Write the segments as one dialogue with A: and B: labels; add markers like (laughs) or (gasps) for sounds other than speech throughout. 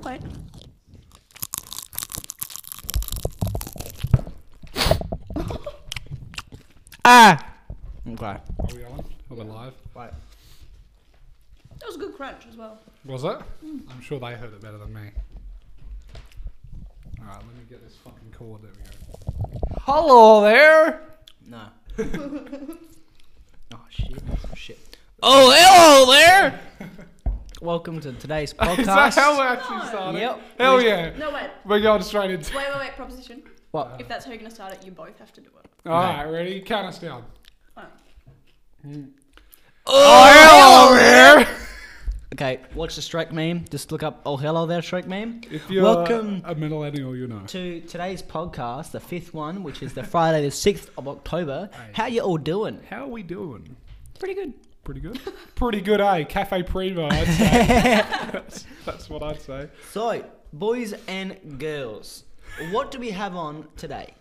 A: quiet.
B: Ah. Okay.
C: Are we on? Are we live?
B: Wait.
A: That was a good crunch as well.
C: Was it? I'm sure they heard it better than me. Alright, let me get this fucking cord. There we go. (laughs)
B: Hello there. No. (laughs) oh shit. Oh shit. Oh hello there. Welcome to (laughs) today's podcast.
C: Is that how we're actually starting?
B: Yep.
C: Hell yeah.
A: No, wait.
C: We're going straight into
A: Wait, wait, wait. Proposition.
B: What?
A: If that's how you're going to start it, you both have to do it.
C: Alright, ready? Count us down.
A: Alright.
B: Oh hello there. Okay, watch the Shrek meme. Just look up "Oh hello there" Shrek meme.
C: If you're
B: Welcome
C: a millennial, you know.
B: to today's podcast, the fifth one, which is the Friday the sixth of October. How you all doing?
C: How are we doing?
B: Pretty good. (laughs)
C: Pretty good? Pretty good, eh? Cafe Prima, I'd say. that's, that's what I'd say.
B: So, boys and girls, what do we have on today?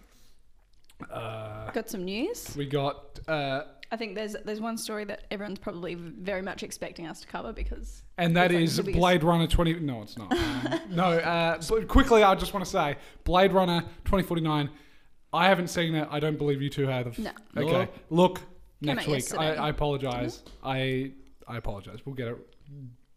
C: Uh,
A: Got some news.
C: we got uh,
A: I think there's there's one story that everyone's probably very much expecting us to cover because
C: And that
A: It's like
C: is
A: the biggest-
C: Blade Runner 20. No,
A: (laughs)
C: it's not. Um, no, uh, but quickly, I just want to say Blade Runner 2049. I haven't seen it. I don't believe you two have.
A: No.
C: Okay.
B: No.
C: Look,
A: Came
C: next
A: out
C: week. I,
A: yesterday. Mm-hmm.
C: I apologize. I I apologize. We'll get it.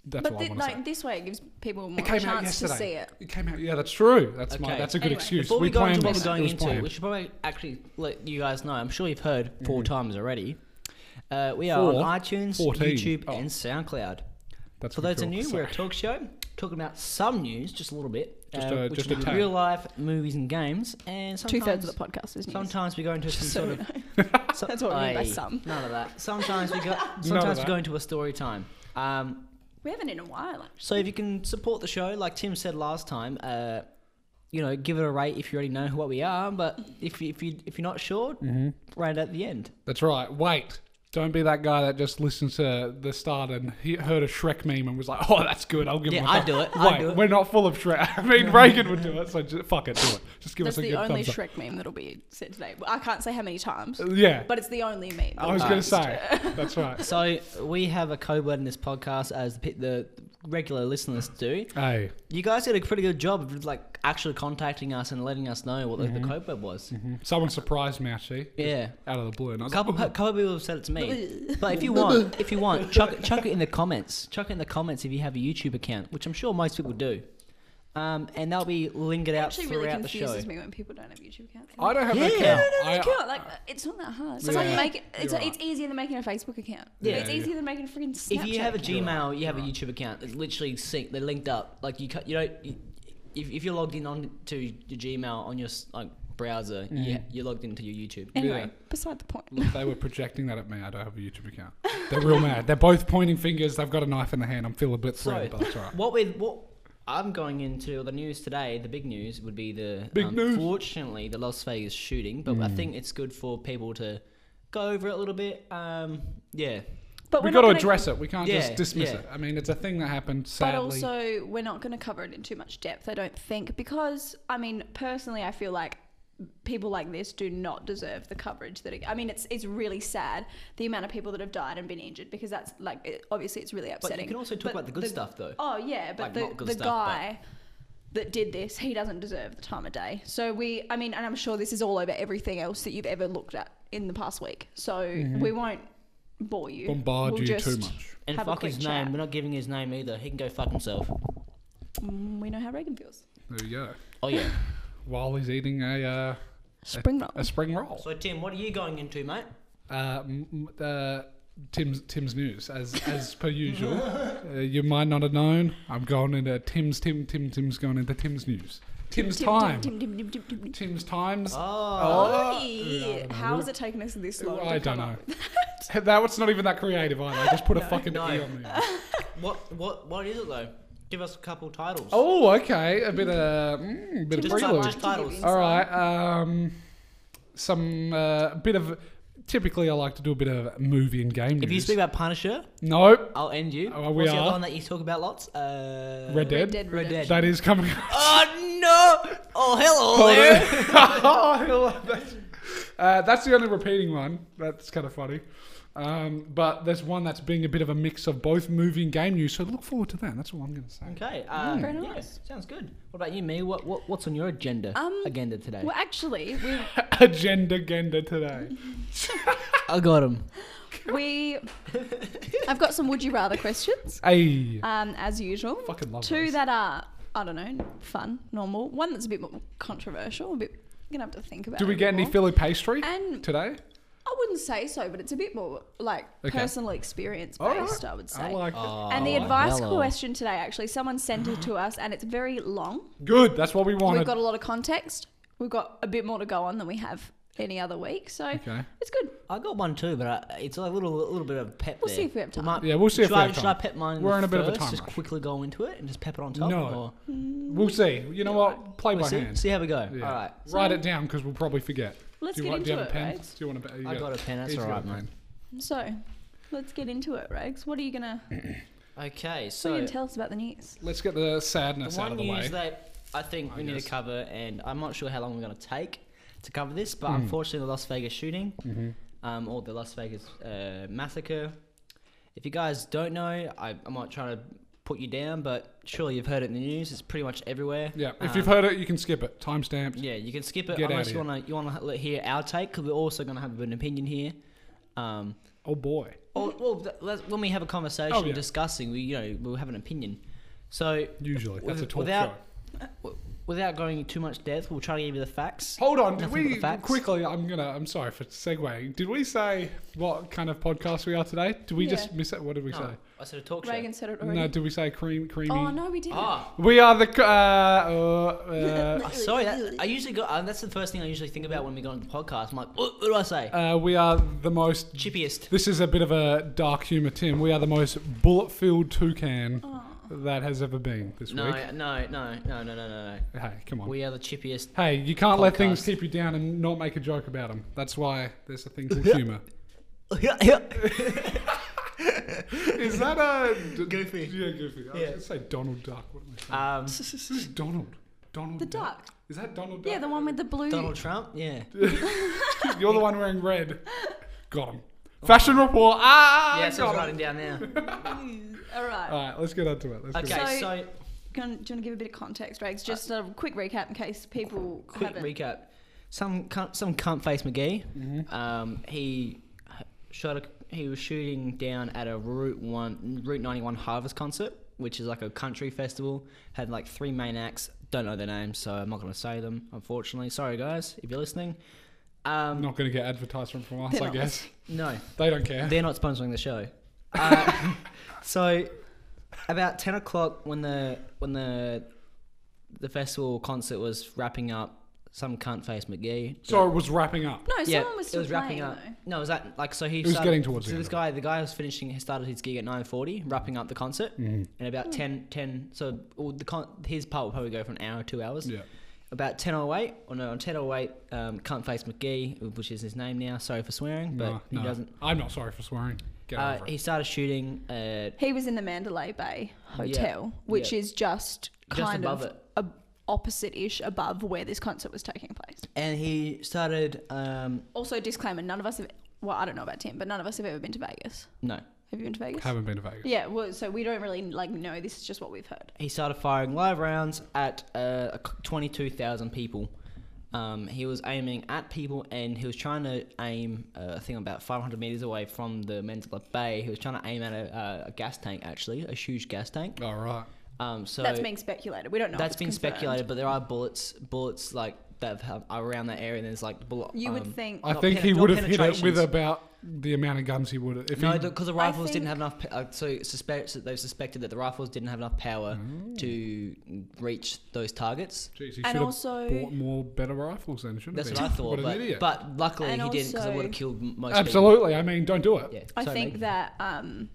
C: That's all
A: but
C: I
A: thi-
C: want to
A: like
C: say.
A: this way it gives people more
C: It came out
A: chance to
C: yesterday.
A: see it.
C: It came out. Yeah, that's true. That's my.
B: Okay.
C: That's a good
A: Anyway.
C: excuse.
B: Before we, go into
C: planned
B: what
C: this.
B: we're going
C: It was
B: into,
C: planned. Mhm.
B: we should probably actually let you guys know. I'm sure you've heard 4 times already. Uh, we are
C: Four?
B: on iTunes,
C: 14.
B: YouTube,
C: Oh.
B: and SoundCloud.
C: That's
B: For
C: what
B: those who are
C: we
B: new,
C: thought.
B: we're a
C: Sorry.
B: talk show talking about some news, just a little bit,
C: Just
B: uh,
C: a-
B: which
C: just
B: will
C: a
B: be
C: tad.
B: real life movies and games, and
A: Two
B: sometimes
A: thirds of the podcast is news.
B: sometimes we go into some
A: Just
B: sort
A: so
B: of
A: we know.
B: So-
A: That's what we mean by
B: Aye,
A: some.
B: None of that. Sometimes we go.
C: (laughs) None of
B: Sometimes we
C: that.
B: go into a story time. Um,
A: (laughs) We haven't in a while. actually.
B: so if you can support the show, like Tim said last time, uh, you know, give it a rate if you already know what we are. But if you, if you if you're not sure, rate it at the end.
C: That's right. Wait. Don't be that guy that just listened to the start and he heard a Shrek meme and was like, "Oh, that's good. I'll give
B: Yeah,
C: him." a
B: I'd
C: thumb."
B: do it.
C: Wait,
B: I'd do it.
C: we're not full of Shrek. (laughs) I mean, Reagan would do it, so just, fuck it, do it. Just give
A: That's
C: us a
A: the
C: good
A: only
C: thumbs
A: Shrek meme that'll be said today. Well, I can't say how many times,
C: up. Yeah,
A: but it's the only meme.
C: I was
A: that'll be
C: gonna
A: used.
C: say. That's right.
A: (laughs)
B: So we have a code word in this podcast, as the, pe- the regular listeners do.
C: Hey,
B: You guys did a pretty good job of like actually contacting us and letting us know what the the code word was.
C: someone surprised me actually
B: Yeah.
C: out of the blue, and I
B: A
C: was
B: couple,
C: like,
B: a couple people have said it to
A: (laughs)
B: me. But if you want, if you want, chuck, it- chuck it in the comments. Chuck it in the comments if you have a YouTube account, which I'm sure most people do. Um, and that'll be lingered out
A: actually really
B: throughout the show.
A: confuses me when people don't have YouTube accounts.
C: "Oh, "I don't have
B: Yeah.
C: an account.
B: No,
A: No,
C: I-
A: it's cute. Like it's not that hard. It's
C: Yeah.
A: like make it's,
C: You're right.
A: it's easier than making a Facebook account.
B: Yeah.
A: it's
C: Yeah,
A: easier than making a freaking Snapchat.
B: If you have a
A: account.
B: Gmail, you have a YouTube account. It's literally synced. They're linked up. Like you, ca- you don't. You, if, if you're logged in on to your Gmail on your s- like browser, you, you're logged into your YouTube.
A: anyway,
C: Yeah.
A: beside the point.
C: Look, they were projecting that at me. I don't have a YouTube account. They're real mad. They're both pointing fingers. They've got a knife in the hand. I'm feeling a bit
B: So-
C: threatened, but that's all right.
B: What we what I'm going into the news today, the big news would be the um,
C: Big news. Hmm.
B: Fortunately, the Las Vegas shooting, but I think it's good for people to go over it a little bit. Um, yeah,
A: But
C: We've
A: we're
C: got to
A: not gonna,
C: address it. We can't
B: Yeah,
C: just dismiss
B: yeah.
C: it. I mean, it's a thing that happened.
A: But
C: Sadly,
A: also, we're not going to cover it in too much depth, I don't think, because I mean, personally, I feel like people like this do not deserve the coverage that it, I mean, it's it's really sad the amount of people that have died and been injured because that's like it, obviously it's really
B: but
A: upsetting.
B: you can also
A: But
B: talk about the good stuff though.
A: Oh yeah, but
B: Like, not
A: the,
B: good
A: the
B: stuff,
A: guy that did this, he doesn't deserve the time of day. So we, I mean, and I'm sure this is all over everything else that you've ever looked at in the past week. So we won't bore you,
C: bombard
A: We'll
C: you too
A: just-
C: much.
B: and
A: have a
B: fuck his
A: quick chat.
B: name. We're not giving his name either. He can go fuck himself.
A: Mm, we know how Reagan feels.
C: There you go.
B: Oh
C: (laughs)
B: yeah.
C: While he's eating a uh,
A: Spring roll.
C: a spring roll.
B: so Tim, what are you going into, mate?
C: Uh, m- m- uh, Tim's Tim's news, as
A: (laughs)
C: as per usual. Uh, you might not have known. I'm going into Tim's Tim Tim Tim's going into Tim's news. Tim's time.
A: Tim, Tim, Tim, Tim, Tim, Tim.
C: Tim's times.
B: Oh,
C: Oh,
A: Oi. How has it taken us this long?
C: I
A: to
C: don't
A: come
C: know.
A: up with-
C: That was not even that creative either. I
A: (laughs)
C: just put a fucking
B: no.
C: E on there.
B: what what what is it though? Give us a couple titles.
C: Oh, okay. A bit of mm, bit
A: Tim doesn't
C: of prelude.
A: like to give
B: Titles.
A: insight.
C: All right. Um, some uh, bit of. Typically, I like to do a bit of movie and game news.
B: If you speak about Punisher,
C: nope.
B: I'll end you.
C: Oh, we
B: What's the other
C: are?
B: one that you talk about lots? Uh,
C: Red Dead.
A: Red Dead
B: Red Dead.
A: Redemption.
C: That is coming.
B: Oh no! Oh hello there.
C: (laughs) Oh, I love that. Uh, that's the only repeating one. That's kind of funny. Um, but there's one that's being a bit of a mix of both movie and game news, so look forward to that. That's all I'm going to say. (laughs)
B: Okay. Um,
A: Mm. Very
B: yeah,
A: nice.
B: sounds good. What about you, me? What, what what's on your agenda
A: Um,
B: agenda today?
A: Well, actually, we
C: Agenda Genda today.
B: I got him. (laughs)
A: we I've got some would you rather
C: (laughs)
A: questions,
C: Hey.
A: um, as usual.
C: Fucking love
A: Two
C: those.
A: that are I don't know, fun, normal. One that's a bit more controversial. A bit. You're gonna have to think about.
C: Do
A: it
C: we
A: a
C: get
A: bit
C: any
A: more.
C: Philly pastry
A: And
C: today?
A: I wouldn't say so, but it's a bit more like
C: Okay.
A: personal experience
C: All right.
A: based. I would say.
C: I like
B: Uh,
C: it.
A: and
B: Oh,
A: the advice question today, actually, someone sent it
C: (gasps)
A: to us, and it's very long.
C: Good. That's what we wanted.
A: We've got a lot of context. We've got a bit more to go on than we have any other week, so
C: Okay.
A: it's good.
B: I got one too, but I, it's a little little bit of pep.
A: We'll
B: there.
A: see if we have time.
B: might-
C: Yeah, we'll see if
B: should
C: we
B: I,
C: have
B: Should
C: time.
B: I pep mine?
C: We're
B: in
C: in a bit of a
B: first,
C: time
B: Just
C: rush.
B: quickly go into it and just pep it on top.
C: No.
B: or-
C: We'll see. You know what? Play
B: We'll
C: by
B: see,
C: hand.
B: see how we go.
C: Yeah.
B: All right.
C: Write it down because we'll probably forget.
A: Let's
C: do you
A: get
C: want, do you
A: into
C: have
A: it,
C: a pen?
A: right?
C: Do you want a pen?
B: I got a pen, that's all right, mate.
A: So, let's get into it, Rags. What are you gonna?
B: Okay,
A: So, what are you gonna
B: so
A: tell us about the news?
C: Let's get the
B: the
C: sadness out
B: one
C: of the way.
B: news that I think we
C: I
B: need
C: guess.
B: to cover, and I'm not sure how long we're going to take to cover this, but
C: Hmm.
B: unfortunately, the Las Vegas shooting
C: Mm-hmm.
B: um, or the Las Vegas uh, massacre. If you guys don't know, I, I'm not trying to put you down, but surely you've heard it in the news. It's pretty much everywhere.
C: yeah. If
B: Um,
C: you've heard it, you can skip it. Timestamps.
B: yeah, you can skip it
C: Get
B: unless
C: outta
B: you
C: here.
B: want to. You want to hear our take because we're also going to have an opinion here. Um,
C: Oh boy.
B: or, well, th- let's- when we have a conversation
C: Oh, yeah.
B: discussing, we you know we'll have an opinion. So
C: Usually, that's a
B: with-
C: talk
B: without-
C: show.
B: w- without going into too much depth, we'll try to give you the facts.
C: Hold on, did
B: Nothing but
C: we
B: the facts.
C: quickly? I'm gonna. I'm sorry for segueing. Did we say what kind of podcast we are today? Did we just
A: Yeah.
C: miss it? What did we
B: No, Oh, I said a talk show.
A: Reagan said it
C: say?
A: already.
C: No, did we say cream creamy?
A: oh no, we didn't.
B: Ah,
C: We are the. c- Uh, uh, (laughs)
B: oh, sorry. That, I usually go. Um, that's the first thing I usually think about when we go on the podcast. I'm like, what, what do I say?
C: uh, we are the most.
B: Chippiest.
C: This is a bit of a dark humor, Tim. We are the most bullet-filled toucan
A: Oh.
C: that has ever been this
B: No,
C: week.
B: no, no, no, no, no, no,
C: Hey, come
B: no.
C: on.
B: We are the
C: (laughs)
B: chippiest.
C: hey, you can't let things
B: Podcast.
C: keep you down and not make a joke about them. That's why there's
B: (laughs)
C: a thing called humor. Is that a
B: Goofy.
C: Yeah, goofy. I was
B: Yeah.
C: gonna say Donald Duck. What am I saying?
B: um,
C: This is Donald. Donald.
A: the duck.
C: Is that Donald Duck?
A: Yeah, the one with the blue.
B: Donald Trump. Yeah.
C: You're the one wearing red.
B: (laughs)
C: Got him. Fashion report. Ah,
B: Yeah, so
C: got
B: it's
C: him.
B: writing down
A: (laughs)
B: now.
A: All right.
B: Uh,
C: All right, let's get onto it. Let's get
A: So-
B: Okay, so,
A: Can, do you want to give a bit of context, Rags? Just a quick recap in case people
B: quick
A: haven't.
B: recap. Some cunt, some cunt face McGee.
C: Mm-hmm.
B: Um, he shot. A, he was shooting down at a Route One, Route Ninety One Harvest concert, which is like a country festival. Had like three main acts. Don't know their names, so I'm not gonna say them. Unfortunately, sorry guys, if you're listening.
C: I'm
B: Um,
C: not going to get advertisement from us,
A: They're
C: I
A: not
C: guess.
B: no,
C: They don't care.
B: they're not sponsoring the show. Uh, so, about ten o'clock, when the when the the festival concert was wrapping up, some cunt face McGee.
C: so it was wrapping up.
A: No, someone was still
B: it was wrapping
A: playing
B: up.
A: though.
B: No, was that like so? He
C: was
B: started,
C: getting towards
B: so
C: the end
B: this
C: of it.
B: guy, the guy was finishing. He started his gig at nine forty, wrapping up the concert, and
A: Hmm.
B: about ten ten. So all the con- his part will probably go for an hour, two hours.
C: Yeah.
B: About ten oh eight, or no, on ten oh eight, um, cunt face McGee, which is his name now. Sorry for swearing, but
C: no,
B: he
C: no.
B: doesn't.
C: I'm not sorry for swearing. Get
B: Uh,
C: over it.
B: he started shooting. Uh,
A: He was in the Mandalay Bay Hotel, which
B: Oh, yeah.
A: is just
B: Just
A: kind
B: above
A: of
B: it.
A: opposite ish above where this concert was taking place.
B: and he started. Um,
A: Also, disclaimer: none of us have. Well, I don't know about Tim, but none of us have ever been to Vegas.
B: no,
A: Have you been to Vegas?
C: Haven't been to Vegas.
A: Yeah. Well, so we don't really like know. This is just what we've heard.
B: he started firing live rounds at uh, a c- 22,000 people. Um, he was aiming at people and he was trying to aim, uh, I think, about 500 meters away from the Mandela Bay. He was trying to aim at a, uh, a gas tank, actually, a huge gas tank.
C: All right.
B: Um, so
A: that's being speculated. We don't know. if
B: that's
A: it's
B: being
A: confirmed.
B: speculated, but there are bullets, bullets like that have, are around that area. And there's like bullet.
A: You
B: um,
A: would think.
C: I
B: Not
C: think
B: pen-
C: he
B: not
C: would have hit it with
B: penetrations.
C: about the amount of guns he would have. If
B: No,
C: he,
B: because the rifles
A: think-
B: didn't have enough. p- Uh, so suspect so they suspected that the rifles didn't have enough power to reach those targets.
C: Jeez, he should
A: And
C: have
A: also-
C: bought more better rifles then, shouldn't
B: That's
C: he?
B: what I thought.
C: an idiot.
B: but, but luckily
A: And
B: he didn't because it
A: also-
B: would have killed m- most
C: Absolutely. I mean, don't do it.
B: people. Yeah,
A: I
B: sorry,
A: think
B: mate.
A: that um,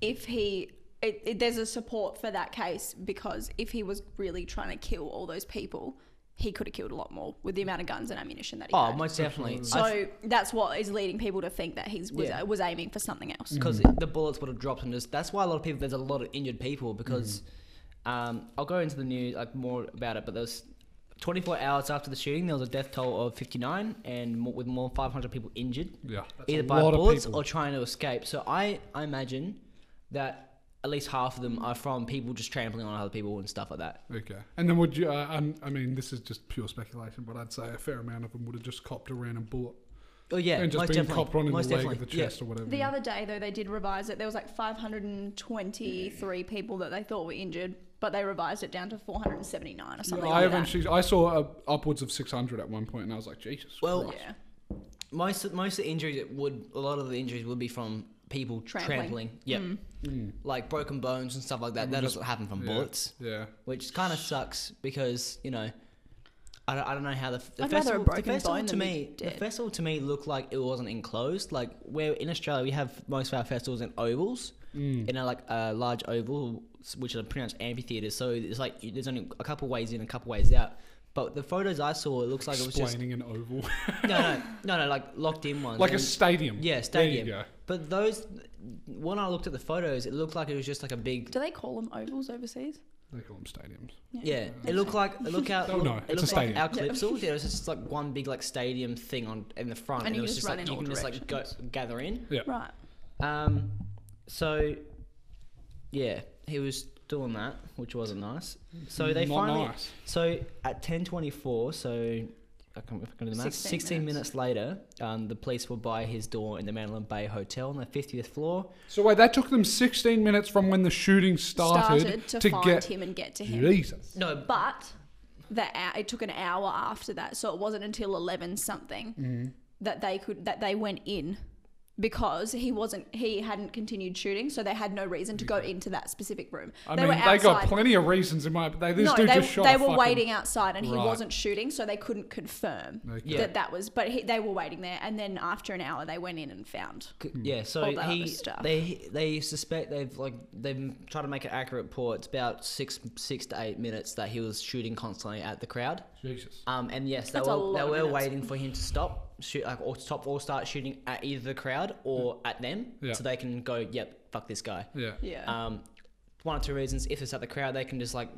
A: if he. It, it, there's a support for that case because if he was really trying to kill all those people, he could have killed a lot more with the amount of guns and ammunition that he
B: Oh,
A: had.
B: most definitely.
A: So that's what is leading people to think that he was,
B: Yeah. Mm-hmm.
A: was aiming for something else.
B: Because the bullets would have dropped and just. That's why a lot of people. There's a
C: Mm-hmm.
B: lot of injured people because. Um, I'll go into the news like more about it, but there's 24 hours after the shooting, there was a death toll of 59, and more, with more than 500 people injured,
C: Yeah.
B: either by bullets or trying to escape. So I, I imagine that at least half of them are from people just trampling on other people and stuff like that.
C: Okay. And then would you? Uh, I'm, I mean, this is just pure speculation, but I'd say a fair amount of them would have just copped a random bullet
B: Oh yeah,
C: and just
B: most
C: been
B: definitely.
C: copped on in
B: most
C: the leg
B: definitely.
C: or the
B: Yeah.
C: chest or whatever.
A: The other day, though, they did revise it. There was like 523 people that they thought were injured, but they revised it down to 479 or
C: Yeah,
A: something
C: I
A: like that.
C: eventually, I saw uh, upwards of 600 at one point, and I was like, Jesus.
B: Well,
C: Christ.
A: Yeah.
B: Most of, most of the injuries it would a lot of the injuries would be from people
A: Trampling. Mm.
B: trampling. Yep. Mm. Like broken bones and stuff like that. That doesn't happen from
C: yeah.
B: bullets,
C: Yeah.
B: which kind of sucks because you know. I don't, I don't know how the, the
A: I'd rather a
B: festival, the
A: broken
B: festival
A: bone
B: to
A: than be
B: me the
A: dead.
B: festival to me looked like it wasn't enclosed like we're in Australia we have most of our festivals in ovals
C: Mm.
B: in a like a large oval which are pretty much amphitheaters so it's like there's only a couple ways in a couple ways out but the photos I saw it looks like it was just
C: Explaining an oval.
B: no no no no like locked in ones
C: like a
B: (laughs) And-
C: stadium.
B: yeah, stadium.
C: There you
B: But those, when I looked at the photos, it looked like it was just like a big.
A: Do they call them ovals overseas?
C: go. They call them stadiums.
B: Yeah, it looked like it looked out.
C: (laughs) Oh, no,
B: it
C: it's a
B: looked like
C: stadium.
B: Our clips all there was just like one big like stadium thing on in the front,
A: And
B: and,
A: you
B: it was
A: just
B: just
A: run
B: like
A: in
B: you
A: all
B: can just like go, gather in.
C: Yeah.
A: Right.
B: Um, so yeah, he was doing that, which wasn't nice. So they
C: Not
B: finally.
C: nice.
B: So at ten twenty four, so. I can't remember if I can do the maths.
A: 16
B: 16,
A: minutes.
B: minutes. later, um, the police were by his door in the Madeline Bay Hotel on the 50th floor.
C: So wait, that took them 16 minutes from when the shooting started,
A: Started to, find
C: get
A: him and get to him.
C: Jesus.
B: No,
A: But the hour, it took an hour after that, so it wasn't until eleven something
C: Mm.
A: that they could that they went in because he wasn't he hadn't continued shooting, so they had no reason to go into that specific room.
C: I mean, they got plenty of reasons in my. They, this
A: no,
C: dude
A: they,
C: just shot.
A: they
C: a
A: were
C: fucking-
A: waiting outside and he
C: Right.
A: wasn't shooting, so they couldn't confirm
C: Okay.
B: Yeah.
A: that that was. But he, they were waiting there, and then after an hour, they went in and found.
B: C-
C: Hmm.
B: Yeah, so
A: All that
B: he,
A: other stuff.
B: they they suspect they've like they've tried to make an accurate report. It's about six six to eight minutes that he was shooting constantly at the crowd.
C: Jesus.
B: Um, and yes, they
A: That's a
B: were
A: lot
B: they
A: of
B: were
A: minutes.
B: waiting for him to stop shoot like or stop or start shooting at either the crowd or at them,
C: Yeah.
B: so they can go, yep, fuck this guy.
C: Yeah.
A: Yeah.
B: Um, one or two reasons: if it's at the crowd, they can just like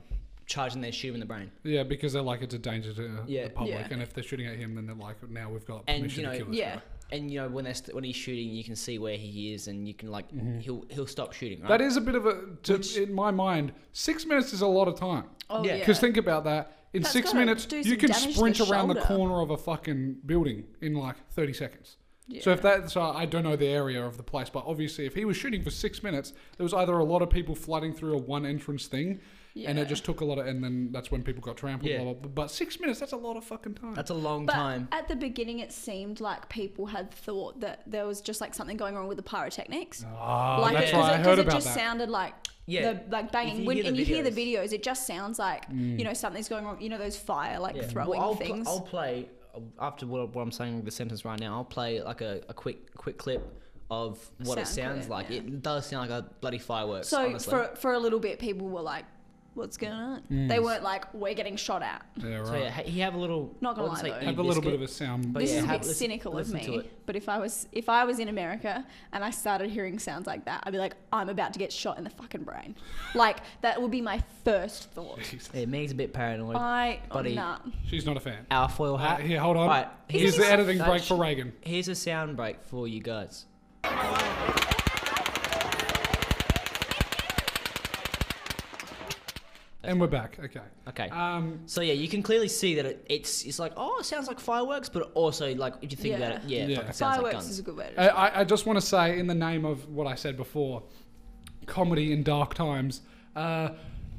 B: charge and they shoot him in the brain.
C: Yeah, because they're like it's a danger to uh,
B: Yeah.
C: the public,
A: Yeah.
C: and if they're shooting at him, then they're like, now we've got
B: And,
C: permission
B: you know,
C: to kill this
A: yeah.
C: guy.
B: And you know when they st- when he's shooting, you can see where he is, and you can like he'll he'll stop shooting. Right?
C: Mm-hmm. That is a bit of a, to, in my mind, six minutes is a lot of time.
A: oh,
B: yeah.
C: Because think about that. In
A: That's
C: six
A: gotta
C: minutes,
A: do
C: you
A: some
C: can
A: damage to
C: sprint
A: the
C: around the
A: shoulder.
C: corner of a fucking building in like 30 seconds. So
A: Yeah.
C: if that's, uh, I don't know the area of the place, but obviously if he was shooting for six minutes, there was either a lot of people flooding through a one entrance thing, and
A: Yeah.
C: it just took a lot of, and then that's when people got trampled.
B: Yeah.
C: Blah, blah, blah. But six minutes, that's a lot of fucking time.
B: That's a long
A: But
B: time.
A: at the beginning, it seemed like people had thought that there was just like something going wrong with the pyrotechnics.
C: Ah,
B: Oh,
A: like
C: that's
A: it,
C: right. I
A: it-
C: heard
A: it
C: about
A: just
C: that.
A: sounded like
B: Yeah.
A: the, like banging.
B: you
A: when,
B: hear the Mm.
A: and you hear the videos, it just sounds like you know something's going wrong. You know those fire like
B: Yeah.
A: throwing
B: Well, I'll pl-
A: things.
B: I'll play after what, what I'm saying the sentence right now. I'll play like a, a quick quick clip of what it
A: Sound
B: sounds
A: clip,
B: like.
A: yeah.
B: It does sound like a bloody fireworks.
A: so
B: honestly.
A: for for a little bit, people were like, "What's going on?" They
B: Mm.
A: weren't like, "We're getting shot at."
C: Yeah, right.
B: so yeah, ha- he have a little.
A: Not gonna
B: I wouldn't
A: lie,
B: say
A: though.
B: ear
C: Have a little bit of a
B: biscuit.
C: sound.
B: But
A: This
B: yeah,
A: is a
B: have-
A: bit
B: listen-
A: cynical of
B: listen to
A: me,
B: it.
A: but if I was if I was in America and I started hearing sounds like that, I'd be like, "I'm about to get shot in the fucking brain." like that would be my first thought.
B: Yeah, me's a bit paranoid.
A: I oh,
B: Buddy.
A: nah.
C: She's not a fan.
B: Our foil
C: Uh,
B: hat.
C: here, hold on.
B: Alright,
C: Here's the editing
B: that
C: break
B: sh-
C: for Reagan.
B: Here's a sound break for you guys.
C: And we're back. Okay.
B: Okay.
C: Um,
B: so yeah, you can clearly see that it, it's it's like oh, it sounds like fireworks, but also like if you think about it, yeah,
C: Yeah.
B: it fucking sounds like
A: Fireworks
B: guns.
A: is a good word.
C: I- I, I just want to say, in the name of what I said before, comedy in dark times. Uh,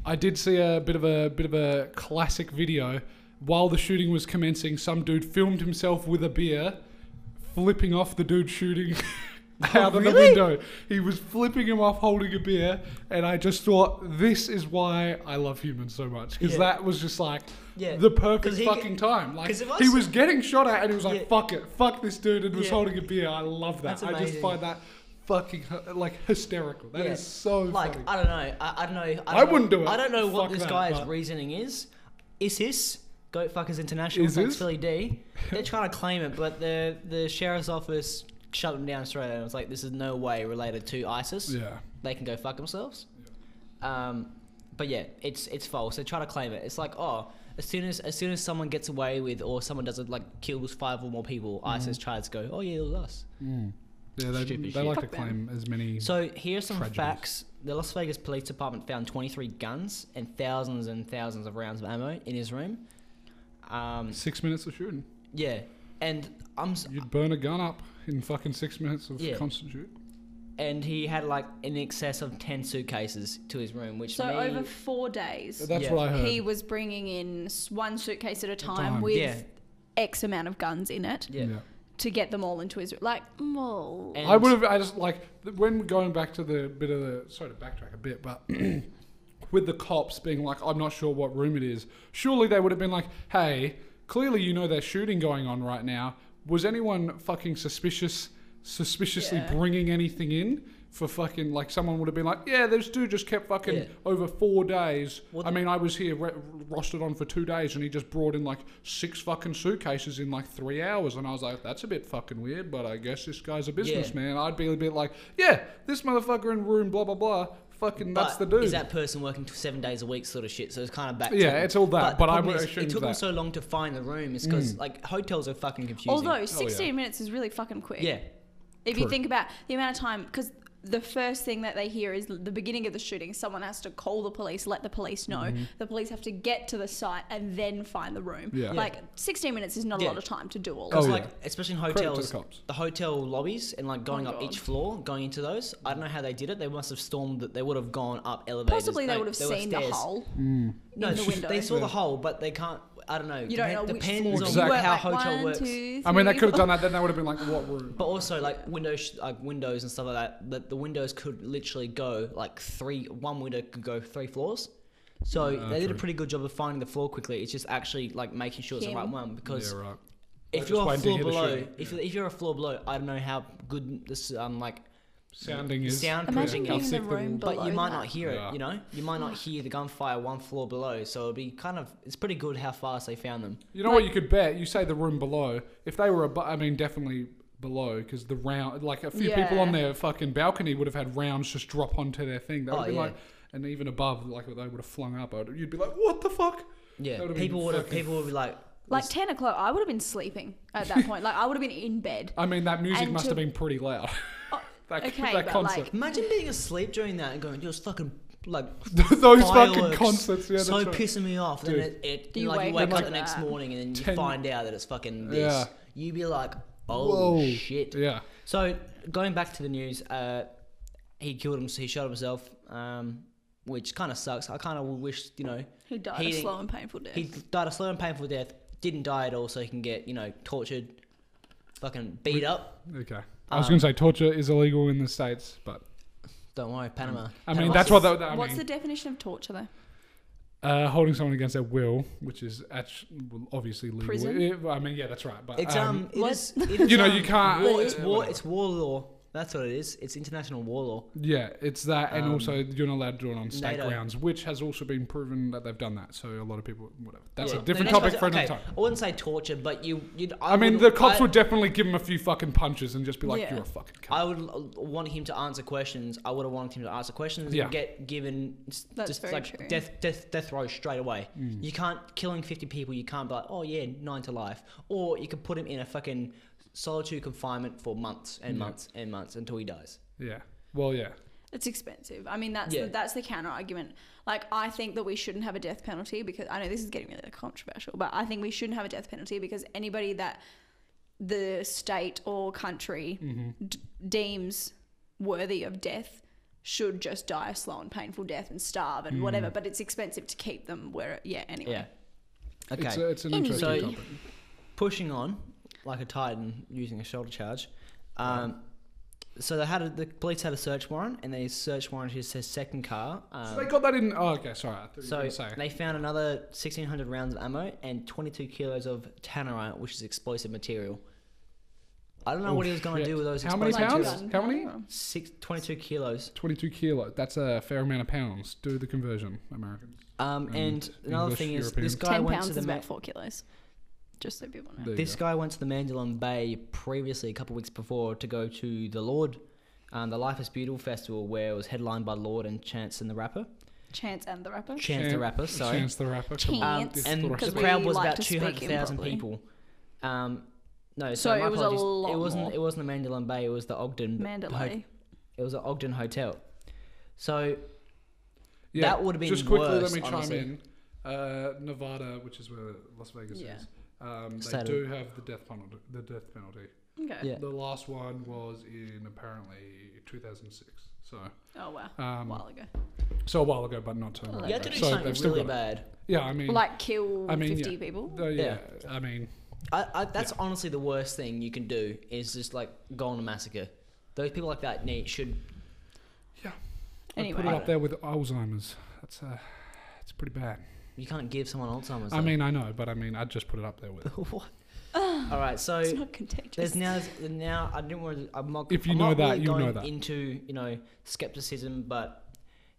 C: I did see a bit of a bit of a classic video while the shooting was commencing. Some dude filmed himself with a beer, flipping off the dude shooting. (laughs)
B: Oh,
C: Out of the window, he was flipping him off, holding a beer, and I just thought, "This is why I love humans so much," because
B: Yeah.
C: that was just like
B: Yeah.
C: the perfect
B: 'Cause he-
C: fucking time. Like
B: 'cause if I
C: he
B: s-
C: was getting shot at, and he was like,
B: Yeah.
C: "Fuck it, fuck this dude," and was
B: Yeah.
C: holding a beer. I love that.
B: That's
C: I just
B: amazing.
C: find that fucking hy- like hysterical. That is
B: Yeah.
C: so
B: like
C: funny.
B: I don't know. I, I don't know. I, don't
C: I wouldn't
B: know,
C: do it.
B: I don't know what
C: Fuck
B: this
C: that,
B: guy's
C: but-
B: reasoning is. Is this Goat Fuckers International?
C: Is
B: Is
C: this?
B: Philly
C: (laughs)
B: D? They're trying to claim it, but the the sheriff's office shut them down straight away. It was like, this is no way related to ISIS.
C: yeah.
B: They can go fuck themselves. Um, but yeah, it's it's false. They try to claim it. It's like, oh, as soon as as soon as someone gets away with or someone does it like kills five or more people,
C: Mm-hmm.
B: ISIS tries to go, oh yeah, it was us.
C: Mm. Yeah, they,
B: Stupid
C: they
B: shit.
C: like to
A: Fuck them.
C: claim as many.
B: So here are some
C: Tragedies.
B: facts. The Las Vegas Police Department found 23 guns and thousands and thousands of rounds of ammo in his room. Um,
C: six minutes of shooting.
B: yeah, and I'm s-
C: You'd burn a gun up in fucking six minutes of
B: Yeah.
C: constant shoot.
B: and he had like in excess of 10 suitcases to his room, which
A: So
B: to me,
A: over four days,
C: That's
B: Yeah.
C: what I heard.
A: he was bringing in s- one suitcase at a time,
C: time.
A: with
B: Yeah.
A: X amount of guns in it
B: yeah.
A: to get them all into his like. Whoa.
B: And-
C: I would have. I just like th- when going back to the bit of the. Sorry to backtrack a bit, but (clears throat) with the cops being like, I'm not sure what room it is. Surely they would have been like, Hey, clearly you know there's shooting going on right now. Was anyone fucking suspicious? Suspiciously
A: Yeah.
C: bringing anything in for fucking like someone would have been like, Yeah, this dude just kept fucking
B: Yeah.
C: over four days.
B: What
C: I
B: the-
C: mean, I was here re- rostered on for two days, and he just brought in like six fucking suitcases in like three hours, and I was like, that's a bit fucking weird, but I guess this guy's a businessman. I'd be a bit like, yeah, this motherfucker in room, blah blah blah. Fucking, that's the
B: But
C: dude.
B: Is that person working t- seven days a week, sort of shit? So it's kind of back. to
C: Yeah,
B: him.
C: it's all that,
B: the
C: but I
B: problem
C: would
B: is
C: assume
B: it took them
C: that. Mm.
B: so long to find the room is because like hotels are fucking confusing.
A: Although 16
C: Oh, yeah.
A: minutes is really fucking quick.
B: yeah,
A: If you
C: True.
A: think about the amount of time, because the first thing that they hear is the beginning of the shooting. Someone has to call the police, let the police know.
C: Mm-hmm.
A: The police have to get to the site and then find the room.
C: Yeah. Yeah.
A: Like 16 minutes is not a
B: Yeah.
A: lot of time to do all
C: Oh,
A: of that.
B: It's like especially in
C: Credit to the
B: hotels, the,
C: cops.
B: hotel lobbies, and like going
A: Oh,
B: up each
A: God.
B: floor, going into those. I don't know how they did it. They must have stormed. that They would have gone up elevators.
A: Possibly they
B: no,
A: would have
B: there were
A: seen the
B: stairs.
A: hole. in
B: No,
A: the
B: sh-
A: window.
B: they saw the hole, but they can't. I don't know.
A: You don't
B: Depen-
A: know which
B: depends
A: floor.
B: on
C: Exactly.
B: how
A: Like,
B: hotel
A: one,
B: works.
A: two,
C: I mean, they
A: three,
C: could have
A: four.
C: done that. Then they would have been like, what room?
B: But also like windows, sh- like windows and stuff like that. That the windows could literally go like three. One window could go three floors. So they did a
C: true.
B: pretty good job of finding the floor quickly. It's just actually like making sure it's the right
A: Him.
B: one (laughs) because
C: yeah, right. They're
B: if
C: just
B: you're a
C: waiting to
B: floor
C: hear the
B: below,
C: shooting.
B: if, if you're a floor below, I don't know how good this um like
C: Sounding is
A: Imagine
B: soundproofing
A: being in
B: is,
C: sick
A: the
C: the
A: room
C: room-
A: below
B: but you might
A: that.
B: not hear
C: Yeah.
B: it. You know, you might not hear the gunfire one floor below. So it'd be kind of it's pretty good how fast they found them.
C: You know what you could bet? You say the room below. If they were above, I mean, definitely below, because the round, like a few people
A: Yeah.
C: on their fucking balcony would have had rounds just drop onto their thing. They would
B: Oh,
C: be
B: yeah.
C: like, and even above, like they would have flung up. I'd- You'd be like, what the fuck? That
B: Yeah,
C: would've been
B: people would have
C: fucking-
B: people would be like
A: Like 10 o'clock, I would have been sleeping at that point. Like I would have been in bed.
C: I mean, (laughs) that music
A: And
C: must
A: to-
C: have been pretty loud. (laughs)
A: Oh,
C: that,
A: okay,
C: that
A: but,
C: concert.
A: like-
B: Imagine being asleep during that and going, "Those fucking like
C: (laughs) Those fucking
B: fireworks
C: concerts, yeah,
B: so
C: that's right.
B: pissing me off."
C: Dude.
B: Then it, it
A: Do
B: you
A: you
B: like you
A: wake
B: wake
A: up to
B: up the next
A: that?
B: morning and you
C: Ten-
B: find out that it's fucking this.
C: Yeah.
B: You'd be like, "Oh
C: Whoa.
B: shit!"
C: Yeah.
B: So going back to the news, uh, he killed him. He shot himself, um, which kind of sucks. I kind of wish you know
A: He died
B: He
A: a
B: didn't-
A: slow and painful death.
B: he died a slow and painful death. Didn't die at all, so he can get you know tortured, fucking beat up.
C: Okay. I was
B: Um,
C: going to say torture is illegal in the states, but
B: Don't worry, Panama.
C: I mean
B: Panama
C: that's
B: says-
C: what that, I
A: What's
C: mean.
A: the definition of torture though?
C: uh, holding someone against their will, which is actually, obviously legal.
A: Prison?
C: Eh, I mean, yeah, that's right. But
B: It's
C: um,
B: um, it
A: What?
B: is- it is,
C: You know,
B: um,
C: you can't-
B: War, it's
C: Yeah,
B: war.
C: whatever.
B: It's war law. That's what it is. It's international war law.
C: Yeah, it's that, and
B: Um,
C: also you're not allowed to do it on state
B: NATO.
C: grounds, which has also been proven that they've done that. So a lot of people, whatever. That's
B: Yeah.
C: a
B: No,
C: different
B: that's
C: topic
B: what-
C: for another
B: okay,
C: time.
B: I wouldn't say torture, but you. You'd,
C: I, mean, the cops
B: I,
C: would definitely give him a few fucking punches and just be like,
A: Yeah.
C: "You're a fucking cunt."
B: I would l- want him to answer questions. I would have wanted him to answer questions
C: Yeah.
B: and get given s-
A: That's
B: just
A: very
B: like
A: true.
B: death, death, death row straight away.
C: Mm.
B: You can't killing fifty people. You can't be like, oh yeah, nine to life, or you could put him in a fucking solitude confinement for months and
C: Yeah.
B: months and months until he dies.
C: yeah. Well, yeah.
A: It's expensive. I mean, that's
B: Yeah.
A: the, that's the counter argument. Like, I think that we shouldn't have a death penalty because I know this is getting really controversial, but I think we shouldn't have a death penalty because anybody that the state or country
B: Mm-hmm.
A: d- deems worthy of death should just die a slow and painful death and starve and whatever. But it's expensive to keep them where, yeah. Anyway,
B: Mm. Yeah. Okay.
C: It's, a, it's an
A: Anyway.
C: interesting
B: So-
C: topic.
B: pushing on like a titan using a shoulder charge. Um, so they had a, the police had a search warrant, and they search warranted his his second car.
C: So
B: Um,
C: they got that in. Oh, okay. Sorry. I thought
B: so
C: you were going
B: they found another 1,600 rounds of ammo and 22 kilos of tannerite, which is explosive material. I don't know
C: Oh,
B: what he was going
C: shit.
B: to do with those.
C: How many
B: explosive
C: pounds?
B: materials.
C: How many?
B: Six, 22 kilos.
C: Twenty-two kilo. That's a fair amount of pounds. Do the conversion, Americans.
B: Um,
C: And
B: and, another
C: English,
B: thing is, this
C: European.
B: guy
A: Ten
B: went
A: pounds
B: to
A: is
B: the ma-
A: about four kilos. Just so people know.
C: There you
B: This
C: go.
B: guy went to the Mandalon Bay previously, a couple weeks before, to go to the Lord, um, the Life is Beautiful festival, where it was headlined by Lord and Chance and the Rapper.
A: Chance and the rapper.
B: Chance the Rapper, sorry.
C: Chance the Rapper. come on.
A: Chance.
B: Um, and
C: Because
B: the
A: we
B: crowd was
A: like
B: about
A: to
B: two
A: speak
B: hundred thousand
A: improperly.
B: people. Um,
A: So
B: no, so, my
A: it was a
B: apologies.
A: lot
B: it wasn't.
A: more.
B: It wasn't the Mandalay Bay. It was the Ogden.
A: Mandalay.
B: It was the Ogden Hotel. So
C: Yeah,
B: That would've been
C: just quickly.
B: worse,
C: let me chime
B: honestly.
C: in. Uh, Nevada, which is where Las Vegas
A: Yeah.
C: is, um, they
B: Settled.
C: do have the death penalty. The death penalty.
A: Okay.
B: yeah,
C: The last one was in apparently 2006. So,
A: Oh wow. A
C: um,
A: while ago.
C: so a while ago, but not too
A: You
C: long.
B: you had to
C: ago.
B: do
C: so
B: something
C: they've still
B: really
C: got it.
B: bad.
C: Yeah, I mean,
A: Like kill
C: I mean,
A: fifty people.
C: uh, yeah,
B: Yeah.
C: I mean,
B: I, I, that's honestly the worst thing you can do is just like go on a massacre. Those people like that need should.
C: I put
A: Anyway.
C: it up there with Alzheimer's. That's uh, it's pretty bad.
B: You can't give someone Alzheimer's.
C: I mean, I know, but I mean, I just put it up there with.
B: (laughs) what? All right, so
A: It's not contagious.
B: There's now, there's now. I didn't want to. I'm not.
C: If you
B: I'm
C: know
B: not
C: that,
B: really
C: you know
B: going
C: that.
B: Into you know skepticism, but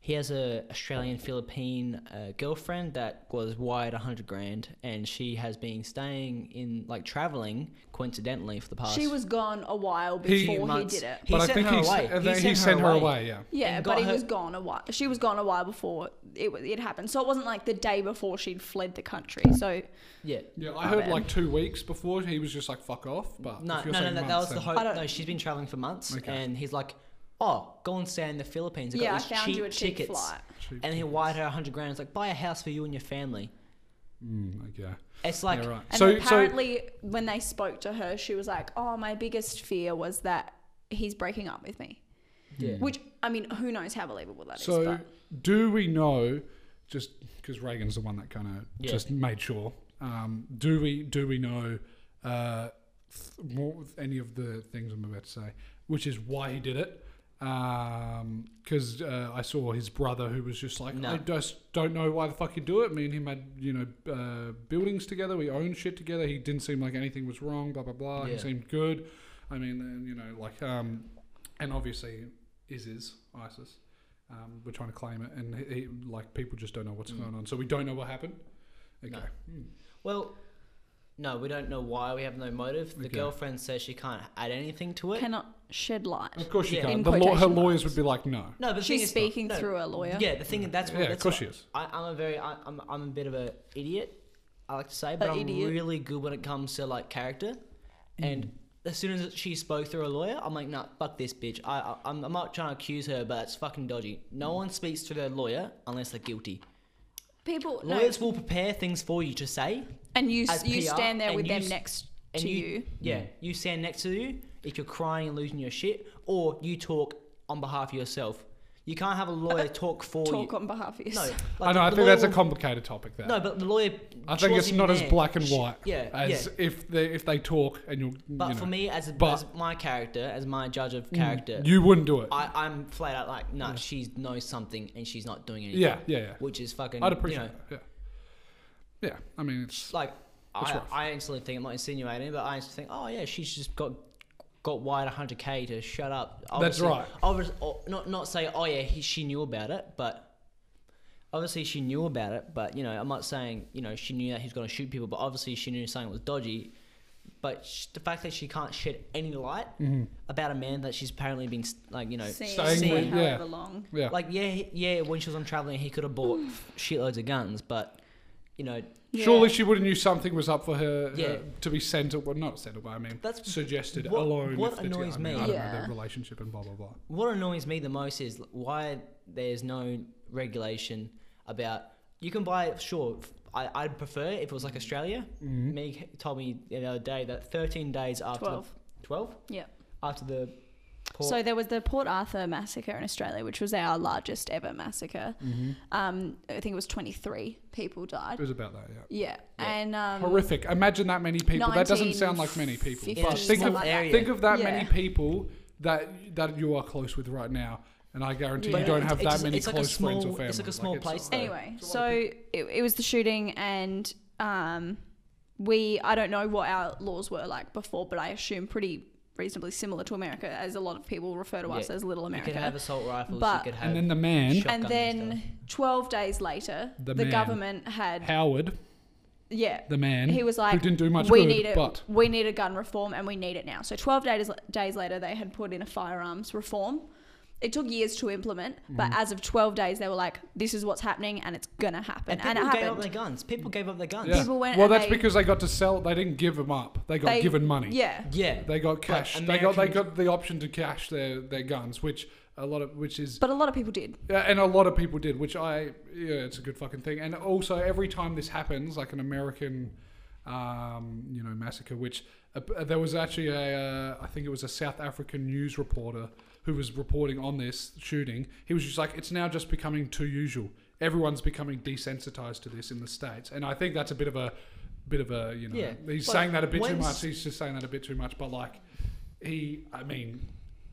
B: he has a Australian Philippine uh, girlfriend that was wired hundred grand, and she has been staying in like traveling coincidentally for the past.
A: She was gone a while
C: He-
A: before he,
B: months.
A: did it.
B: He
C: but I
B: sent
C: think
B: her
C: he, s-
B: away.
C: uh,
B: He
C: they- he,
B: sent her
C: sent her
B: away.
C: away. Yeah.
A: Yeah,
B: and
A: but
B: got
A: he
B: her-
A: was gone a while. She was gone a while before it wa- it happened. So it wasn't like the day before she'd fled the country. So
B: yeah.
C: Yeah,
A: My
C: I heard
A: bad.
C: like two weeks before he was just like fuck off. But
B: No, no,
C: if you're
B: no,
C: saying
B: no. That
C: months,
B: was the
C: then-
B: hope.
A: I don't-
B: No, she's been traveling for months,
C: Okay.
B: and he's like, "Oh, go and stay in the Philippines. I
A: yeah, I
B: got these
A: found
B: cheap
A: you a cheap
B: tickets."
A: flight.
C: Cheap
B: And he
C: tickets.
B: wired her hundred grand. It's like buy a house for you and your family.
C: Mm, like, yeah.
B: It's like
C: yeah, right.
A: And
C: so, so
A: apparently, when they spoke to her, she was like, "Oh, my biggest fear was that he's breaking up with me."
B: Yeah.
A: Which I mean, who knows how believable that is?
C: so
A: But
C: do we know? Just because Reagan's the one that kind of
B: Yeah.
C: just made sure. Um, do we do we know uh, th- more of any of the things I'm about to say, which is why he did it? Because uh, I saw his brother who was just like,
B: No.
C: I just don't know why the fuck you do it. Me and him had you know uh, buildings together. We owned shit together. He didn't seem like anything was wrong. Blah blah blah. He
B: Yeah.
C: seemed good. I mean, and, you know, like, um, and obviously, is is ISIS. Um, we're trying to claim it, and he, he, like people just don't know what's going on, so we don't know what happened. Okay.
B: Mm. No.
C: Mm.
B: Well, no, we don't know why. We have no motive. The
C: Okay.
B: girlfriend says she can't add anything to it.
A: cannot shed light.
C: Of course you
B: Yeah.
C: can't.
A: In
C: The law, her
A: quotation
C: lawyers
A: marks.
C: would be like, no.
B: no, but the thing
A: She's
B: is-
A: speaking
B: no,
A: through a lawyer.
B: Yeah, the thing is, that's what.
C: yeah, of
B: That's
C: course
B: what,
C: she is.
B: I, I'm a very, I, I'm, I'm a bit of a idiot. I like to say, but
A: A
B: I'm
A: idiot. Mm.
B: really good when it comes to like character. And as soon as she spoke through a lawyer, I'm like, nah, fuck this bitch. I, I I'm, I'm not trying to accuse her, but that's fucking dodgy.
C: Mm.
B: No one speaks to their lawyer unless they're guilty.
A: People, no,
B: Lawyers will prepare things for you to say,
A: and you
B: as
A: you
B: PR,
A: stand there
B: and
A: with
B: you
A: them
B: s-
A: next
B: and
A: to you.
B: Yeah, you stand next to you if you're crying and losing your shit, or you talk on behalf of yourself. You can't have a
A: (laughs)
B: lawyer talk for
A: talk
B: you.
A: on behalf of
B: no,
A: yourself.
B: like,
C: I know. I
B: the
C: think that's a
B: lawyer
C: complicated topic. There.
B: will- no, but the lawyer.
C: I think
B: draws
C: it's
B: in
C: not as
B: there.
C: black and
B: Sh-
C: white.
B: Yeah,
C: As
B: yeah.
C: if they if they talk and you're.
B: But
C: you know,
B: for me, as, a,
C: But- Mm,
B: as my character, as my judge of character,
C: you wouldn't do it.
B: I, I'm flat out like, nah, she knows something and she's not doing anything.
C: yeah, yeah, yeah.
B: which is fucking.
C: I'd
B: you
C: appreciate
B: know,
C: that. Yeah. Yeah. I mean, it's
B: like
C: That's
B: I,
C: rough.
B: I instantly think I'm not insinuating, but I instantly think, oh yeah, she's just got got wired 100k to shut up.
C: That's right.
B: Obviously, not not say, oh yeah, he, she knew about it, but obviously she knew about it. But you know, I'm not saying you know she knew that he's going to shoot people, but obviously she knew something was dodgy. But sh- the fact that she can't shed any light
C: Mm-hmm.
B: about a man that she's apparently been like you know
A: Seeing
C: Staying
A: for
C: with- yeah.
A: however long.
C: yeah.
B: like yeah, he- yeah, when she was on traveling, he could have bought shitloads of guns, but you know
C: Surely
A: Yeah.
C: she would have knew something was up for her, her
B: Yeah.
C: to be sent, well, not sent away, I mean,
B: That's-
C: suggested
B: what-
C: alone.
B: what
C: if the two-
B: annoys
C: I mean,
B: me-
C: I don't know,
A: Yeah.
C: their relationship and blah, blah, blah.
B: What annoys me the most is why there's no regulation about you can buy. Sure, I, I'd prefer if it was like Australia.
C: Mm-hmm.
B: Meg told me the other day that 13 days after
A: Twelve.
B: twelve
A: Yeah.
B: after the port,
A: So there was the Port Arthur massacre in Australia, which was our largest ever massacre. Um, I think it was 23 people
C: Mm-hmm. It
A: died.
C: was about that, yeah.
A: Yeah,
B: Yeah.
A: and um,
C: Horrific. Imagine that many people. That doesn't sound like many people. But
A: 1950s,
C: think of,
A: something like
B: that.
C: think of that many
A: Yeah.
C: people that that you are close with right now. And I guarantee
B: But
C: you don't
B: it-
C: have
B: it
C: that
B: just-
C: many
B: it's like a
C: close friends or
B: small-
C: family.
B: it's like a small place though.
A: anyway,
C: It's a
A: so
C: lot of
A: it, it was the shooting, and um, we I don't know what our laws were like before, but I assume pretty reasonably similar to America, as a lot of people refer to us
B: Yeah.
A: as Little
B: you
A: America.
B: could have assault rifles.
A: But-
B: you could have
C: And then the man,
B: shotguns
A: and then 12 days later,
C: The
A: the,
C: man.
A: government had
C: Howard,
A: yeah
C: the man,
A: he was like
C: who didn't do much
A: we
C: good,
A: need a,
C: but
A: we need a gun reform and we need it now so 12 days, days later they had put in a firearms reform it took years to implement, but
C: Mm.
A: as of 12 days, they were like, this is what's happening and it's going to happen. And,
B: people
A: it
B: gave up
A: happened.
B: their guns. People gave up their guns.
C: Yeah.
A: People went
C: well,
A: and
C: that's
A: they-
C: because they got to sell. They didn't give them up. They got
A: They-
C: given money.
A: Yeah.
B: Yeah.
C: They got cash.
B: But
C: They got they
B: Americans-
C: got the option to cash their, their guns, which a lot of which is
A: But a lot of people did.
C: Yeah, and a lot of people did, which I yeah, it's a good fucking thing. And also, every time this happens, like an American, um, you know, massacre, which uh, there was actually a, uh, I think it was a South African news reporter who was reporting on this shooting. He was just like, it's now just becoming too usual. Everyone's becoming desensitized to this in the states, and I think that's a bit of a, bit of a, you know,
B: Yeah.
C: he's
B: But
C: saying that a bit too
B: when's-
C: much. He's just saying that a bit too much, but like, he, I mean.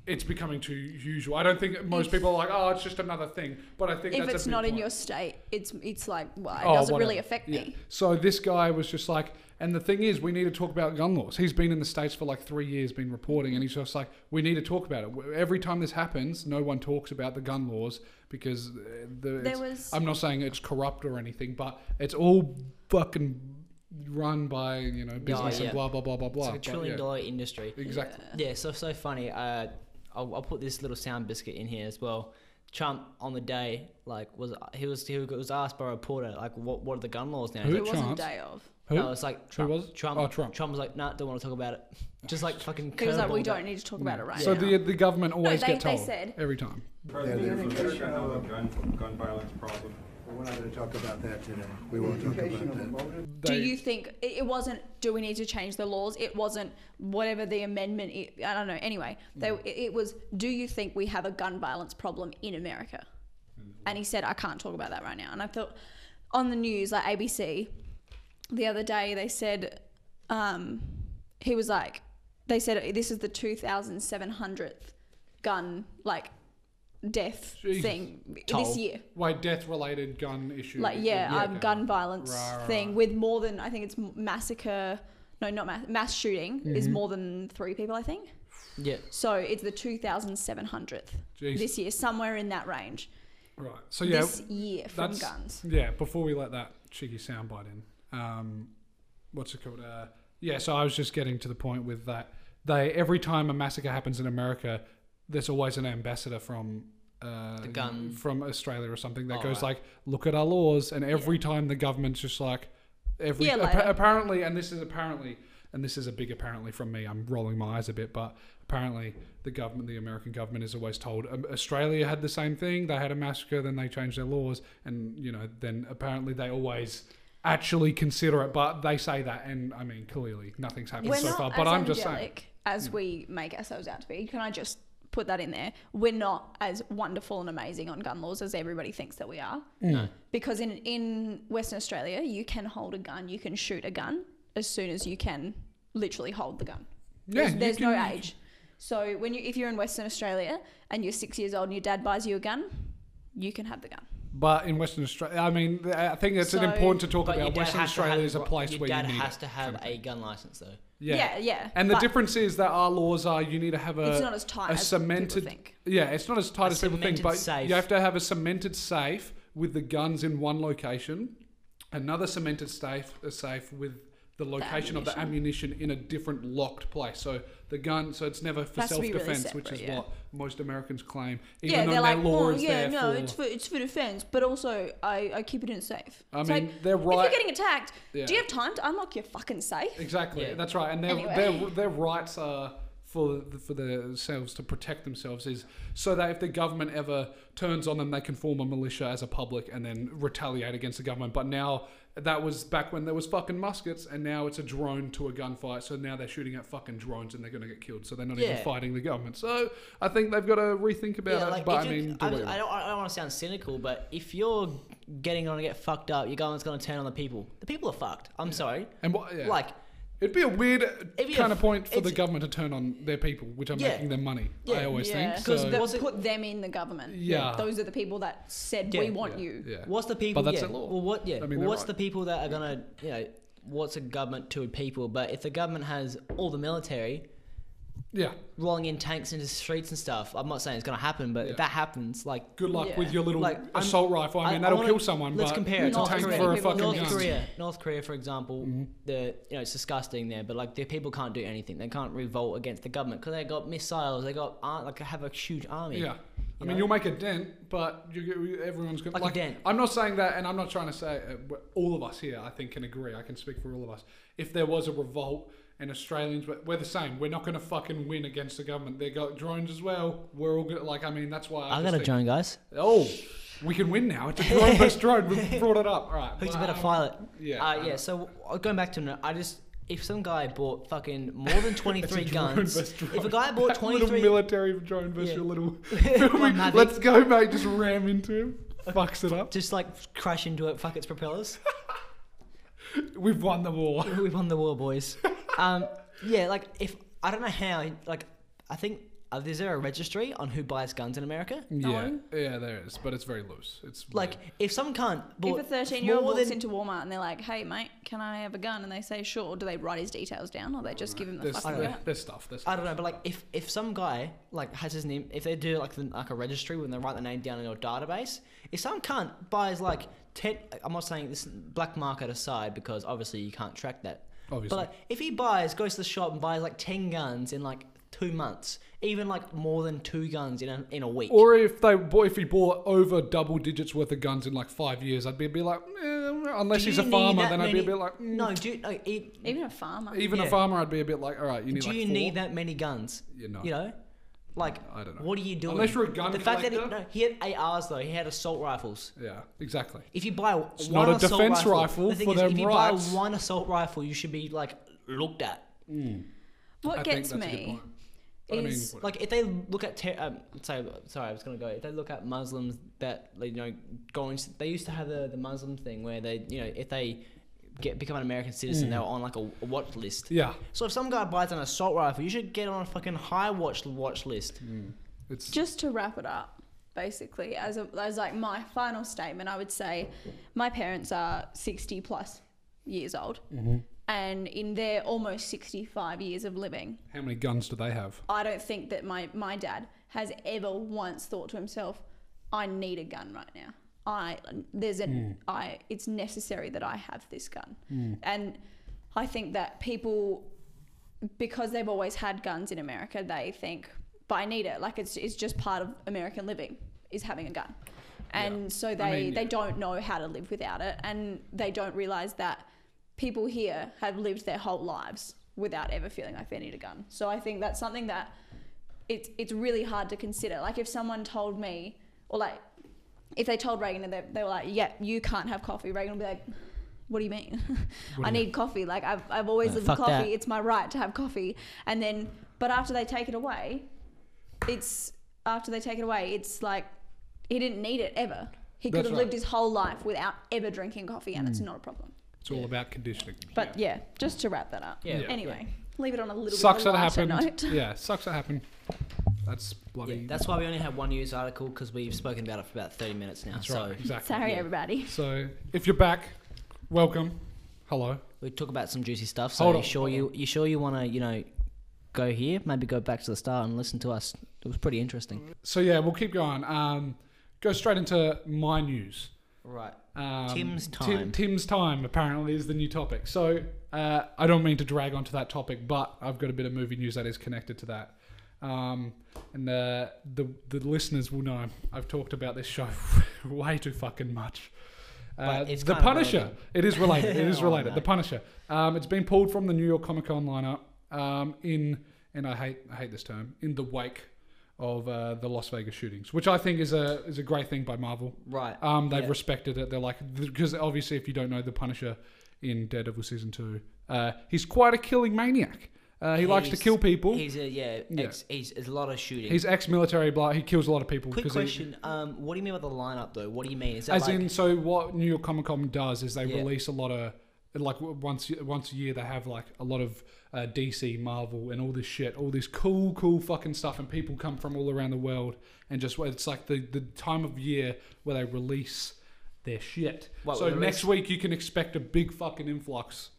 C: It's becoming too usual. I don't think most
A: If-
C: people are like, oh, it's just another thing. But I think
A: If
C: that's a
A: it's
C: big
A: not in
C: point.
A: your state, it's it's like, well, it
C: Oh,
A: doesn't really
C: whatever.
A: affect
C: Yeah.
A: me.
C: So this guy was just like, and the thing is, we need to talk about gun laws. He's been in the states for like three years, been reporting, and he's just like, we need to talk about it. Every time this happens, no one talks about the gun laws because uh, the,
A: There
C: it's-
A: was-
C: I'm not saying it's corrupt or anything, but it's all fucking run by you know business
B: yeah.
C: and blah blah blah blah blah.
B: It's like
C: But
B: a trillion
C: yeah,
B: dollar industry.
C: Exactly.
B: Yeah, so so funny. Uh, I'll, I'll put this little sound biscuit in here as well. Trump on the day, like, was he was he was asked by a reporter, like, what what are the gun laws now?
C: Who?
A: It wasn't
C: chance?
A: day of.
C: Who?
B: No, it's like Trump.
C: was it?
B: Trump,
C: Oh, Trump.
B: was like, nah, don't want to talk
C: (laughs)
B: about it. Just like fucking.
A: He was like, we
B: curveballed
A: don't
B: it.
A: need to talk about it right
C: Mm. so
A: now.
C: the the government always
A: they-
C: get
A: they
C: told
A: said-
C: every time.
D: Yeah,
E: President,
D: the
E: is America
D: indication
E: have a
D: of-
E: gun, gun violence problem?
D: But We're not going to talk about that today. We won't talk about that.
A: do
C: They-
A: you think it it wasn't? Do we need to change the laws? It wasn't whatever the amendment. i I don't know. Anyway, they, it- it was. Do you think we have a gun violence problem in America? And he said, I can't talk about that right now. And I thought, on the news, like ABC, the other day they said, um, he was like, they said this is the two thousand seven hundredth gun like death
C: Jesus.
A: thing
B: Toll.
A: this year
C: Wait, death related gun issue.
A: like yeah, um,
C: okay.
A: gun violence
C: Right, right,
A: thing
C: right.
A: with more than I think it's m- massacre. No, not mass, mass shooting is
C: Mm-hmm.
A: more than three people. I think
B: Yeah.
A: so. It's the two thousand seven hundredth
C: Jeez.
A: this year, somewhere in that range.
C: Right. So yeah,
A: this year from
C: that's-
A: guns.
C: Yeah, before we let that cheeky soundbite in, um, what's it called? Uh, yeah, so I was just getting to the point with that. They every time a massacre happens in America, there's always an ambassador from uh,
B: The gun-
C: from Australia or something that
B: Oh,
C: goes
B: right.
C: like, "Look at our laws," and every time the government's just like, every
A: Yeah,
C: appa-
A: like-
C: apparently, and this is apparently. And this is a big apparently from me. I'm rolling my eyes a bit, but apparently the government, the American government, is always told um, Australia had the same thing. They had a massacre, then they changed their laws, and you know, then apparently they always actually consider it. But they say that, and I mean, clearly nothing's happened
A: We're
C: so
A: not
C: far.
A: as
C: But I'm just saying, Mm.
A: angelic as we make ourselves out to be. Can I just put that in there? We're not as wonderful and amazing on gun laws as everybody thinks that we are.
B: No.
A: because in in Western Australia, you can hold a gun, you can shoot a gun as soon as you can literally hold the gun.
C: Yeah,
A: there's,
C: you
A: there's
C: can-
A: no age. So when you if you're in Western Australia and you're six years old and your dad buys you a gun, you can have the gun.
C: but in Western Australia, I mean, th- I think it's
A: So-
C: important to talk
B: But your
C: about.
B: dad
C: Western
B: has to
C: Australia
B: have-
C: is a place
B: your
C: where
B: dad
C: you need
B: has
C: it.
B: to have a gun license though.
C: yeah.
A: yeah. yeah.
C: And the
A: but
C: difference is that our laws are you need to have a
A: It's not as tight
C: a
A: as
C: cemented
A: people think.
C: yeah it's not as tight
B: A
C: as people think
B: cemented
C: but
B: safe.
C: you have to have a cemented safe with the guns in one location another cemented safe a safe with the location of the ammunition in a different locked place so the gun so it's never for
A: Has to
C: self
A: be really
C: defense which
A: separate,
C: is
A: yeah.
C: what most Americans claim even
A: Yeah,
C: though
A: they're
C: their
A: like,
C: law
A: oh,
C: is
A: yeah,
C: there
A: no,
C: for
A: it's for it's for defense, but also I, I keep it in safe.
C: I
A: It's
C: mean, they're
A: If
C: right-
A: you're getting attacked, do
C: Yeah.
A: you have time to unlock your fucking safe?
C: Exactly.
B: Yeah.
C: That's right. And their,
A: Anyway.
C: their their rights are for for themselves to protect themselves is so that if the government ever turns on them, they can form a militia as a public and then retaliate against the government. But now that was back when there was fucking muskets, and now it's a drone to a gunfight. So now they're shooting at fucking drones, and they're going to get killed. So they're not even
B: Yeah.
C: fighting the government. So I think they've got to rethink about
B: yeah,
C: it.
B: like
C: but
B: if
C: I
B: you-
C: mean, do
B: I,
C: what you
B: I
C: want.
B: don't, I don't want to sound cynical, but if you're getting on to get fucked up, your government's going to turn on the people. The people are fucked. I'm sorry.
C: and what, yeah.
B: Like,
C: It'd be a weird
B: be a
C: kind of
B: f-
C: point for the
B: it's-
C: government to turn on their people, which are
B: Yeah.
C: making them money. I
B: Yeah.
C: always think.
A: because
C: So-
A: that
B: Was it-
A: put them in the government.
C: Yeah.
A: those are the people that said
B: Yeah,
A: we want you.
C: Yeah.
B: what's the people?
C: that's
B: yeah,
C: the law.
B: Well, what? Yeah.
C: I mean,
B: well,
C: they're
B: what's
C: right.
B: the people that are going to, you know, what's a government to a people? But if the government has all the military
C: Yeah.
B: rolling in tanks into streets and stuff, I'm not saying it's going to happen, but
C: Yeah.
B: if that happens, like,
C: Good luck
A: Yeah.
C: with your little
B: Like, I'm-
C: assault rifle. I mean,
B: I
C: that'll
B: wanna-
C: kill someone.
B: Let's
C: but
B: compare
C: It's
B: it.
C: a
A: Not
C: tank
A: Korea.
C: for a
A: People
C: fucking
A: kill
B: North
C: gun. Mm-hmm.
A: someone.
B: Korea. North Korea, for example, the you know it's disgusting there, but like their people can't do anything. They can't revolt against the government because they got missiles. They got ar- like have a huge army.
C: Yeah. I mean,
B: Yeah.
C: you'll make a dent, but you, everyone's going
B: Like a dent.
C: I'm not saying that, and I'm not trying to say uh, we're- all of us here. I think can agree. I can speak for all of us. If there was a revolt and Australians, were, we're the same. We're not going to fucking win against the government. They got drones as well. We're all going like. I mean, that's why I,
B: I
C: just
B: got a
C: think-
B: drone, guys.
C: Oh, we can win now. It's a drone versus
B: (laughs)
C: drone. We brought it up. All right.
B: Who's a
C: well,
B: better
C: um,
B: pilot?
C: yeah, I
B: Uh,
C: know.
B: yeah. So uh, going back to no- I just if some guy bought fucking more
C: (laughs)
B: than twenty three
C: It's a drone
B: guns.
C: versus
B: If a
C: drone.
B: guy bought
C: That
B: twenty (laughs)
C: little
B: three,
C: military drone versus
B: Yeah.
C: your
B: (laughs)
C: little. (laughs)
B: One Mavic.
C: Let's go, mate. Just ram into him. Fucks it up.
B: just like crash into it, fuck its propellers. (laughs)
C: (laughs) We've won the war.
B: we won the war,
C: (laughs)
B: boys. Um, yeah, like if I don't know how, like I think uh, is there a registry on who buys guns in America? No
C: Yeah,
B: one.
C: yeah, there is, but it's very loose. It's
B: Like if some cunt
A: If
B: bought
A: a 13 year old
B: more
A: walks
B: than
A: into Walmart and they're like, hey, mate, can I have a gun? And they say, sure. Do they write his details down or they just give him the
C: there's,
A: fucking
B: I don't
A: gun?
B: know.
C: there- there's stuff. There's
B: I don't know, but like if if some guy like has his name, if they do like the, like a registry when they write the name down in your database, if some cunt buys like ten, I'm not saying this black market aside because obviously you can't track that.
C: Obviously.
B: But like if he buys, goes to the shop and buys like ten guns in like two months, even like more than two guns in a, in a week.
C: Or if they bought, if he bought over double digits worth of guns in like five years, I'd be, be like, eh, unless
B: Do
C: he's
B: you
C: a
B: need
C: farmer,
B: that
C: then I'd be a
B: many-
C: bit like, mm.
B: no, do you, no, e-
A: Even a farmer.
C: Even a
B: yeah.
C: farmer, I'd be a bit like, all right, you need
B: do
C: like
B: you
C: four.
B: need that many guns?
C: Yeah, no.
B: You know, like
C: I don't know.
B: what are you doing?
C: Unless you're a gun
B: the fact that he,
C: collector.
B: no, he had ARs though, he had assault rifles.
C: Yeah, exactly.
B: If you buy
C: not
B: one
C: a
B: assault
C: defense
B: rifle,
C: rifle
B: the thing
C: for
B: is,
C: them
B: if you
C: rights.
B: buy one assault rifle, you should be like looked at.
A: What
C: I think
A: gets
C: that's a good
A: me
C: point. But I mean,
A: is-
C: whatever.
B: Like if they look at, ter- um, sorry, sorry, I was gonna go. If they look at Muslims that like, you know going, they used to have the, the Muslim thing where they you know if they get become an American citizen, they were on like a, a watch list.
C: Mm. yeah,
B: So if some guy buys an assault rifle, you should get on a fucking high watch watch list.
C: it's
A: just to wrap it up basically as, a, as like my final statement i would say my parents are 60 plus years old
C: Mm-hmm.
A: and in their almost 65 years of living
C: how many guns do they have?
A: i don't think that my, my dad has ever once thought to himself i need a gun right now i there's an I it's necessary that i have this gun and i think that people because they've always had guns in America, they think, but I need it. Like it's it's just part of American living is having a gun, and so they
C: mean,
A: they
C: yeah.
A: don't know how to live without it, and they don't realize that people here have lived their whole lives without ever feeling like they need a gun. So I think that's something that it's it's really hard to consider. Like if someone told me, or like if they told Reagan and they, they were like, "Yeah, you can't have coffee," Reagan would be like. What do you mean? (laughs) I need coffee. Like I've, I've always
B: Yeah,
A: lived with
B: fuck
A: coffee.
B: that.
A: It's my right to have coffee. And then, but after they take it away, it's after they take it away, it's like he didn't need it ever. He could
C: That's
A: have
C: right.
A: lived his whole life without ever drinking coffee, and
B: Mm.
A: it's not a problem.
C: It's all about conditioning.
A: But yeah, just to wrap that up.
B: Yeah. Yeah.
A: Anyway, leave it on a little
C: sucks
A: bit
C: that
A: of a lighter
C: happened.
A: note. (laughs)
C: Yeah, sucks that happened. That's bloody.
B: Yeah, that's why we only have one news article because we've spoken about it for about 30 minutes now.
C: that's
B: so
C: right. Exactly.
A: Sorry,
B: Yeah.
A: everybody.
C: So if you're back, welcome. Hello.
B: we talk about some juicy stuff. So
C: Hold
B: you
C: on,
B: sure
C: hold
B: you you sure you want to you know go here? Maybe go back to the start and listen to us. It was pretty interesting.
C: So yeah, we'll keep going. Um, go straight into my news.
B: Right.
C: Um,
B: Tim's
C: Tim-
B: time.
C: Tim's time apparently is the new topic. So uh, I don't mean to drag onto that topic, but I've got a bit of movie news that is connected to that. Um, and uh, the the listeners will know I've talked about this show (laughs) way too fucking much. Uh,
B: But it's
C: the
B: kind of
C: Punisher.
B: relevant.
C: It is
B: (laughs)
C: related. It is
B: Oh,
C: related.
B: no.
C: The Punisher. Um, it's been pulled from the New York Comic Con lineup um, in, and I hate I hate this term, in the wake of uh, the Las Vegas shootings, which I think is a is a great thing by Marvel.
B: Right.
C: Um, they've
B: Yeah.
C: respected it. They're like because obviously, if you don't know the Punisher in Daredevil season two, uh, he's quite a killing maniac. Uh, he likes to
B: He's-
C: kill people. He's,
B: He's a yeah.
C: Yeah.
B: Ex, he's, there's a lot of shooting.
C: ex-military. Blah. He kills a lot of people.
B: Quick
C: 'cause he-
B: question. um, what do you mean by the lineup though? What do you mean? Is that
C: as
B: like
C: in, so what New York Comic Con does is they
B: Yeah.
C: release a lot of like w- once once a year they have like a lot of uh, DC, Marvel, and all this shit, all this cool, cool fucking stuff, and people come from all around the world and just it's like the the time of year where they release their shit.
B: What,
C: so
B: release-
C: next week you can expect a big fucking influx.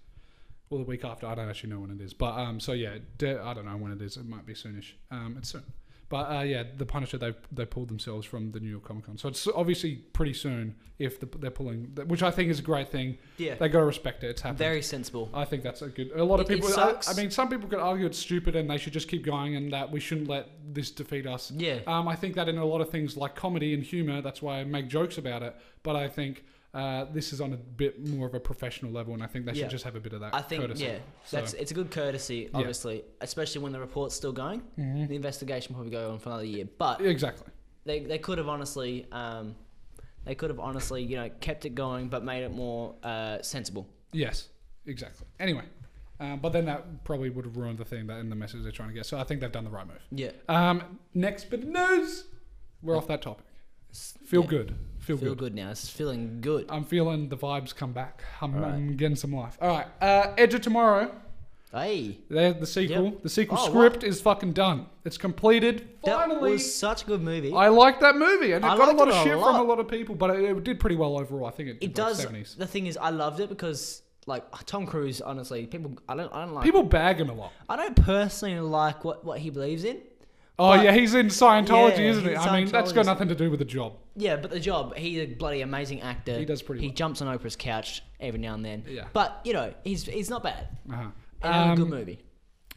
C: Well, the week after, I don't actually know when it is, but um, so yeah, de- I don't know when it is. It might be soonish. Um, it's soon, But uh, yeah, the Punisher they they pulled themselves from the New York Comic Con, so it's obviously pretty soon if the, they're pulling, which I think is a great thing.
B: Yeah.
C: They got to respect it. It's happening.
B: Very sensible.
C: I think that's a good. A lot of
B: It- it
C: people. I,
B: sucks.
C: I mean, some people could argue it's stupid and they should just keep going and that we shouldn't let this defeat us.
B: Yeah.
C: Um, I think that in a lot of things like comedy and humor, that's why I make jokes about it. But I think uh, this is on a bit more of a professional level, and I think they should
B: Yeah.
C: just have a bit of that.
B: I think
C: courtesy.
B: yeah, that's
C: So-
B: it's a good courtesy, obviously, especially when the report's still going.
C: Mm-hmm.
B: The investigation probably go on for another year, but
C: exactly.
B: they they could have honestly, um, they could have honestly, you know, kept it going but made it more uh, sensible.
C: Yes, exactly. Anyway, um, but then that probably would have ruined the thing that and the message they're trying to get. So I think they've done the right move.
B: Yeah,
C: Um, next bit of news. We're off that topic. Feel
B: yeah.
C: good. Feel,
B: feel,
C: good.
B: good. now. It's feeling good.
C: I'm feeling the vibes come back. I'm,
B: All right.
C: I'm getting some life. All right, uh, Edge of Tomorrow.
B: hey,
C: They had the sequel.
B: Yep.
C: The sequel
B: Oh,
C: script is fucking done. It's completed.
B: that
C: Finally,
B: was such a good movie.
C: I liked that movie, and it
B: I
C: got a
B: liked
C: lot
B: it
C: of
B: a
C: shit from
B: lot.
C: a lot of people, but it, it did pretty well overall. I think it,
B: it
C: did like
B: does.
C: 70s.
B: The thing is, I loved it because like Tom Cruise. Honestly, people, I don't, I don't like.
C: People bag him a lot.
B: I don't personally like what what he believes in.
C: Oh
B: But-
C: yeah, he's in Scientology,
B: Yeah,
C: isn't he?
B: he's
C: I mean, that's got
B: Scientologist.
C: nothing to do with the job.
B: Yeah, but the job, he's a bloody amazing actor.
C: He does pretty
B: He
C: well.
B: jumps on Oprah's couch every now and then.
C: Yeah.
B: But, you know, he's he's not bad.
C: Uh-huh.
B: And
C: Um,
B: a good movie.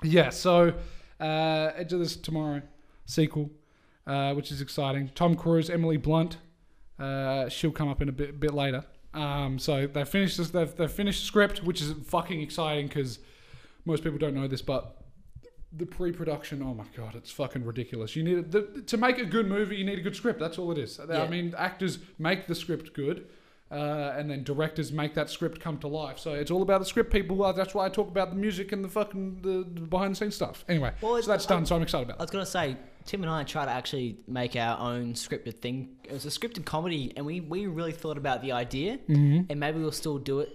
C: Yeah, so uh, Edge of this tomorrow sequel, uh, which is exciting. Tom Cruise, Emily Blunt, uh, she'll come up in a bit bit later. Um, so they finished this, they've, they've finished script, which is fucking exciting because most people don't know this, but the pre-production, oh my god, it's fucking ridiculous. You need the, to make a good movie, you need a good script. That's all it is. I
B: Yeah.
C: mean, actors make the script good, uh, and then directors make that script come to life. So it's all about the script, people. Uh, That's why I talk about the music and the fucking the, the behind-the-scenes stuff. Anyway,
B: Well,
C: so
B: it's-
C: that's done. so I'm excited
B: I
C: about.
B: was going to say, Tim and I try to actually make our own scripted thing. It was a scripted comedy, and we, we really thought about the idea,
C: Mm-hmm.
B: and maybe we'll still do it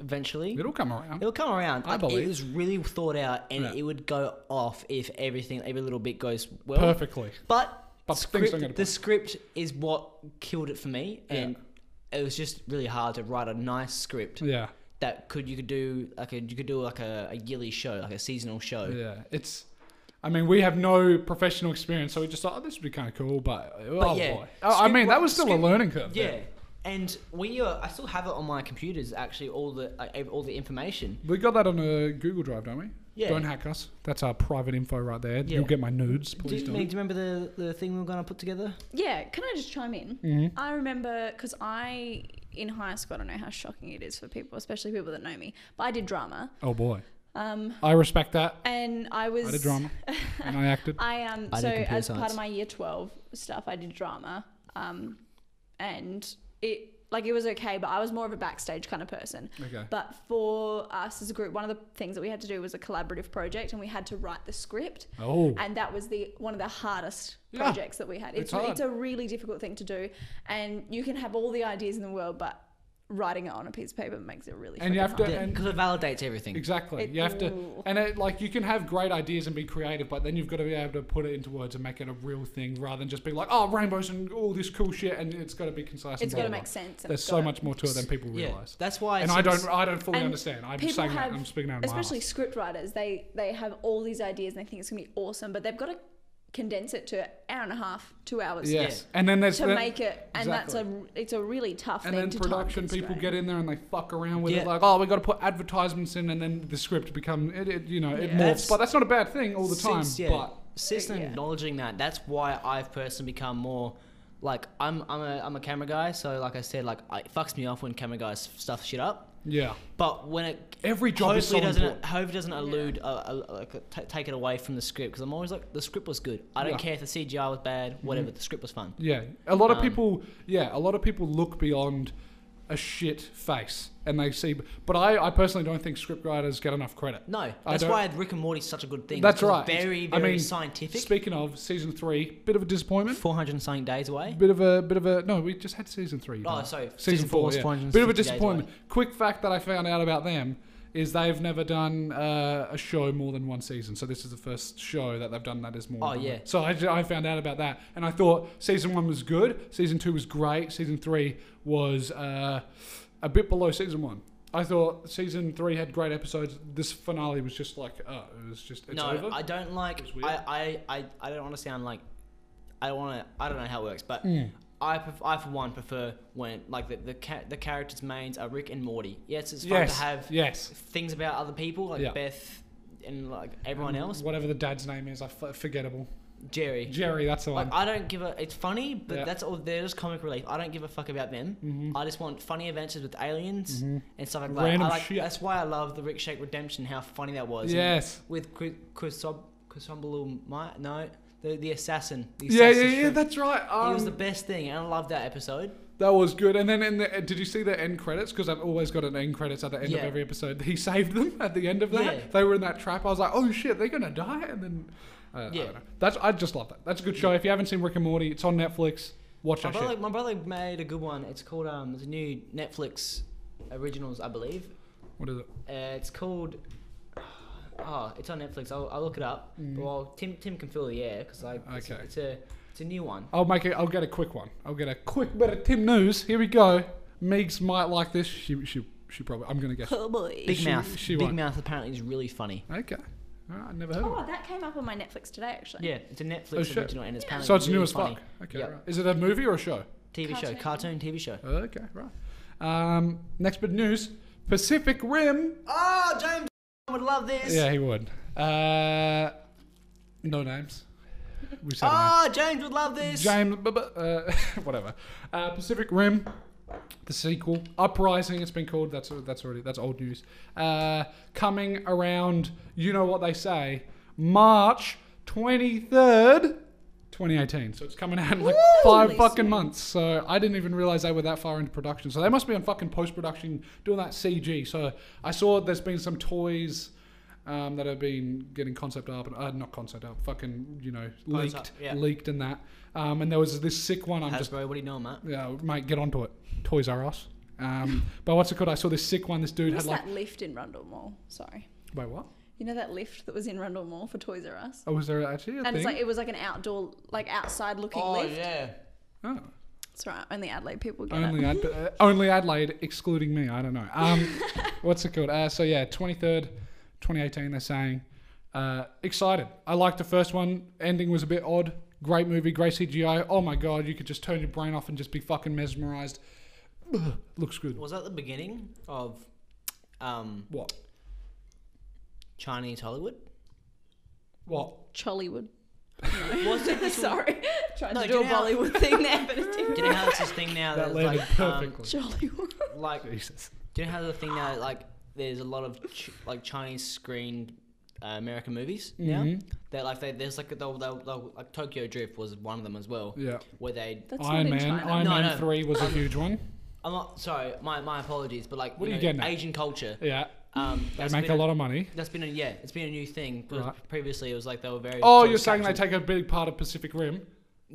B: eventually.
C: It. It'll come around.
B: It'll come around.
C: I believe.
B: It was really thought out, and
C: Yeah.
B: it would go off if everything, every little bit goes well.
C: Perfectly.
B: But,
C: But things don't
B: script,
C: get a
B: the
C: point.
B: script is what killed it for me, and it was just really hard to write a nice script
C: Yeah,
B: that could you could do like a you could do like a, a yearly show, like a seasonal show.
C: yeah. It's. I mean, we have no professional experience, so we just thought, oh, this would be kind of cool, but, oh
B: yeah,
C: boy. Oh, I
B: script
C: mean, that
B: work-
C: was still
B: script-
C: a learning curve.
B: Yeah.
C: there.
B: And we, uh, I still have it on my computers. Actually, all the like, ev- all the information.
C: We got that on a Google Drive, don't we?
B: Yeah.
C: Don't hack us. That's our private info right there.
B: Yeah.
C: You'll get my nudes.
B: Do
C: Please
B: you,
C: do
B: me- do you remember the, the thing we were gonna put together?
A: Yeah, can I just chime in?
B: Mm-hmm.
C: Mhm.
A: I remember because I, in high school, I don't know how shocking it is for people, especially people that know me, but I did drama.
C: Oh boy.
A: Um,
C: I respect that.
A: and I was.
C: I
A: (laughs)
C: did drama and I acted.
A: I um so
B: I did computer
A: as part
B: science.
A: of my year twelve stuff, I did drama, um, and it like it was okay, but I was more of a backstage kind of person.
C: Okay.
A: But for us as a group, one of the things that we had to do was a collaborative project, and we had to write the script.
C: Oh.
A: And that was the one of the hardest
C: Yeah.
A: projects that we had. It's
C: It's hard.
A: it's a really difficult thing to do, and you can have all the ideas in the world, but writing it on a piece of paper makes it really.
C: And you
A: freaking
C: have to-
A: hard.
B: Yeah,
C: and-
B: because it validates everything.
C: Exactly.
A: It-
C: you have to,
A: Ooh.
C: and it, like you can have great ideas and be creative, but then you've got to be able to put it into words and make it a real thing, rather than just be like, "Oh, rainbows and all this cool shit," and it's got to be concise.
A: It's
C: got to
A: make sense. and
C: There's
A: it's
C: so
A: gotta-
C: much more to it than people
B: Yeah,
C: realize.
B: that's why.
C: and I
B: since-
C: don't, I don't fully
A: and
C: understand. I'm
A: people
C: saying that.
A: have-
C: I'm speaking out of my
A: especially
C: ass.
A: script writers they they have all these ideas and they think it's gonna be awesome but they've got to condense it to an hour and a half two hours
C: Yes. And then there's
A: to
C: the-
A: make it and that's
C: Exactly.
A: a it's a really tough
C: and
A: thing
C: then
A: to
C: production people get in there and they fuck around with
B: Yeah.
C: it like oh we got to put advertisements in and then the script becomes it, it you know it
A: Yeah.
C: morphs
B: That's-
C: but that's not a bad thing all the time
B: Since- yeah,
C: but
B: since then
A: Yeah.
B: acknowledging that, that's why I've personally become more like I'm I'm a I'm a camera guy. So like I said, like I, it fucks me off when camera guys stuff shit up.
C: yeah
B: But when it
C: every job is so
B: hopefully doesn't
C: important
B: hopefully doesn't allude uh, uh, like, t- take it away from the script because I'm always like the script was good. I don't
C: Yeah. Mm-hmm.
B: care if the CGI was bad. Whatever, the script was fun.
C: yeah a lot of
B: Um,
C: people yeah a lot of people look beyond a shit face and they see but I, I personally don't think script writers get enough credit
B: No,
C: I
B: that's
C: don't-
B: why Rick and Morty's such a good thing.
C: that's
B: because
C: right
B: it's Very
C: I
B: very
C: mean
B: scientific.
C: speaking of season three bit of a disappointment
B: Four hundred and something days away.
C: Bit of a bit of a no. We just had season three. you
B: Oh,
C: know.
B: sorry,
C: season,
B: season four
C: four.
B: was
C: yeah.
B: 450
C: Bit of a
B: days
C: disappointment.
B: away.
C: Quick fact that I found out about them is they've never done uh, a show more than one season. So this is the first show that they've done that is more.
B: Oh,
C: than
B: yeah.
C: one. So I, ju- I found out about that, and I thought season one was good, season two was great, season three was uh, a bit below season one. I thought season three had great episodes. This finale was just like, oh, it was just it's
B: no,
C: over.
B: I don't like.
C: It's weird.
B: I, I, I, I don't want to sound like. I want to. I don't know how it works, but
C: Mm.
B: I, pref- I for one prefer when like the the, ca- the characters' mains are Rick and Morty. Yes, it's fun
C: yes,
B: to have
C: yes.
B: things about other people like
C: Yeah.
B: Beth and like everyone else.
C: Whatever the dad's name is, I f- forgettable.
B: Jerry.
C: Jerry, that's the one.
B: Like I don't give a. It's funny, but
C: Yeah.
B: that's all. They're just comic relief. I don't give a fuck about them.
C: Mhm.
B: I just want funny adventures with aliens
C: Mhm.
B: and stuff like that.
C: Random
B: I like,
C: shit.
B: That's why I love the Rick Shake Redemption. How funny that was. and
C: yes.
B: With Kusombalu Mai. No, the the assassin. The
C: Yeah, yeah,
B: assassin
C: yeah.
B: shrimp.
C: That's right.
B: he
C: Um,
B: was the best thing, and I love that episode.
C: That was good. And then in the, uh, did you see the end credits? Because I've always got an end credits at the end
B: Yeah.
C: of every episode. He (laughs) saved them at the end of that.
B: Yeah.
C: They were in that trap. I was like, oh shit, they're gonna die. And then uh, I
B: Yeah.
C: don't know. That's I just love that. That's a good show. If you haven't seen Rick and Morty, it's on Netflix. Watch
B: My
C: that shit.
B: brother, my brother made a good one. It's called um, it's a new Netflix originals, I believe.
C: what is it?
B: Uh, it's called. Oh, it's on Netflix. I'll, I'll look it up. But Well, Tim Tim can fill the air because I. It's,
C: Okay.
B: it's a it's a new one.
C: I'll make it. I'll get a quick one. I'll get a quick bit of Tim news. Here we go. Meegs might like this. She she she probably. I'm
B: (laughs)
C: gonna guess.
A: Oh boy.
B: Big
C: She-
B: Mouth.
C: she
B: Big
C: won.
B: Mouth apparently is really funny.
C: Okay. All right, I never heard of
A: Oh,
C: it.
A: that came up on my Netflix today, actually.
B: Yeah, it's a Netflix
C: Oh, shit.
B: original and it's apparently
C: So it's
B: really
C: new as
B: funny.
C: fuck. Okay.
B: Yep.
C: Right. Is it a movie or a show?
B: TV show, cartoon TV show.
C: Okay, right. Um, next bit of news: Pacific Rim.
B: Oh, James would love this.
C: Yeah, he would. Uh, no names. We said a name.
B: Oh, James would love this.
C: James, bu- bu- uh, (laughs) whatever. Uh, Pacific Rim, the sequel, Uprising. It's been called. That's that's already that's old news. Uh, coming around. You know what they say. March twenty third. 2018, so it's coming out in like five
A: Holy
C: fucking
A: smokes.
C: months. So I didn't even realize they were that far into production. So they must be on fucking post production doing that CG. So I saw there's been some toys um, that have been getting concept art, and, uh, not concept art, fucking you know leaked,
B: Prototype, yeah.
C: leaked and that. Um, and there was this sick one. I'm just,
B: Hasbro, what do you know, Matt?
C: yeah, mate, get onto it. Toys R Us. Um, but what's it called? I saw this sick one. This dude
A: What's
C: had like,
A: that lift in Rundle Mall? Sorry.
C: wait, what?
A: You know that lift that was in Rundle Mall for Toys R Us?
C: Oh, was there actually a
A: And
C: thing?
A: it's like it was like an outdoor, like outside looking lift.
B: Oh, yeah.
C: oh,
A: That's right. Only Adelaide people get
C: only
A: it.
C: Ad- uh, only Adelaide, excluding me. I don't know.
A: (laughs)
C: Um, what's it called? Uh, so yeah, 23rd, 2018. They're saying uh, excited. I liked the first one. Ending was a bit odd. Great movie, great CGI. Oh my god, you could just turn your brain off and just be fucking mesmerized. Ugh, looks good.
B: Was that the beginning of um,
C: What?
B: Chinese Hollywood? (laughs)
C: What?
A: Chollywood. (laughs)
B: Was it (laughs) this
A: Sorry. Tried
B: No,
A: to do a
B: get out.
A: Bollywood thing there, but
B: (laughs)
A: it didn't.
B: Do you know how it's this thing now
C: That
B: that,
C: landed
B: like, um,
C: perfectly.
A: Jollywood.
B: like
C: Jesus.
B: do you know how the thing now that, like there's a lot of ch- like Chinese screened uh, American movies now
C: Mhm.
B: that like they, there's like a, they'll, they'll, they'll, like Tokyo Drift was one of them as well
C: Yeah.
B: where they
A: (laughs) That's
C: Iron
A: not in
C: Man.
A: China. Um,
C: Iron
B: No,
C: Man
B: no.
C: 3 was a huge one.
B: I'm not sorry my, my apologies but like
C: What
B: you
C: are
B: know,
C: you getting at?
B: Asian culture
C: Yeah.
B: um
C: They
B: that's
C: make
B: been
C: a lot of money.
B: that's been a, yeah it's been a new thing 'cause
C: Right.
B: previously it was like they were very
C: Oh,
B: sort of
C: you're saying they
B: captured-
C: take a big part of Pacific Rim?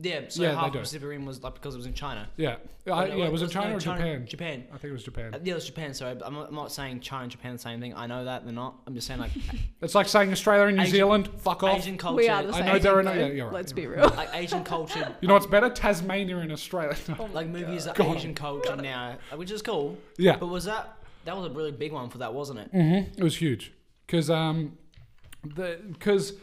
B: yeah so
C: Yeah, they
B: half
C: do.
B: of Pacific Rim was like because it was in China
C: Yeah. I,
B: No,
C: yeah, was it
B: wasn't- no,
C: China or Japan?
B: Japan
C: I think it was
B: Uh,
C: Japan.
B: Yeah, it's Japan. Sorry, but I'm not, I'm not saying China and Japan the same thing. I know that they're not. I'm just saying like
C: It's like saying Australia and New
B: Asian-
C: Zealand. Fuck off.
B: Asian culture.
A: We are the
C: I
A: same.
C: know there are no-
A: though.
C: yeah, you're right,
A: Let's
C: you're
A: be real.
B: like Asian culture.
C: You know what's better? Tasmania and Australia. (laughs) No.
B: Like movies are
C: Oh God.
B: Asian culture now, uh, which is cool.
C: Yeah. Mm. Mm-hmm.
B: But was that that was a really big one for that, wasn't it?
C: It was huge. Because um, the because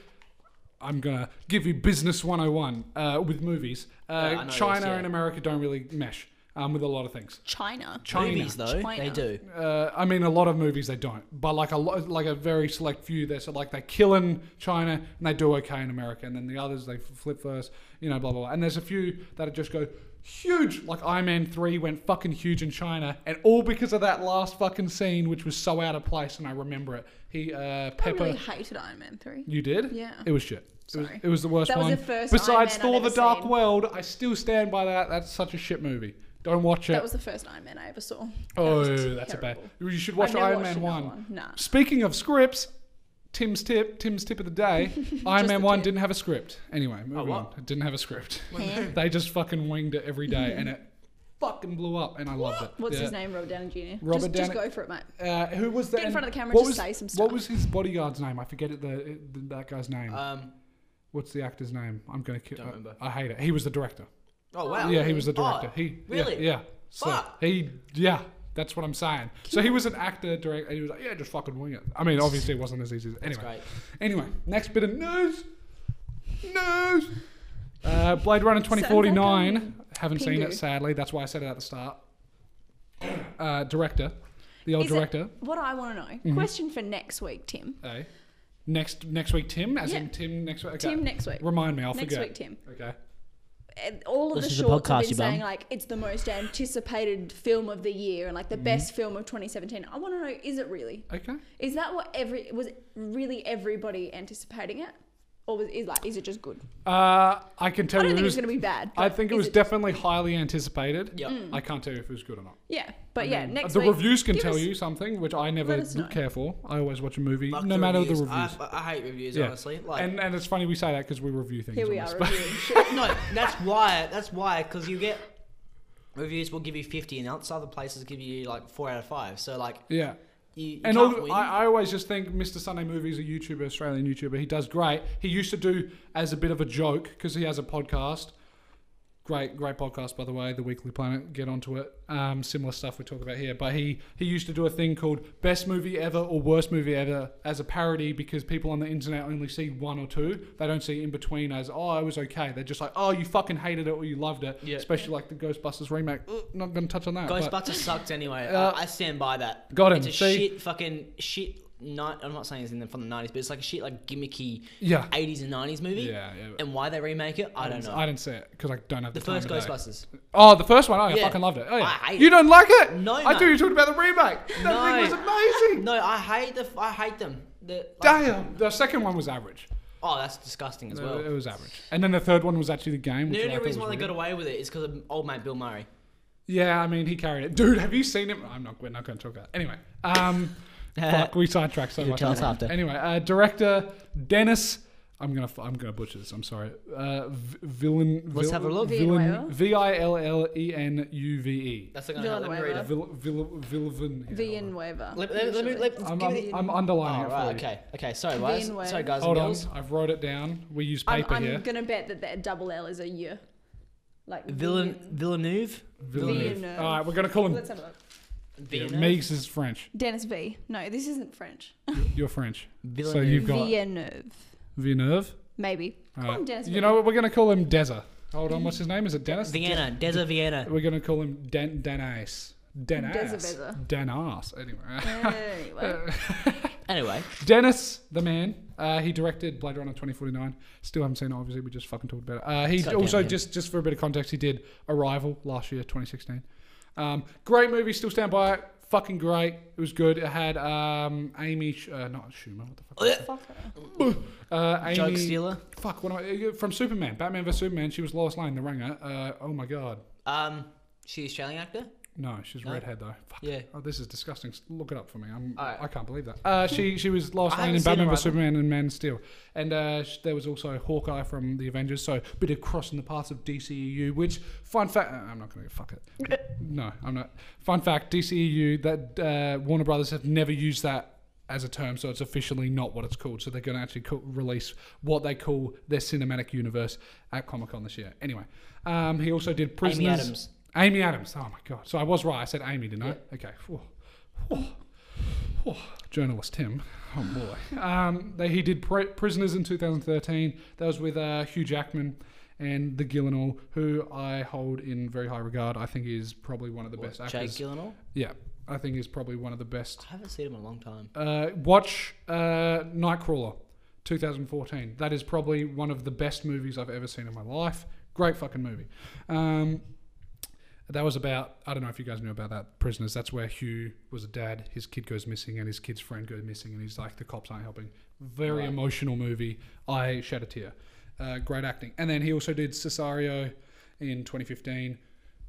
C: I'm gonna give you business 101 uh, with movies. Uh,
B: I know this,
C: China
B: yeah.
C: and America don't really mesh um, with a lot of things.
A: (laughs) China.
C: China.
B: Movies though,
A: China.
B: they do.
C: uh, I mean, a lot of movies they don't, but like a lot, like a very select few. They're so like they kill in China and they do okay in America, and then the others they flip first, you know, blah blah. blah. And there's a few that just go huge, like Iron Man three went fucking huge in China, and all because of that last fucking scene, which was so out of place, and I remember it. He uh,
A: I
C: Pepper,
A: really hated Iron Man 3.
C: you did,
A: Yeah.
C: it was shit. It was,
A: Sorry.
C: it was the worst
A: That was
C: one.
A: the first
C: Besides
A: Iron Man
C: Thor:
A: I'd
C: The
A: ever
C: Dark
A: seen.
C: World, I still stand by that. That's such a shit movie. Don't watch it.
A: That was the first Iron Man I ever saw.
C: oh,
A: That was
C: that's a bad.
A: terrible.
C: You should watch
A: I've never
C: Iron
A: watched
C: Man
A: another
C: one.
A: Nah.
C: Speaking of scripts, Tim's tip, Tim's tip of the day. Iron
A: (laughs) Just
C: Man
A: the
C: One
A: tip.
C: didn't have a script. Anyway, moving on.
B: what?
C: It didn't have a script. (laughs) they just fucking winged it every day,
A: (laughs)
C: and it fucking blew up, and I loved it.
A: What's
C: Yeah.
A: his name? Robert Downey Jr.
C: Robert
A: just, just
C: Downey-
A: go for it, mate.
C: Uh, who was that?
A: Get in front of the camera,
C: what
A: just
C: was,
A: say some
C: What
A: stuff.
C: was his bodyguard's name? I forget it, the, it- the that guy's name.
B: Um.
C: What's the actor's name? I'm gonna kill.
B: Don't remember.
C: I hate it. He was the director.
B: Oh wow.
C: Yeah, he was the
B: Oh,
C: director. he yeah,
B: really?
C: yeah. So
B: Fuck.
C: he yeah That's what I'm saying. So he was an actor, director, and he was like, yeah, just fucking wing it. I mean, obviously it wasn't as easy as anyway.
B: great.
C: Anyway, next bit of news. News. Uh, Blade Runner 2049.
A: Sounds
C: Haven't seen
A: Pingu.
C: it, sadly. That's why I said it at the start. Uh, director. The old
A: Is it-
C: director.
A: What I want to know.
C: Mm-hmm.
A: Question for next week, Tim.
C: eh? Next next week, Tim. As in
A: Yeah.
C: Tim next week. Okay.
A: Tim next week.
C: Remind me, I'll
A: next
C: forget.
A: week, Tim.
C: Okay.
A: And all of
F: This
A: the
F: is a
A: shorts have
F: podcast,
A: been
F: you bum.
A: saying like it's the most anticipated film of the year and like
C: Mm-hmm.
A: the best film of 2017. I want to know, is it really?
C: Okay.
A: Is that what every was really everybody anticipating it, or was is like is it just good?
C: Uh, I can tell
A: I
C: you
A: don't
C: it
A: think
C: was.
A: it's going to be bad.
C: I
A: but
C: think it
A: is
C: was definitely highly anticipated.
B: Yep.
C: I can't tell you if it was good or not.
A: yeah, but yeah, next
C: the
A: week,
C: reviews can
A: give
C: tell
A: us-
C: you something, which I
A: Let
C: never
A: us know.
C: care for. I always watch a movie,
B: Fuck
C: no matter the
B: I,
C: reviews.
B: I hate reviews,
C: Yeah.
B: honestly. Like,
C: and and it's funny we say that because we review things.
A: Here we
C: on this,
A: are
C: but-
A: reviewing shit.
B: no, that's why. That's why because you get reviews will give you fifty, and else other places give you like four out of five. So like
C: (laughs) yeah.
B: you, you
C: And
B: can't
C: all,
B: win.
C: I, I always just think Mr. Sunday Movies, a YouTuber, Australian YouTuber. He does great. He used to do as a bit of a joke because he has a podcast. Great, great podcast by the way, The Weekly Planet. Get onto it. Um, similar stuff we talk about here. But he he used to do a thing called Best Movie Ever or Worst Movie Ever as a parody because people on the internet only see one or two. They don't see in between as oh I was okay. They're just like oh you fucking hated it or you loved it.
B: Yeah.
C: Especially like the Ghostbusters remake. Ugh, not gonna touch on that. but-
B: Ghostbusters sucked anyway.
C: Uh,
B: I, I stand by that.
C: got him.
B: It's a
C: See?
B: shit fucking shit. Night. I'm not saying it's in the, from the nineties, but it's like a shit like gimmicky
C: Yeah.
B: eighties and nineties movie.
C: Yeah, yeah.
B: And why they remake it, I don't know.
C: I didn't see it because I don't have the,
B: the first
C: time of day.
B: Ghostbusters.
C: Oh, the first one. Oh, yeah,
B: Yeah.
C: fucking loved it. Oh, yeah.
B: I hate
C: you
B: it.
C: don't like it?
B: No,
C: I do.
B: mate.
C: You talked about the remake. That
B: No.
C: thing was
B: (laughs)
C: amazing.
B: No, I hate the. f- I hate them. The, like-
C: Damn. The second one was average.
B: Oh, that's disgusting as well.
C: It was average. And then the third one was actually the game. Which
B: The
C: I
B: only
C: thought
B: reason why
C: was
B: they got
C: weird.
B: away with it is because of old mate Bill Murray.
C: Yeah, I mean, he carried it. Dude, have you seen him? I'm not. We're not going to talk about. It. Anyway,
B: (laughs)
C: um, fuck, we sidetracked so
F: You'll
C: much.
F: tell us after.
C: Anyway, uh, director Dennis. I'm gonna. f- I'm gonna butcher this. I'm sorry. Uh, v- villain.
B: Let's
C: vil-
B: have a look.
A: Villanueva?
C: Villain. V i l l e n u v e.
B: That's not gonna help. Let me
A: Villanueva.
B: read it.
C: Vill- vill- Villanueva.
A: Villanueva.
B: Let, let, let me. Let,
C: I'm,
B: give
C: I'm,
B: it.
C: I'm
B: oh,
C: underlining it for
B: right.
C: you.
B: Okay. Okay. Sorry, guys.
A: Villanueva.
B: Sorry, guys.
C: Hold
B: and
C: on,
B: girls.
C: I've wrote it down. We use
A: I'm,
C: paper
A: I'm
C: here.
A: gonna bet that the double L is a U, like
B: Villan Villeneuve.
A: Villeneuve.
C: All right, we're gonna call
A: Villan-
C: him.
A: Let's have a look.
B: Villeneuve.
C: Meigs is French.
A: Dennis V. No, this isn't French.
C: You're French. So
B: Villeneuve.
C: you've got
A: Villeneuve.
C: Villeneuve. (laughs)
A: Maybe.
C: All
A: Call him
C: right.
A: Dennis
C: You
A: V.
C: know what? We're gonna call him Deza. Hold on, what's his name? Is it Dennis?
B: Vienna. Deza Vienna.
C: We're gonna call him Dan Danas. Danas.
A: Deza
C: Danas. Anyway,
A: Anyway.
B: Anyway.
C: Dennis, the man. Uh, he directed Blade Runner 2049. Still haven't seen it. Obviously, we just fucking talked about it. Uh, he
B: Goddamn
C: also
B: him.
C: just just for a bit of context, he did Arrival last year, 2016. Um, great movie. Still stand by it. Fucking great. It was good. It had um, Amy, Sch- uh, not Schumer. What the fuck?
A: Fuck her.
C: Uh, Amy,
B: Joke stealer.
C: Fuck. What am I? uh, From Superman, Batman vs Superman. She was Lois Lane, the Ringer. Uh, oh my god.
B: Um, she Australian actor.
C: No, she's redhead though. Fuck.
B: Yeah.
C: Oh, this is disgusting. S- Look it up for me. I'm,
B: Alright.
C: I can't believe that.
B: (laughs)
C: Uh, she she was Lois
B: I
C: Lane
B: haven't
C: in
B: seen
C: Batman vs
B: Arrival.
C: Superman and Man of Steel, and uh, sh- there was also Hawkeye from the Avengers. So a bit of crossing the paths of DCEU. Which fun fact? uh, I'm not going to fuck it. no, I'm not. Fun fact: DCEU that uh, Warner Brothers have never used that as a term, so it's officially not what it's called. So they're going to actually co- release what they call their cinematic universe at Comic Con this year. Anyway, um, he also did Prisoners.
B: Adams.
C: Amy Adams. Oh my god. So I was right. I said Amy, didn't I? Okay. Whew. Whew. Whew. Journalist Tim. Oh boy. Um, they, he did Pri- Prisoners in 2013. That was with uh, Hugh Jackman and the Gyllenhaal, who I hold in very high regard. I think is probably one of the best
B: Jake
C: actors.
B: Gyllenhaal.
C: yeah, I think is probably one of the best.
B: I haven't seen him in a long time.
C: Uh, watch uh, Nightcrawler, 2014. That is probably one of the best movies I've ever seen in my life. Great fucking movie. Um, that was about I don't know if you guys knew about that prisoners. That's where Hugh was a dad. His kid goes missing, and his kid's friend goes missing, and he's like the cops aren't helping. Very emotional movie. I shed a tear. Uh, great acting. And then he also did Cesario in 2015.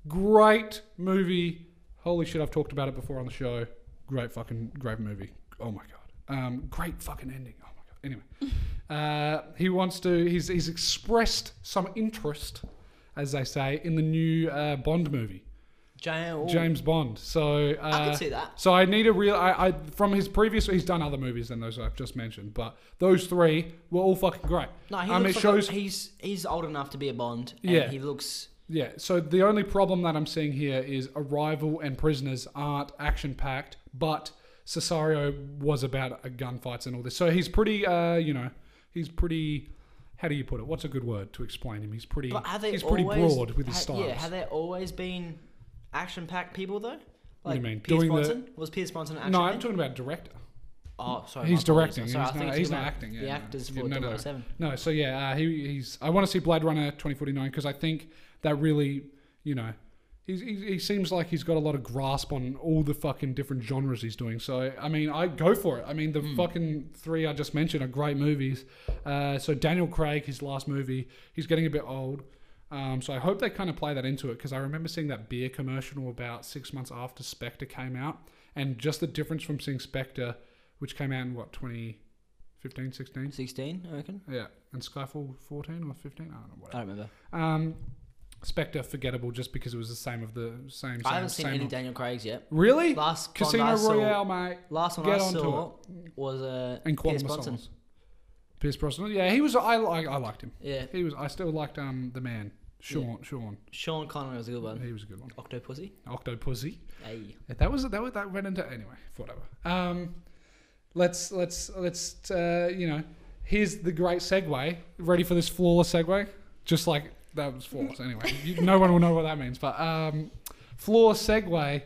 C: Great movie. Holy shit! I've talked about it before on the show. Great fucking great movie. Oh my god. Um, great fucking ending. Oh my god. Anyway, uh, he wants to. He's he's expressed some interest as they say, in the new uh, Bond movie,
B: James.
C: James Bond. So uh,
B: I could see that.
C: So I need a real. I, I from his previous, he's done other movies than those I've just mentioned, but those three were all fucking great.
B: No, he
C: um, it
B: looks like
C: shows.
B: a, he's he's old enough to be a Bond. And
C: Yeah.
B: He looks
C: Yeah, so the only problem that I'm seeing here is Arrival and Prisoners aren't action packed, but Cesario was about uh, gunfights and all this. So he's pretty, uh, you know, he's pretty. How do you put it? What's a good word to explain him? He's pretty.
B: But have they
C: he's pretty
B: always-
C: broad with his
B: ha-
C: styles.
B: Yeah, have they always been action-packed people though?
C: What do you mean?
B: Piers
C: Doing the-
B: Bronson? Was Piers Bronson an action?
C: no, I'm
B: man?
C: talking about director.
B: Oh, sorry.
C: he's
B: my apologies.
C: directing.
B: I'm Sorry,
C: he's
B: I think
C: not,
B: it's
C: he's
B: about
C: not acting. Yeah,
B: the
C: no.
B: actors
C: Yeah,
B: for
C: no, no, no.
B: 007.
C: No, so yeah, uh, he, he's. I want to see Blade Runner 2049 because I think that really, you know, he's, he, he seems like he's got a lot of grasp on all the fucking different genres he's doing. So, I mean, I go for it. I mean, the fucking three I just mentioned are great movies. Uh, so, Daniel Craig, his last movie, he's getting a bit old. Um, so I hope they kind of play that into it because I remember seeing that beer commercial about six months after Spectre came out, and just the difference from seeing Spectre, which came out in what 2015, 16,
B: 16, I reckon.
C: yeah, and Skyfall 14 or 15, I don't know
B: I
C: whatever.
B: don't remember.
C: Um, Spectre forgettable just because it was the same of the same. same
B: I haven't seen
C: same
B: any
C: of-
B: Daniel Craig's yet.
C: Really?
B: Last
C: Casino
B: one I saw-
C: Royale, mate,
B: Last one
C: Get
B: I
C: onto
B: saw was uh,
C: and Quantum
B: Pierce
C: of
B: Bronson.
C: Solace. Pierce Brosnan. Yeah, he was. I like. I liked him.
B: Yeah,
C: He was. I still liked um the man. Sean. Sean.
B: Sean Connery was a good one.
C: He was a good one.
B: Octopussy.
C: Octopussy.
B: Hey.
C: Yeah, That was that was that went into anyway. Whatever. Um, let's let's let's uh, you know. Here's the great segue. Ready for this flawless segue? Just like that was flawless. Anyway, you, no one will know what that means. But um, flawless segue.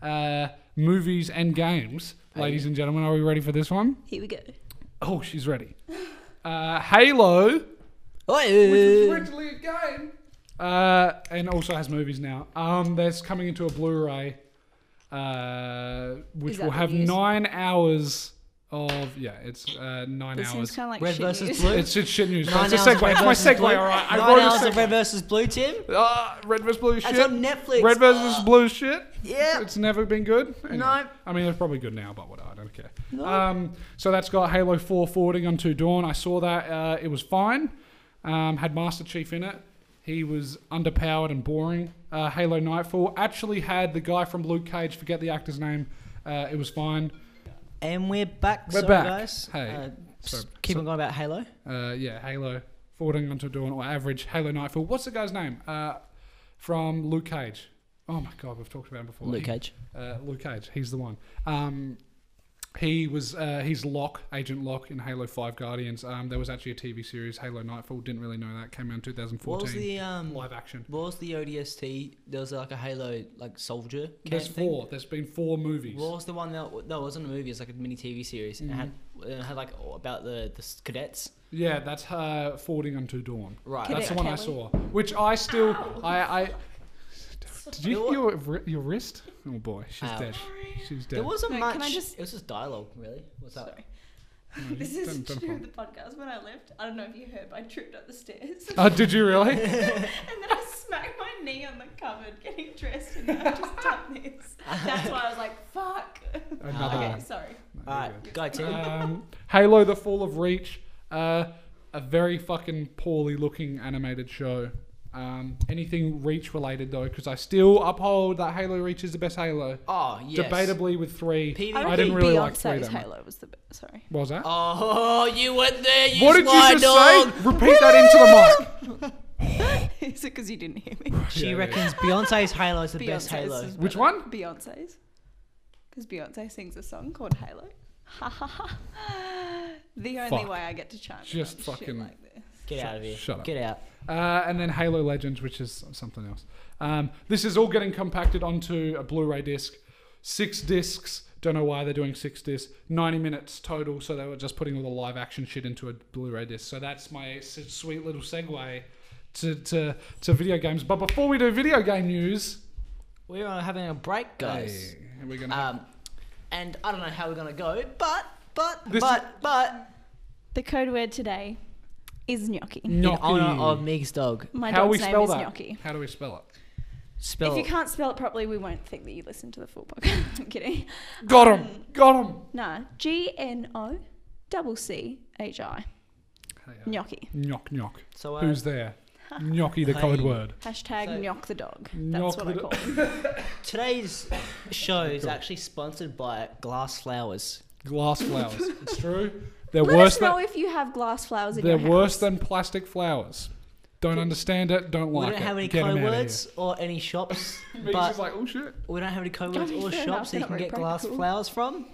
C: Uh, movies and games, ladies and gentlemen. Are we ready for this one?
A: Here we go.
C: Oh, she's ready. Uh, Halo which was
B: Oi.
C: originally a game, uh, and also has movies now. Um, that's coming into a Blu-ray, uh, which
A: Is that
C: will
A: the
C: have
A: news?
C: nine hours of yeah, it's uh, nine
A: This seems
C: hours.
A: kind of like
B: Red
A: shit
B: versus
A: news.
B: blue.
C: it's just shit news.
B: Nine
C: But it's
B: hours
C: a
B: of
C: segue.
B: Red
C: It's my
B: versus
C: segue.
B: Blue.
C: All right, I
B: Nine
C: wrote
B: hours
C: a
B: of
C: segue.
B: Red versus Blue, Tim.
C: Ah, red versus blue
B: That's
C: shit.
B: on Netflix. Oh, Ah.
C: Red versus blue shit.
B: Yeah.
C: It's never been good. Anyway,
B: No.
C: I mean, it's probably good now, but whatever. I don't care. Um, so that's got Halo 4 forwarding onto Dawn. I saw that. Uh, it was fine. Um, had Master Chief in it. He was underpowered and boring. Uh, Halo Nightfall actually had the guy from Luke Cage, forget the actor's name. Uh, it was fine.
B: And we're back.
C: We're
B: Sorry,
C: back.
B: guys.
C: Hey.
B: Uh,
C: Sorry.
B: s- keep on going about Halo.
C: Uh, yeah, Halo forwarding onto Dawn or average Halo Nightfall. What's the guy's name? Uh, from Luke Cage. Oh my god, we've talked about him before.
B: Luke
C: He-
B: Cage.
C: uh, Luke Cage. He's the one. Um, he was uh, he's Locke, Agent Locke in Halo Five Guardians. Um, there was actually a TV series Halo Nightfall. Didn't really know that came out in 2014.
B: What was the um?
C: live action?
B: What was the ODST? There was like a Halo like soldier. Camp
C: There's
B: thing.
C: four. There's been four movies.
B: What was the one that? No, it wasn't a movie. It's like a mini TV series, and
C: Mm-hmm.
B: it had, it had like all about the the s- cadets.
C: Yeah, that's her forwarding unto dawn.
B: Right.
A: Cadet
C: That's the one I
A: Kelly.
C: saw. Which I still I. I did you hit your wri- your wrist? Oh boy, she's
B: Ow.
C: dead. (laughs) She's dead.
B: There wasn't
A: No,
B: much.
A: can I just-
B: It was just dialogue, really. What's that?
A: Sorry. (laughs) This is
C: Don't- don't
A: true of
C: fall.
A: the podcast. When I left, I don't know if you heard, but I tripped up the stairs.
C: (laughs)
A: (laughs)
C: Oh, did
B: (laughs)
C: you really?
A: And then I smacked my knee on the cupboard getting dressed, and then I just done this. That's why I was like,
C: (laughs)
A: fuck.
C: Another
A: okay,
C: one.
A: sorry.
B: All right, go team.
C: um, Halo: The Fall of Reach, uh, a very fucking poorly looking animated show. Um, anything Reach related though, because I still uphold that Halo Reach is the best Halo,
B: oh yes.
C: debatably with three.
B: PvP.
C: I didn't really like three.
A: Beyonce's
C: That much.
A: Halo was the best. Sorry.
C: (laughs) What was that?
B: Oh, you went there. You
C: what did
B: sly
C: you just
B: dog.
C: say? Repeat that
B: (laughs)
C: into the mic.
A: is it because you didn't hear me?
B: She
C: Yeah, yeah.
B: reckons Beyonce's Halo is the best Halo.
A: is
C: Which
A: better.
C: one?
A: Beyonce's. Because Beyonce sings a song called Halo. Ha ha ha. The only
C: Fuck.
A: way I get to chime in
C: Just
A: on
C: fucking-
A: shit like this.
B: Get
C: Shut-
B: out of here.
C: shut up.
B: Get out.
C: Uh, and then Halo Legends, which is something else. Um, this is all getting compacted onto a Blu-ray disc. Six discs. Don't know why they're doing six discs. 90 minutes total, so they were just putting all the live action shit into a Blu-ray disc. So that's my s- sweet little segue to, to, to video games. But before we do video game news,
B: We are having a break, guys.
C: hey, we're gonna.
B: Um, and I don't know how we're gonna go, but but
C: This
B: but
C: is-
B: but
A: The code word today is gnocchi.
C: Gnocchi.
B: in honor of Meek's dog,
A: My
C: How do we
A: dog's name
C: spell
A: is
C: that?
A: gnocchi.
C: How do we spell it?
B: spell
A: If you can't spell it properly, we won't think that you listened to the full podcast. (laughs) I'm kidding.
C: Got him. Got
B: Um,
C: him.
A: Nah, G N O double C H I. Gnocchi.
C: Knock knock.
B: So uh,
C: uh, Who's there? Gnocchi, the code
B: Hey.
C: word.
A: Hashtag
B: So-
A: gnoc the dog. That's
C: Knock
A: what I
C: the-
A: call him.
B: today's show is actually sponsored by Glass Flowers.
C: glass (laughs) flowers. it's true. They're
A: Let
C: worse
A: us
C: than
A: know if you have glass flowers in
C: they're
A: your
C: worse
A: house.
C: than plastic flowers. Don't understand it. Don't
B: We
C: like
B: don't
C: it.
B: have any
C: Get 'em
B: code
C: outta
B: words or any
C: (laughs)
B: shops,
C: here. He's just
B: but
C: like, oh shit.
B: we don't have any
A: (laughs)
B: code
A: I
B: words
A: mean,
B: or
A: fair enough,
B: shops that you
A: they're
B: can
A: not
B: get
A: very
B: glass
A: practical.
B: flowers from.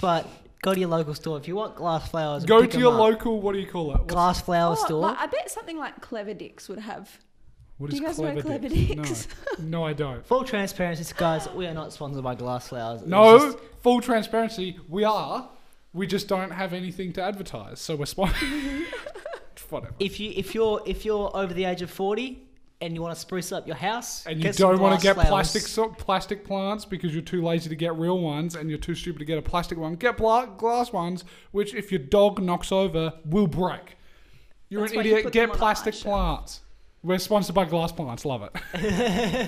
B: But go to your local store if you want glass flowers.
C: Go
B: pick
C: to
B: 'em
C: your
B: up.
C: local. What do you call it? What's-
B: glass flower
A: Oh,
B: store.
A: like, I bet something like Clever Dicks would have.
C: What
A: Do
C: is
A: you guys know
C: clever,
A: Clever
C: dicks? (laughs) No. no, I don't.
B: Full transparency, guys. We are not sponsored by glass flowers. It's
C: No,
B: just-
C: full transparency. We are. We just don't have anything to advertise, so we're
B: (laughs)
C: spot. (laughs) Whatever.
B: if you if you're if you're over the age of forty and you want to spruce up your house
C: And you
B: get some
C: don't want
B: glass
C: to get
B: flowers.
C: plastic so- plastic plants because you're too lazy to get real ones, and you're too stupid to get a plastic one. Get bla- glass ones, which if your dog knocks over, will break. You're
A: That's
C: an
A: why you
C: idiot.
A: put them
C: get
A: on a
C: plastic
A: high shelf.
C: plants. We're sponsored by glass plants. Love it. (laughs)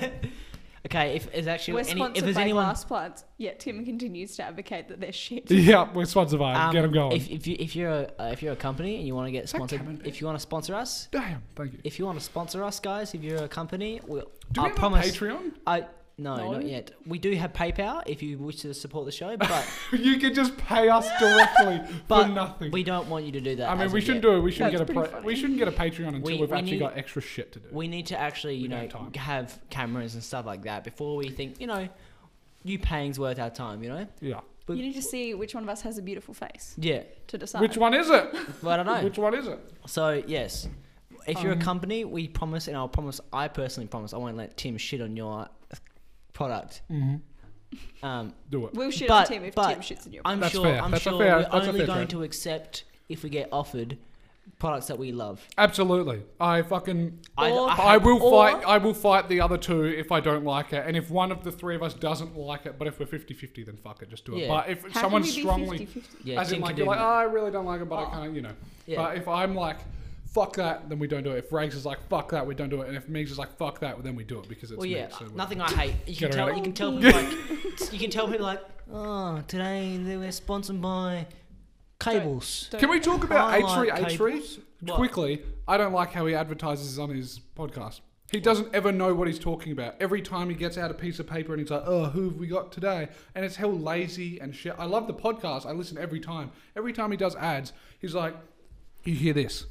B: okay, if there's actually
A: We're
B: any, if
A: sponsored
B: there's
A: by
B: anyone,
A: glass plants, yet Tim continues to advocate that they're shit.
C: (laughs) yeah, we're sponsored by. them.
B: um,
C: get them going.
B: If, if you if you're a, uh, if you're a company and you want to get
C: that
B: sponsored,
C: Camembert?
B: if you want to sponsor us,
C: Damn. Thank you.
B: if you want to sponsor us, guys, if you're a company, we'll,
C: Do
B: I
C: we have
B: promise.
C: a Patreon? (laughs)
B: I no,
C: No?
B: not yet. We do have PayPal if you wish to support the show,
C: (laughs)
B: but
C: You can just pay us directly
B: (laughs) but
C: for nothing.
B: we don't want you to do that.
C: I mean,
B: as
C: we
B: of
C: shouldn't
B: yet.
C: do it. We shouldn't
A: That's
C: get a
A: pretty
C: pra-
A: funny.
C: we shouldn't get a Patreon until
B: We-
C: we, have
B: we
C: actually
B: need-
C: got extra shit to do.
B: We need to actually, you
C: We don't
B: know,
C: have time.
B: have cameras and stuff like that before we think, you know, you paying's worth our time, you know?
C: yeah.
A: You need to see which one of us has a beautiful face
B: Yeah,
A: to decide.
C: Which one is it?
B: but I don't know.
C: Which one is it?
B: So yes, if you're a
C: Um,
B: company, we promise, and I'll promise. I personally promise I won't let Tim shit on your product.
C: Mm-hmm.
B: Um,
C: Do it.
A: We'll shit on
B: But-
A: Tim if
B: but-
A: Tim shits in your
B: I'm
C: That's
B: sure.
C: fair.
B: I'm
C: That's a
B: sure
C: fair-
B: we're
C: that's a
B: only
C: fair
B: going
C: trade.
B: to accept if we get offered products that we love.
C: Absolutely. I fucking.
A: Or-
C: I will
A: Or-
C: fight. I will fight the other two if I don't like it, and if one of the three of us doesn't like it. But if we're 50-50, then fuck it, just do it.
B: Yeah.
C: But if
A: How
C: someone
A: can we be Oh.
C: strongly,
A: 50-50?
B: Yeah,
C: as in
B: Tim
C: like
B: can
C: you're
B: do
C: like, oh,
B: that.
C: I really don't like it, but I can't, you know.
B: Yeah.
C: But if I'm like, fuck that, then we don't do it. If Rags is like, fuck that, we don't do it. And if Megs is like, fuck that, then we do it because it's
B: well, yeah, uh,
C: me, so we're-
B: nothing I hate. You can
C: Get
B: tell.
C: around it.
B: You can tell people
A: (laughs)
B: like. You can tell people like, oh, today they were sponsored by cables.
A: Don't-
C: Can we talk about
B: I
C: H three
B: like
C: H three
B: cables. What?
C: quickly? I don't like how he advertises on his podcast. He doesn't ever know what he's talking about. Every time he gets out a piece of paper and he's like, "Oh, who have we got today?" and it's hell lazy and shit. I love the podcast. I listen every time. Every time he does ads, he's like, "You hear this."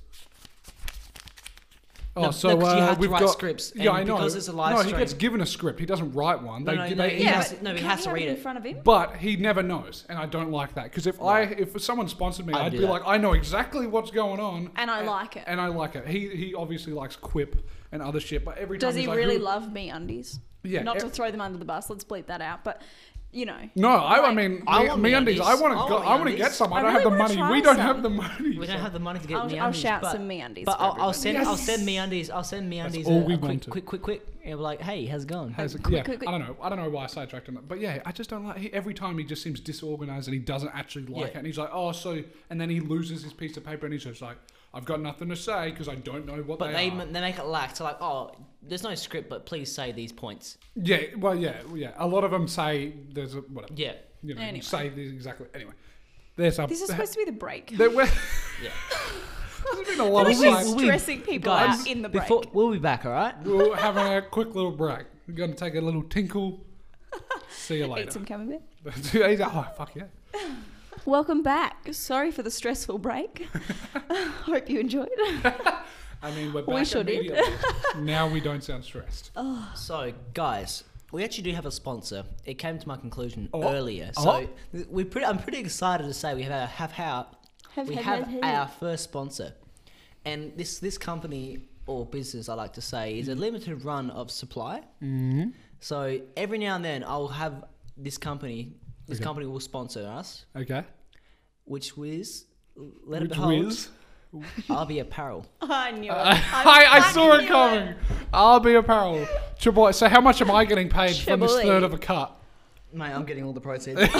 C: Oh,
B: No,
C: so
B: no, 'cause you
C: uh,
B: have to
C: we've
B: write
C: got
B: scripts,
C: Yeah,
B: and
C: I know.
B: because it's a live
C: no, he
B: stream-
C: gets given a script. He doesn't write one.
B: No,
C: They,
B: no,
C: gi-
B: no,
C: they,
B: he
C: he
B: has
A: Yeah,
C: has
B: to-
A: but
B: no, he
A: can't
B: has to
A: have
B: read
A: in
B: it.
A: front of him.
C: but he never knows, and I don't like that because if I if someone sponsored me,
B: I'd
C: I'd,
B: do
C: be
B: that.
C: like, I know exactly what's going on,
A: And I like it.
C: and I like it. He he obviously likes Quip and other shit, but every
A: Does
C: time
A: he
C: he's like,
A: really
C: who-
A: love me undies?
C: Yeah,
A: Not
C: e-
A: to throw them under the bus. Let's bleep that out. but you know.
C: No, I, I
A: Like,
C: mean,
B: I
C: me,
B: want
C: me undies.
B: MeUndies.
C: I want
B: I
C: to go.
B: want
C: I want to
B: MeUndies.
C: get some. I,
A: I
C: don't
A: really
C: have the
A: wanna
C: money.
A: try
C: We don't
A: some.
C: have the money.
B: We
C: so-
B: don't have the money to get
A: I'll,
B: me
A: I'll
B: undies,
A: shout
B: but-
A: some me undies.
B: But
A: for
B: I'll, I'll
A: everybody.
B: send I'll send me undies. I'll send me
C: That's
B: undies.
C: all
B: a,
C: we
B: a quick,
C: wanted.
B: quick, quick, quick, and be like, hey, how's it going?
C: Has-
A: Quick,
C: yeah,
A: quick, quick.
C: I don't know. I don't know why I sidetracked on that, but yeah, I just don't like. He, every time he just seems disorganized and he doesn't actually like
B: Yeah.
C: it, and he's like, "Oh, so," and then he loses his piece of paper and he's just like, "I've got nothing to say because I don't know what
B: But they
C: are.
B: ma- they make it lack. So like, oh, there's no script, but please say these points.
C: Yeah, well, yeah, well, yeah. A lot of them say there's a whatever.
B: Yeah,
C: You know,
A: Anyway.
C: say this exactly. Anyway, there's a.
A: This is supposed to be the break.
C: (laughs) there were.
B: (laughs) yeah.
C: There's been a
A: I
C: lot of
A: think we're
C: sides.
A: stressing people
B: Guys,
A: out in the break.
B: Before, we'll be back, all right?
C: We're having a quick little break. We're going to take a little
A: (laughs)
C: tinkle. See you
A: Eat
C: later.
A: some camembert.
C: (laughs) oh fuck yeah!
A: Welcome back. Sorry for the stressful
C: (laughs)
A: break. (laughs) Hope you enjoyed.
C: I mean, we're back
A: We sure did. Oh.
C: immediately.
A: (laughs)
C: now we don't sound stressed.
B: So guys, we actually do have a sponsor. It came to my conclusion
C: Oh.
B: earlier. So
C: Oh.
B: th- we pretty, I'm pretty excited to say we have our, have our
A: Have-
B: we
A: have-
B: have
A: have- have.
B: our first sponsor, and this this company or business I like to say is a limited run of supply.
C: Mm-hmm.
B: So every now and then I'll have this company. This company will sponsor us,
C: Okay.
B: which was let
C: Which
B: it behold,
C: whiz?
B: RV
C: (laughs)
B: Apparel.
A: I knew it.
C: I, I saw
A: fucking
C: it
A: knew
C: coming. I'll be apparel. Triple. So how much am I getting paid from this
A: Triple E.
C: third of a cut?
B: Mate, I'm getting all the proceeds.
C: (laughs)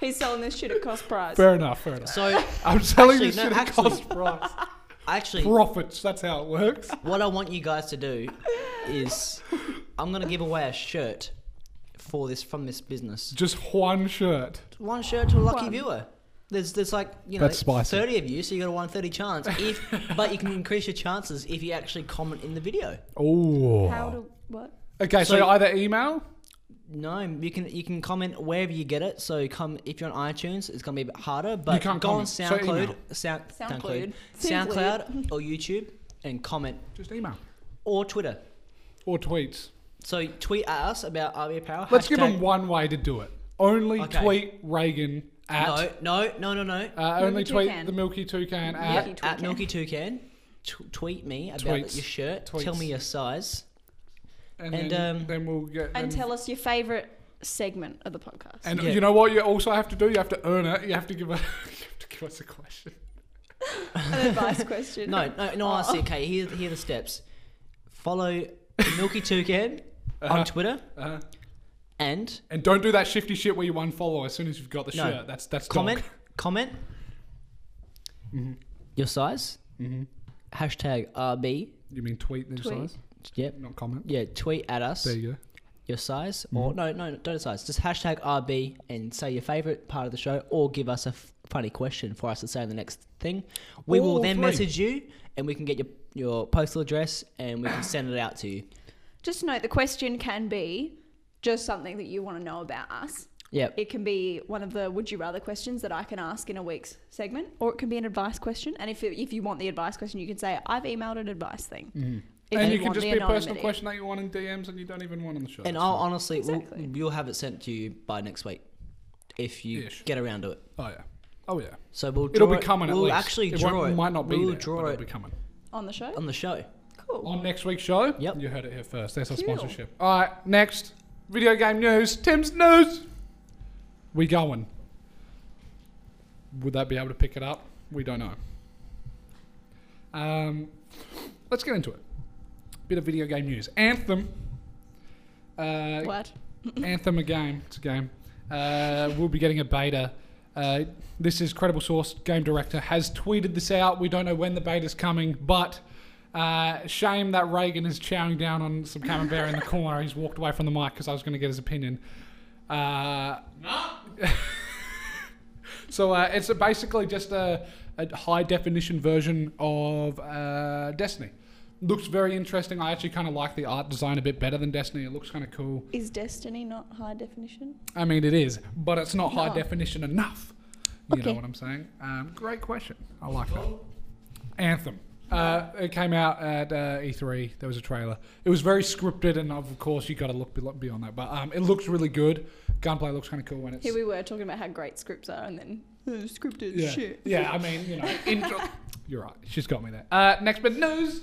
A: He's selling this shit at cost price.
C: Fair enough. Fair enough.
B: so
C: I'm selling
B: Actually,
C: this
B: no,
C: shit at
B: actually-
C: cost price.
B: actually,
C: Profits. That's how it
B: (laughs)
C: works.
B: what I want you guys to do is I'm gonna give away a shirt for this from this business.
C: Just one shirt.
B: One shirt to a lucky
A: One.
B: viewer. There's there's like you know
C: That's spicy.
B: thirty of you, so you got a one thirty chance.
C: (laughs)
B: If but you can increase your chances if you actually comment in the video.
A: How
C: Oh.
A: do what?
C: Okay, so,
B: So-
C: either email.
B: No, you can you can comment wherever you get it. So come if you're on iTunes, it's gonna be a bit harder. But
C: can't
B: go
C: comment, so
B: on SoundCloud,
C: email.
B: Sound,
A: SoundCloud.
B: SoundCloud, SoundCloud or YouTube, and comment
C: Just email
B: or Twitter.
C: or tweets.
B: So tweet at us about RBA Power.
C: Let's give
B: hashtag-
C: them one way to do it. Only
B: Okay.
C: tweet Reagan at.
B: No, no, no, no, no.
C: Uh, only
A: Milky
C: tweet
A: Toucan.
C: the Milky Toucan
B: Yeah,
C: at.
A: Milky
B: Uh, at
A: Toucan.
B: Milky Toucan. Tw- tweet me about
C: Tweets.
B: your shirt. Tell
C: Tweets.
B: me your size.
C: And,
B: And,
C: then,
B: um,
C: then we'll get.
A: And
C: them-
A: tell us your favorite segment of the podcast.
C: And
B: Yeah.
C: you know what? You also have to do. You have to earn it. You have to give a. (laughs) you have to give us a question.
A: An advice
C: (laughs)
A: question.
B: No, no, no. I see. Okay, here, here are the steps. Follow Milky Toucan on Twitter
C: Uh,
B: and
C: and don't do that shifty shit where you unfollow as soon as you've got the
B: No.
C: shirt. That's that's dog.
B: comment, comment your size.
C: Mhm.
B: Hashtag RB.
C: Mm-hmm. You mean tweet their
A: Tweet.
C: size,
B: Yep.
C: not comment.
B: Yeah. Tweet at us
C: There you go.
B: your size or
C: Mm-hmm.
B: no, no, don't size. Just hashtag RB and say your favorite part of the show or give us a f- funny question for us to say in the next thing. We will
C: All
B: then
C: three.
B: message you and we can get your your postal address and we can send it out to you.
A: Just note the question can be just something that you want to know about us.
B: Yep.
A: It can be one of the would you rather questions that I can ask in a week's segment, or it can be an advice question. And if, if you want the advice question, you can say, I've emailed an advice thing. If
C: Mm-hmm. and you can
A: want
C: just
A: the
C: be a personal
A: anonymity.
C: question that you want in DMs and you don't even want on the show.
B: And
C: That's
B: I'll
C: fine.
B: honestly,
A: Exactly.
B: we'll, you'll have it sent to you by next week if you
C: Ish.
B: get around to it.
C: Oh yeah. Oh yeah.
B: So we'll draw
C: It'll be
B: it-
C: coming.
B: We'll
C: at least.
B: actually
C: it
B: draw
C: won't-
B: it.
C: Might not be
B: We'll
C: there,
B: draw
C: but
B: it
C: It'll be coming.
A: On the show?
B: on the show.
A: Cool.
C: Um, on next week's show.
B: Yep.
C: You heard it here first. There's our
A: Cool.
C: sponsorship. All right, next video game news. Tim's news. We going. Would that be able to pick it up? We don't know. Um, let's get into it. Bit of video game news. Anthem. Uh,
A: What?
C: Anthem a game. It's a game. Uh, we'll be getting a beta. Uh, this is Credible Source game director has tweeted this out. We don't know when the beta's coming, but uh, shame that Reagan is chowing down on some camembert in the corner. He's walked away from the mic because I was going to get his opinion. Uh, (laughs) so uh, it's a basically just a, a high definition version of uh, Destiny. Looks very interesting. I actually kind of like the art design a bit better than Destiny. It looks kind of cool.
A: Is Destiny not high definition?
C: I mean, it is, but it's not high
A: No.
C: definition enough. You know
A: Okay.
C: what I'm saying? Um, great question. I like that. Anthem. Uh, it came out at uh, E3. There was a trailer. It was very scripted, and of course, you got to look be- look beyond that. But um, it looks really good. Gunplay looks kind of cool when it's.
A: Here we were talking about how great scripts are, and then "Uh, scripted
C: yeah.
A: shit.
C: Yeah, I mean, you know. intro- You're right. She's got me there. Uh, next bit news.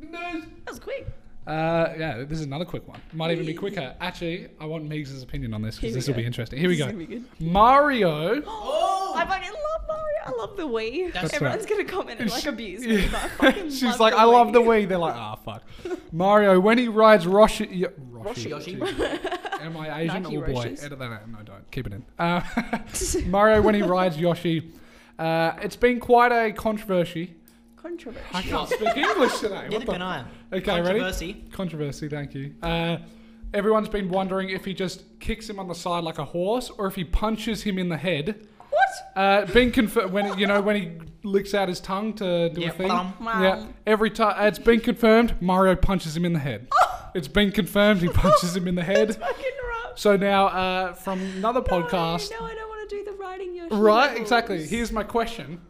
C: News.
A: That was quick.
C: Uh, yeah, this is another quick one. Might even be quicker. Actually, I want Meegs' opinion on this
A: Here
C: because
A: we
C: this will
A: go.
C: be interesting. Here we
A: This is
C: go.
A: gonna be good.
C: Mario.
A: (gasps) I fucking love Mario. I love the Wii.
B: That's
A: Everyone's
C: right.
A: gonna comment
C: (laughs)
A: and like
C: She-
A: abuse
C: Yeah.
A: me. but I fucking
C: (laughs) She's like, I love the Wii. They're like, ah, fuck. Mario, when he rides Roshi. Y- Roshi.
B: Yoshi.
C: Am I Asian?
A: Nike
C: oh boy.
A: Roshis.
C: Edit that out. No, don't. Keep it in. Uh, (laughs) Mario, when he rides Yoshi. Uh, it's been quite a controversy. I
A: Controversy.
C: can't speak English today.
B: Neither
C: What the-
B: can I.
C: Okay, ready?
B: Controversy.
C: Controversy, thank you. Uh, everyone's been wondering if he just kicks him on the side like a horse or if he punches him in the head.
A: What?
C: Uh, been confirmed when you know when he licks out his tongue to do
B: Yeah,
C: a thing.
B: plum.
C: Yeah, every time it's been confirmed, Mario punches him in the
A: (laughs)
C: head.
A: Oh!
C: it's been confirmed he punches him in the head.
A: Fucking rough.
C: So now, uh, from another podcast,
A: No, no, I don't want to do the riding Yoshi.
C: right?
A: levels.
C: Exactly. Here's my question: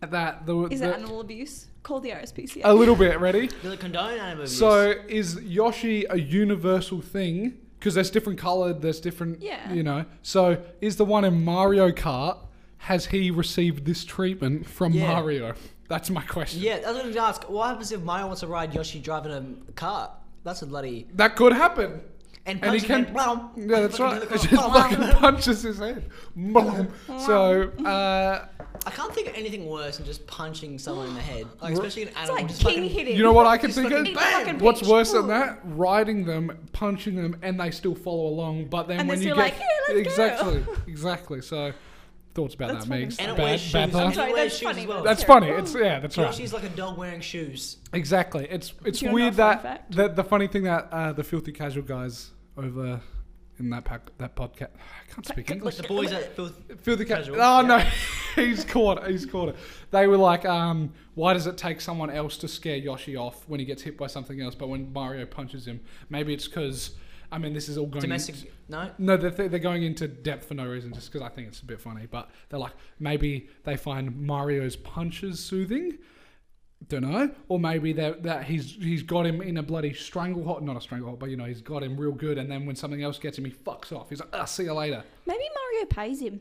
C: that the,
A: Is
C: the
A: that animal abuse? Call the RSPCA.
C: a little bit ready?
B: Does it condone animal abuse?
C: So is Yoshi a universal thing? Because there's different coloured, there's different,
A: Yeah.
C: you know. So is the one in Mario Kart? Has he received this treatment from
B: Yeah.
C: Mario? That's my question.
B: Yeah, I was going to ask, what happens if Mario wants to ride Yoshi driving a cart? That's a bloody.
C: That could happen.
B: And,
C: And he
B: punch
C: can.
B: him in-
C: Yeah, that's right.
B: Fucking
C: (laughs) It
B: do the
C: just
B: car.
C: fucking punches his head. so, uh,
B: I can't think of anything worse than just punching someone in the head, like, especially an animal.
A: It's
B: just
A: like king
B: fucking-
A: hitting.
C: you know what I can think
A: fucking-
C: of?
A: fucking
C: What's
A: bitch.
C: worse
A: Ooh.
C: than that? Riding them, punching them, and they still follow along. But then
A: And they're
C: when you
A: still
C: get
A: like, "Yeah, let's go."
C: exactly,
A: (laughs)
C: exactly. So, thoughts about
A: That's
C: that, Megs?
B: And it
C: Bad,
B: wears shoes.
C: bad
B: And
C: thoughts?
A: sorry,
B: it wears
A: that's
B: shoes as
A: funny,
B: well.
A: but
C: That's funny. It's yeah, that's right.
B: Yoshi's like a dog wearing shoes.
C: Exactly. It's it's
A: Do you know
C: weird
A: a fun
C: that,
A: fact?
C: that the funny thing that uh, the filthy casual guys over in that pack, that podcast. I can't speak English.
B: Like the boys at filth.
C: Filthy casual.
B: Casual,
C: Oh
B: yeah.
C: no, (laughs) he's caught. it, He's caught it. They were like, um, "Why does it take someone else to scare Yoshi off when he gets hit by something else? But when Mario punches him, maybe it's because, I mean, this is all going
B: Domestic.
C: into-
B: No?
C: no, they're, they're going into depth for no reason, just because I think it's a bit funny. But they're like, maybe they find Mario's punches soothing, Don't know. Or maybe that that he's he's got him in a bloody stranglehold, not a stranglehold, but you know he's got him real good. And then when something else gets him, he fucks off. He's like, "Ah, see you later."
A: Maybe Mario pays him.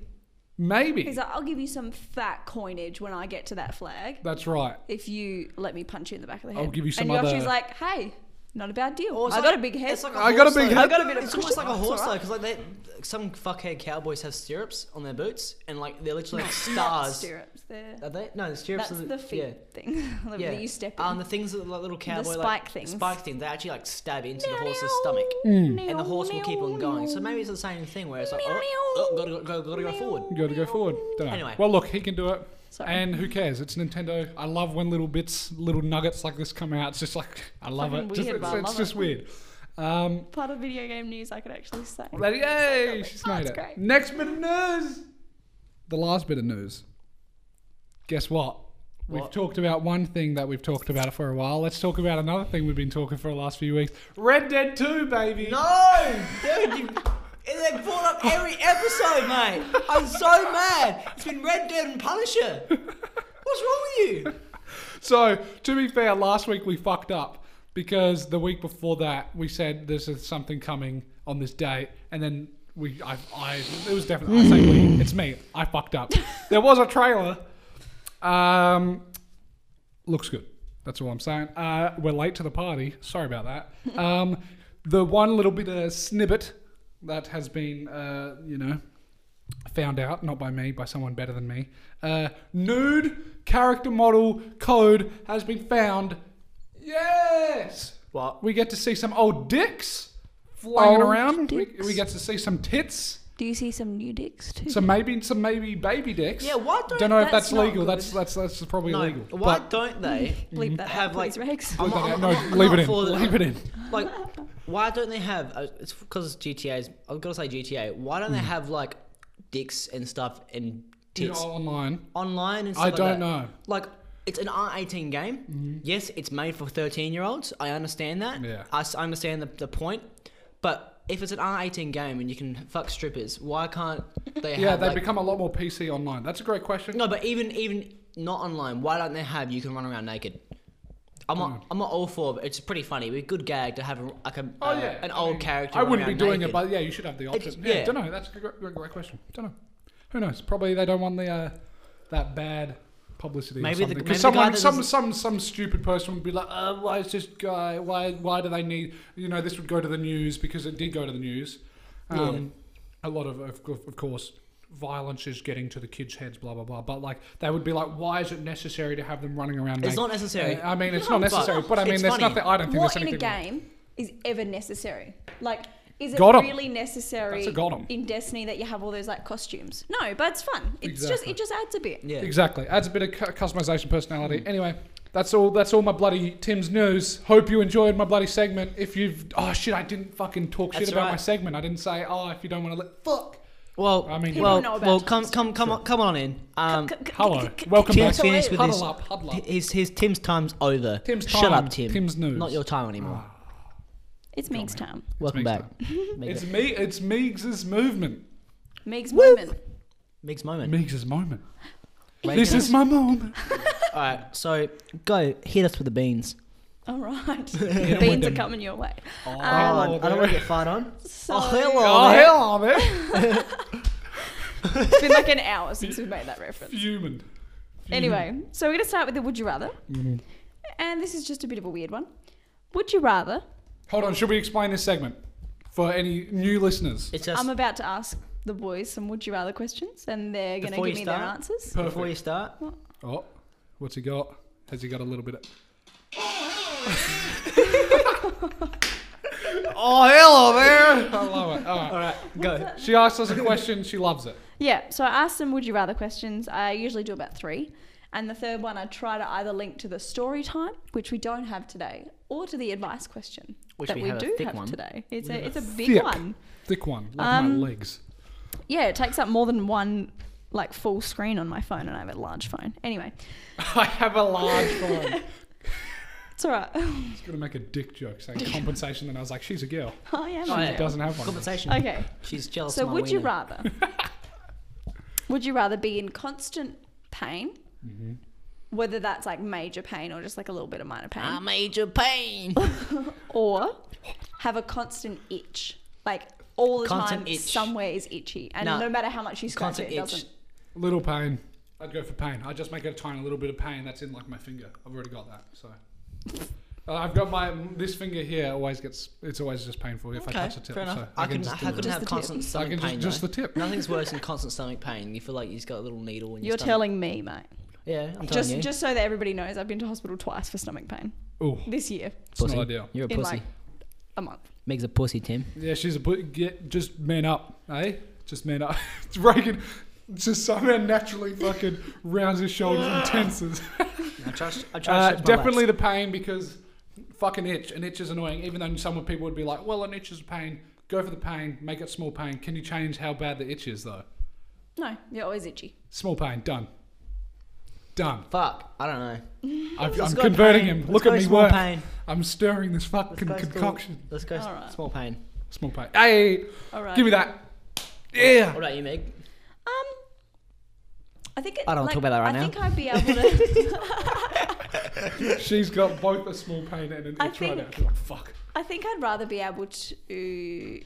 C: Maybe
A: He's like, I'll give you some fat coinage when I get to that flag
C: that's right.
A: if you let me punch you in the back of the head.
C: I'll give you some
A: And Yoshi's
C: other-
A: like, hey, not a bad deal.
B: Or it's
A: I
B: like-
A: got a big head. (laughs)
B: it's like
C: I got a
B: horse,
C: big
B: though.
C: head.
B: I got a bit of
A: It's (laughs)
B: It's almost like a
A: alright.
B: horse though, because like they, some fuckhead cowboys have stirrups on their boots, and like they're literally like stars.
A: Stirrups there.
B: Are they? No, the stirrups.
A: That's
B: are
A: the, feet
B: Yeah.
A: thing (laughs) that
B: Yeah.
A: you step in.
B: Um, the things that like little cowboy
A: spike
B: like,
A: things.
B: spike things, they actually like stab into the horse's stomach,
C: Mm.
B: and the horse will keep on going. So maybe it's the same thing where it's like, oh, oh, gotta go, go, gotta go forward.
C: You got to go forward. Don't know.
B: Anyway.
C: Well, look, he can do it.
A: Sorry.
C: And who cares? It's Nintendo. I love when little bits, little nuggets like this come out. It's just like (laughs) I love
A: Fucking
C: it. Just-
A: weird,
C: it's
A: but I
C: it's
A: love
C: just
A: it.
C: weird. Um,
A: Part of video game news I could actually say.
C: but yay, she's
A: Oh,
C: made
A: it's
C: it.
A: great.
C: Next bit of news. The last bit of news. Guess what? We've
B: What?
C: talked about one thing that we've talked about for a while. Let's talk about another thing we've been talking for the last few weeks. Red Dead 2, baby.
B: No, dude, you, (laughs) they brought up every episode, mate. I'm so mad. It's been Red Dead and Punisher. What's wrong with you?
C: So, to be fair, last week we fucked up because the week before that we said there's something coming on this date, and then we, I, I it was definitely, I say we, it's me, I fucked up. There was a trailer. Um, looks good. That's all I'm saying. Uh, we're late to the party. Sorry
A: (laughs)
C: about that. Um, the one little bit of snippet that has been, uh, you know, found out, not by me, by someone better than me. Uh, nude character model code has been found. Yes!
B: What?
C: We get to see some old dicks flying
A: Old
C: around.
A: dicks?
C: We, we get to see some tits.
A: Do you see some new dicks too? (laughs)
C: Some maybe, some maybe baby dicks.
B: Yeah, why don't-
C: don't know if
B: that's
C: that's
B: not
C: legal.
B: good.
C: That's that's that's probably
B: No,
C: illegal.
B: why
C: But-
B: don't they
A: (laughs) Bleep that
B: have
A: out,
B: like?
A: please, Rex.
B: I'm not- I'm
C: no,
B: not- I'm
C: leave it
B: not
C: in.
B: for the- (laughs)
C: Leave it in.
B: like why don't they have uh, it's because gta's i've got to say gta why don't they have like dicks and stuff and
C: Hmm. You know,
B: tits
C: online.
B: online and stuff
C: I
B: like that?
C: don't know. Mm-hmm.
B: like it's an r18 game yes it's made for 13 year olds i understand that
C: Yeah.
B: i s- understand the, the point but if it's an r18 game and you can fuck strippers why can't they have
C: Yeah, they
B: like-
C: become a lot more PC online. That's a great question.
B: no but even even not online why don't they have you can run around naked I'm not, I'm not all for it, but it's pretty funny. It'd be a good gag to have a, like a,
C: Oh
B: uh,
C: yeah,
B: an
C: I
B: old
C: mean,
B: character.
C: I
B: run
C: wouldn't be
B: around
C: doing
B: naked.
C: it, but yeah, you should have the option. yeah,
B: yeah.
C: don't know. That's a great, great, great question. Don't know. Who knows? Probably they don't want the uh, that bad publicity.
B: Maybe
C: Maybe
B: the- maybe
C: something.
B: the
C: because someone,
B: guy that
C: some,
B: does-
C: some, some stupid person would be like, uh, "Why is this guy? Why, why do they need? You know, this would go to the news because it did go to the news. Um, A lot of, of, of course." Violence is getting to the kids' heads, blah blah blah. But like, they would be like, "Why is it necessary to have them running around?"
B: It's
C: naked?
B: not necessary.
C: Uh, I mean, it's not
B: But
C: necessary. But I mean,
B: it's
C: there's
B: funny.
C: nothing. I don't think
A: what in
C: there's
A: a
C: anything. wrong.
A: game is ever necessary? Like, is it
C: Got 'em.
A: really necessary
C: That's a got 'em.
A: in Destiny that you have all those like costumes? No, but it's fun. It's just
C: Exactly.
A: it just adds a bit.
B: Yeah.
C: Exactly. Adds a bit of cu- customization personality. Anyway, that's all that's all my bloody Tim's news. Hope you enjoyed my bloody segment. If you've oh shit, I didn't fucking talk shit
B: That's
C: about
B: right.
C: my segment. I didn't say, "Oh, if you don't want to let fuck."
B: Well,
C: I mean, People
B: well,
A: know about
B: well,
A: Tim's
B: come, come, come on, come on in. Um,
C: Hello. Welcome
B: Tim's
C: back.
B: finished with
C: huddle
B: his,
C: up, huddle up.
B: his, his Tim's time's over.
C: Tim's
B: Shut
C: time.
B: up, Tim.
C: Tim's news. Ah,
B: Not your time anymore.
A: It's Meeg's time.
B: Welcome
C: Meeg's
B: back.
C: (laughs) It's
B: Megs
C: me it's Meegs's movement.
A: Meeg's moment.
B: Megs moment.
C: Meegs's moment.
B: Wait,
C: This
B: can I-
C: is my moment.
B: all right. So go hit us with the beans.
A: All
C: (laughs)
A: right, beans are
C: done.
A: coming your way.
B: Hang
A: Um,
B: on, I don't want to get fired on.
A: so
B: Oh, hello.
C: Oh
B: man.
C: hell, man.
A: it's been like an hour since we've made that
B: (laughs)
A: reference.
C: (laughs) Human.
A: Anyway, so we're going to start with the would you rather.
C: Mm-hmm.
A: And this is just a bit of a weird one. Would you rather?
C: Hold on, should we explain this segment for any new listeners?
B: It's just
A: I'm about to ask the boys some would you rather questions and they're going to
B: Before
A: give me
B: you
A: their
B: start?
A: answers.
B: before you start.
C: Oh, what's he got? Has he got a
B: (laughs)
C: little bit of
B: Oh hello, man.
C: I love it. All right.
B: all right, go.
C: She asks us a question. She loves it.
A: Yeah, so I asked them would you rather questions. I usually do about three. And the third one, I try to either link to the story time, which we don't have today, or to the advice question
B: Which
A: that
B: we
A: we,
B: have a
A: do
B: thick
A: have
B: one.
A: today. It's a, it's a big
C: thick.
A: one.
C: Thick one, like
A: Um,
C: my legs.
A: Yeah, it takes up more than one like full screen on my phone and I have a large phone. Anyway,
C: I have a large phone. I
A: it's all right. (laughs)
C: was gonna make a dick joke saying compensation, and I was like, she's a girl.
A: I am.
B: Oh,
A: a
B: yeah.
A: girl.
C: Doesn't have one. of those.
B: Compensation.
A: Okay.
B: She's jealous.
A: So
B: of my
A: would you
B: wiener. (laughs) Mm-hmm.
A: rather? would you rather be in constant pain whether that's like major pain or just like a little bit of minor pain,
B: Ah, major pain.
A: or have a constant itch, like all the
B: Constant
A: time,
B: itch.
A: somewhere is itchy, and
B: Nah.
A: no matter how much you scratch
B: Constant
A: it, it
B: itch.
A: doesn't.
C: Little pain. I'd go for pain. I just make it a tiny little bit of pain that's in like my finger. I've already got that. So uh, I've got my this finger here always gets it's always just painful if I touch the tip.
B: fair enough.
C: So
B: I, can,
C: just
B: I
C: do
B: could
C: it.
A: Just
B: have
A: the
B: constant
C: I
B: stomach
C: can
B: pain.
C: just, just
B: though.
C: the tip.
B: Nothing's worse than constant stomach pain. You feel like you've got a little needle in your
A: You're
B: stomach.
A: telling me, mate.
B: Yeah, I'm
A: Just,
B: telling you.
A: just so that everybody knows, I've been to hospital twice for stomach pain
C: Oh,
A: this year
C: it's not ideal.
B: You're a
A: in
B: pussy.
A: like a month.
B: Meg's a pussy, Tim.
C: Yeah, she's a but get just man up, eh? Just man up. (laughs) Reagan just somehow naturally fucking rounds his shoulders
B: (laughs)
C: and tenses.
B: I trust. I
C: Uh, definitely the pain because fucking itch. An itch is annoying. Even though some people would be like, well, an itch is a pain. Go for the pain. Make it small pain. Can you change how bad the itch is though?
A: No, you're always itchy.
C: Small pain. Done. Done.
B: Fuck. I don't know.
C: I've,
B: Let's
C: I'm
B: go
C: converting
B: pain.
C: him.
B: Let's
C: Look
B: go
C: at me
B: small
C: work.
B: pain.
C: I'm stirring this fucking
B: Let's go
C: concoction.
B: Small, let's go s-
A: All right.
B: small pain.
C: Small pain. Hey,
A: All right.
C: give me that. Yeah.
B: What about you, Meg?
A: Um, I think it,
B: I don't wanna
A: like,
B: talk about that right
A: I
B: now.
A: think I'd be able to.
B: (laughs)
C: She's got both a small pain and an
A: I
C: itch right now.
A: think-
C: She's like, fuck.
A: I think I'd rather be able to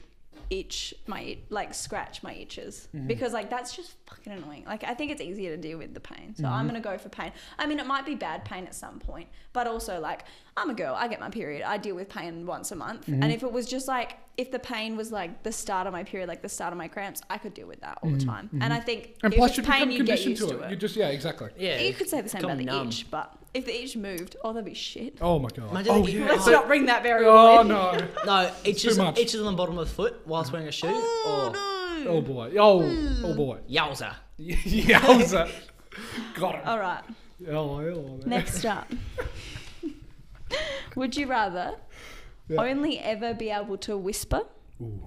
A: itch my like scratch my itches
C: Mm-hmm.
A: because like that's just fucking annoying. Like I think it's easier to deal with the pain, so
C: Mm-hmm.
A: I'm gonna go for pain. I mean, it might be bad pain at some point, but also like I'm a girl. I get my period. I deal with pain once a month,
C: Mm-hmm.
A: and if it was just like if the pain was like the start of my period, like the start of my cramps, I could deal with that all the time. And I think
C: Mm-hmm. And
A: if
C: plus,
A: it's
C: you
A: pain,
C: become
A: you get
C: conditioned
A: used
C: to it. You just, yeah, exactly.
B: Yeah.
A: you could say the same
B: Become
A: about the
B: numb.
A: itch, but if the itch moved, oh, that'd be shit.
C: Oh my god.
B: Imagine
C: oh
B: if you-
C: yeah.
A: Let's not bring that variable
C: Oh
A: in.
C: no.
B: No, itches,
C: too much.
B: itches on the bottom of the foot whilst wearing a shoe. or
C: Oh boy. Oh. Oh boy.
B: Yowza.
C: yeah. I was, uh, Got it.
A: All right.
C: Oh, oh, man. (laughs)
A: Next up. Would you rather
C: Yeah.
A: only ever be able to whisper
C: Ooh.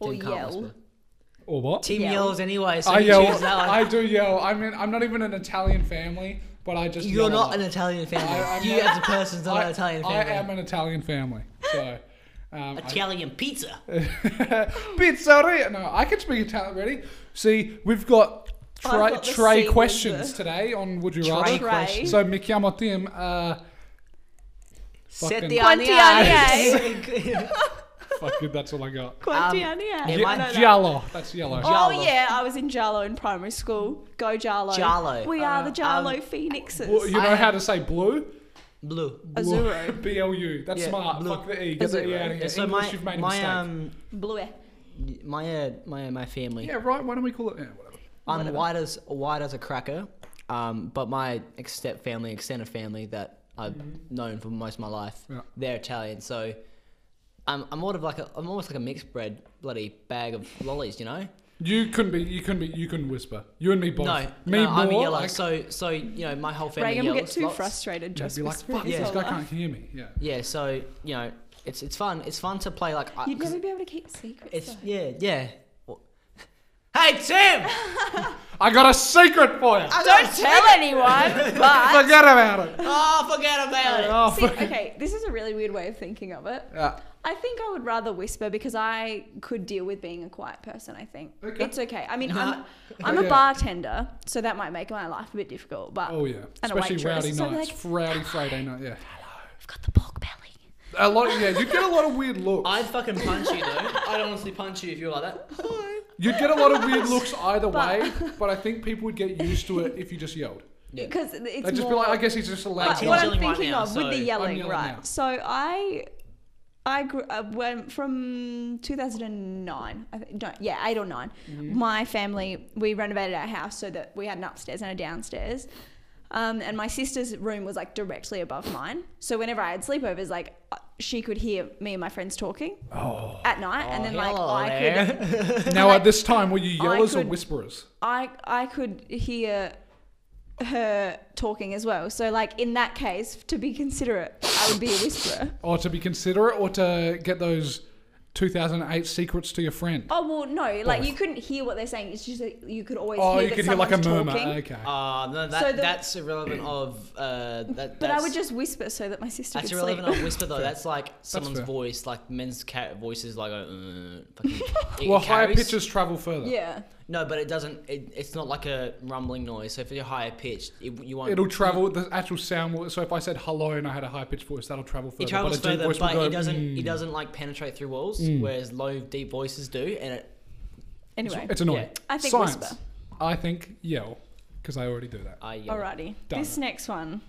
A: or
B: Tim can't
A: yell?
B: whisper.
C: Or what?
B: Tim
A: Yell.
B: yells anyway, so
C: I
B: you
C: yell.
B: choose that one.
C: I do yell. I mean, I'm not even an Italian family, but I just.
B: You're
C: yell a
B: not
C: lot.
B: an Italian family.
C: I- I'm
B: you
C: not-
B: as a person's not
C: I-
B: an Italian
C: I
B: family.
C: am an Italian family, so.
B: (laughs)
C: Um, I-
B: Italian pizza.
C: (laughs) Pizzeria. No, I can speak Italian. Ready? See, we've got
A: I've
B: Oh,
C: tray,
A: got the
C: tray
A: C word
C: questions
A: there.
C: today on Would You
B: Tray
C: Rather.
A: question.
C: So mi chiamo Tim. Uh,
B: Set
C: Fucking-
B: the
A: Quanti
B: onions.
C: fuck it, that's all I got.
B: Um, yeah,
C: Ye-
B: I know that.
C: giallo. That's yellow.
A: Oh
B: Jalo.
A: yeah, I was in Jarlo in primary school. Go Jarlo.
B: Jalo.
A: We are the
B: Uh,
A: Jarlo
B: um,
A: phoenixes.
C: Well, you know
B: I-
C: how to say blue?
B: (laughs) Blue.
A: Azuro.
C: (laughs) B L U. That's
B: Yeah,
C: smart.
B: blue.
C: Fuck the E. Get the E out of here.
B: So
C: English,
B: my
C: you've made a
B: my
C: mistake.
B: um
A: Blue.
B: my uh, my my family.
C: yeah, right. Why don't we call it? Yeah, whatever.
B: I'm white as white as a cracker, um, but my ex- step family, extended family that I've known for most of my life,
C: Mm-hmm. Yeah.
B: they're Italian. So I'm I'm more of like a I'm almost like a mixed bread bloody bag of lollies, you know.
C: You couldn't be. You couldn't be. You couldn't whisper. You and me both.
B: No,
C: Oh. me
B: no,
C: more.
B: I'm a yellow.
C: like-
B: so so you know my whole family
A: Reagan will
B: yells.
A: get too
B: lots.
A: frustrated
C: I'd
A: just
C: be like,
A: whispering
C: fuck,
A: his
C: this
A: whole
C: guy
A: life.
C: can't hear me. Yeah.
B: Yeah, so you know it's it's fun. It's fun to play like I-
A: You'd
B: 'cause
A: never be able to keep secrets.
B: it's
A: though.
B: yeah yeah. Well- (laughs)
A: (laughs)
B: Hey Tim,
C: I got a secret
B: (laughs)
C: for you.
A: Don't tell
C: (laughs)
A: anyone. But
C: Forget about it. (laughs)
B: oh forget about it.
C: Oh,
A: See, okay, this is a really weird way of thinking of it.
C: Yeah.
A: I think I would rather whisper because I could deal with being a quiet person. I think
C: Okay.
A: it's okay. I mean,
B: Nah.
A: I'm, I'm
C: Okay.
A: a bartender, so that might make my life a bit difficult. But
C: Oh yeah,
A: And a
C: especially
A: waitress.
C: rowdy
A: So they're
C: nights,
A: like,
C: rowdy Friday night. Yeah,
A: I've got the pork belly.
C: a lot. Yeah, you'd get a lot of weird looks.
B: (laughs) I'd fucking punch you though. I'd honestly punch you if you were like that.
C: You'd get a lot of weird looks either way, but I think people would get used to it if you just yelled.
B: Yeah.
A: Because it's
C: They'd just
A: more,
C: be like, I guess he's just a
A: But
C: loud
B: Tim's
A: what
C: guy.
A: I'm
B: yelling right
A: thinking
B: now,
A: of with
B: so-
A: the
B: I'm
A: yelling,
C: yelling
A: right?
C: now.
A: So I, I grew uh, when from 2009. I think, no, yeah, eight or 9 My family we renovated our house so that we had an upstairs and a downstairs, um, and my sister's room was like directly above mine. So whenever I had sleepovers, like uh, she could hear me and my friends talking at night, and then like
B: Hello
A: I
B: there.
A: could
C: Now at this time, were you
A: I
C: yellers or
A: could-
C: whisperers?
A: I I could hear her talking as well. So like in that case, to be considerate, I would be a whisperer.
C: Or to be considerate, or to get those 2008 secrets to your friend?
A: Oh well, no, like you couldn't hear what they're saying. It's just that you could always
C: Oh,
A: hear
C: you
A: that
C: could hear like a
A: someone's
C: murmur.
A: talking.
C: Okay.
B: Ah, no, that,
A: So the-
B: that's irrelevant of uh, that,
A: But I
B: that's,
A: would just whisper so that my sister
B: that's
A: could
B: irrelevant
A: sleep.
B: of whisper
C: (laughs)
B: though. That's like someone's
C: fair.
B: voice, like men's car- voices, like uh, fucking,
A: (laughs)
B: it
C: well, higher
B: carries.
C: pitches travel further.
A: yeah.
B: No, but it doesn't. It, it's not like a rumbling noise. So if you're higher pitched, it, you won't.
C: It'll travel. The actual sound will. So if I said hello and I had a high pitched voice, that'll travel further.
B: It travels
C: but a deep
B: further,
C: voice will
B: but
C: go, Hmm.
B: it doesn't. It
C: "Mm."
B: doesn't like penetrate through walls, whereas low, deep voices do, and it
A: Anyway,
C: It's annoying.
B: Yeah.
A: I think
C: Science.
A: whisper.
C: I think yell because I already do that.
B: I uh, yell.
A: Alrighty.
C: Done.
A: This next one.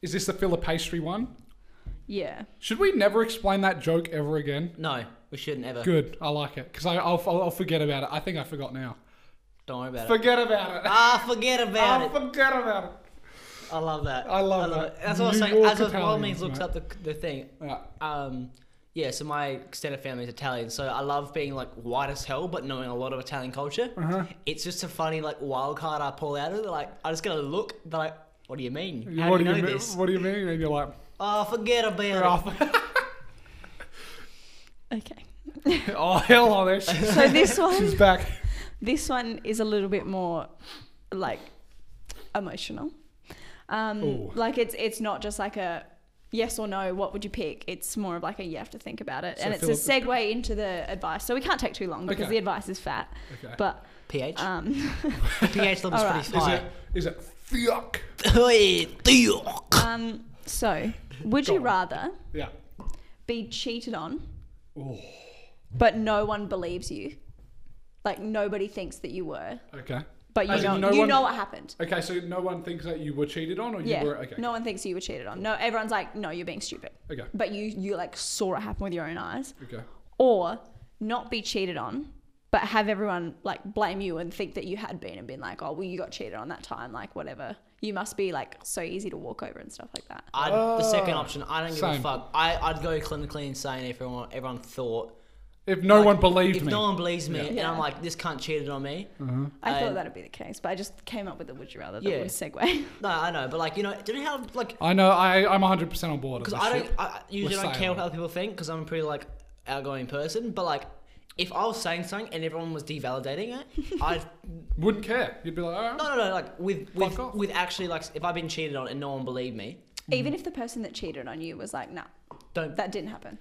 C: Is this the filler pastry one?
A: Yeah.
C: Should we never explain that joke ever again?
B: No, we shouldn't ever.
C: Good, I like it because I'll, I'll, I'll forget about it. I think I forgot now.
B: Don't worry about it.
C: Forget about it.
B: Ah, forget about
C: I'll
B: it.
C: forget about it.
B: I love that.
C: I love
B: it.
C: that.
B: That's what I was
C: New
B: saying.
C: York
B: As was well means looks
C: Italians,
B: up the, the thing.
C: Yeah.
B: Um, yeah, so my extended family is Italian, so I love being like white as hell, but knowing a lot of Italian culture.
C: Uh-huh.
B: It's just a funny like wild card I pull out of it. Like I just gotta look. They're like, what do you mean? How
C: what
B: do you know
C: mean?
B: this?
C: What do you mean? And you're like, (laughs)
B: Oh, forget about it.
C: oh, (laughs)
A: Okay.
C: oh hell on it. She's-
A: So this one,
C: (laughs)
B: (laughs)
C: She's back.
A: this one is a little bit more, like, emotional. Um,
C: Ooh.
A: like it's it's not just like a yes or no. What would you pick? It's more of like a you have to think about it,
C: So
A: and it's a
C: Philip-
A: segue into the advice. So we can't take too long because
C: Okay.
A: the advice is fat.
C: Okay.
A: But
B: pH.
A: um, (laughs)
B: pH level's
A: Alright.
B: pretty
C: Is it?
B: high.
C: Is it? Fuck.
B: Oi, Duke.
A: um, so would
C: Go
A: you
C: on.
A: rather
C: Yeah. Oh,
A: be cheated on,
C: Ooh.
A: but no one believes you? Like nobody thinks that you were,
C: Okay.
A: but you
C: As in
A: know
C: no
A: you
C: one-
A: know what happened.
C: Okay. So no one thinks that you were cheated on, or you
A: Yeah.
C: were okay.
A: No one thinks you were cheated on. No, everyone's like, no, you're being stupid.
C: Okay.
A: But you you like saw it happen with your own eyes,
C: Okay.
A: or not be cheated on, but have everyone like blame you and think that you had been and been like, oh, well, you got cheated on that time, like whatever. You must be like so easy to walk over and stuff like that.
B: I'd, the second
C: Ah,
B: option, I don't give a
C: same.
B: fuck. I, I'd go clinically insane if everyone everyone thought.
C: If no one believed
B: If
C: me. Uh-huh.
B: no one believes me, and
A: Yeah.
B: I'm like, this cunt cheated on me.
A: I
B: I-
A: thought that'd be the case, but I just came up with a would you rather that
B: Um, Yeah.
A: would segue. (laughs)
B: No, I know, but like, you know, do you know how like
C: I know. I I'm 100 percent on board.
B: Because I don't, I I usually
C: We're
B: don't care what
C: silent.
B: other people think because I'm a pretty like outgoing person. But like, if I was saying something and everyone was devalidating
C: (laughs)
B: it, I
C: Wouldn't care. You'd be like, "Oh, all right.
B: no no no like with with,
C: Fuck off.
B: with actually like if I've been cheated on and no one believed me,
A: Even if the person that cheated on you was like, nah,
B: don't
A: that didn't happen.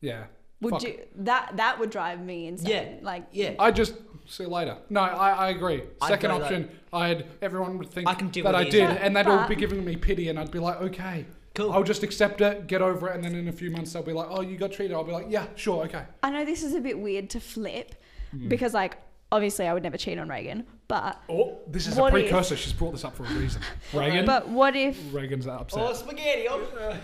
C: Yeah.
A: Would
C: Fuck.
A: you that that would drive me insane?
B: Yeah.
A: Like
B: yeah.
C: I just see you later. No, I, I agree.
B: I'd
C: Second
B: go like-
C: option, I'd everyone would think
B: I can deal
C: that
B: with
C: I
B: these.
C: did,
A: But-
C: and they'd all
A: but-
C: be giving me pity, and I'd be like, okay,
B: Cool.
C: I'll just accept it, get over it, and then in a few months they'll be like, oh, you got treated. I'll be like, yeah, sure, okay.
A: I know this is a bit weird to flip
B: Hmm.
A: because like obviously I would never cheat on Reagan, but
C: Oh, this is
A: What
C: a
A: if-
C: precursor. She's brought this up for a (laughs) reason. Reagan.
A: but what if
C: Reagan's upset.
B: oh spaghetti. Oh.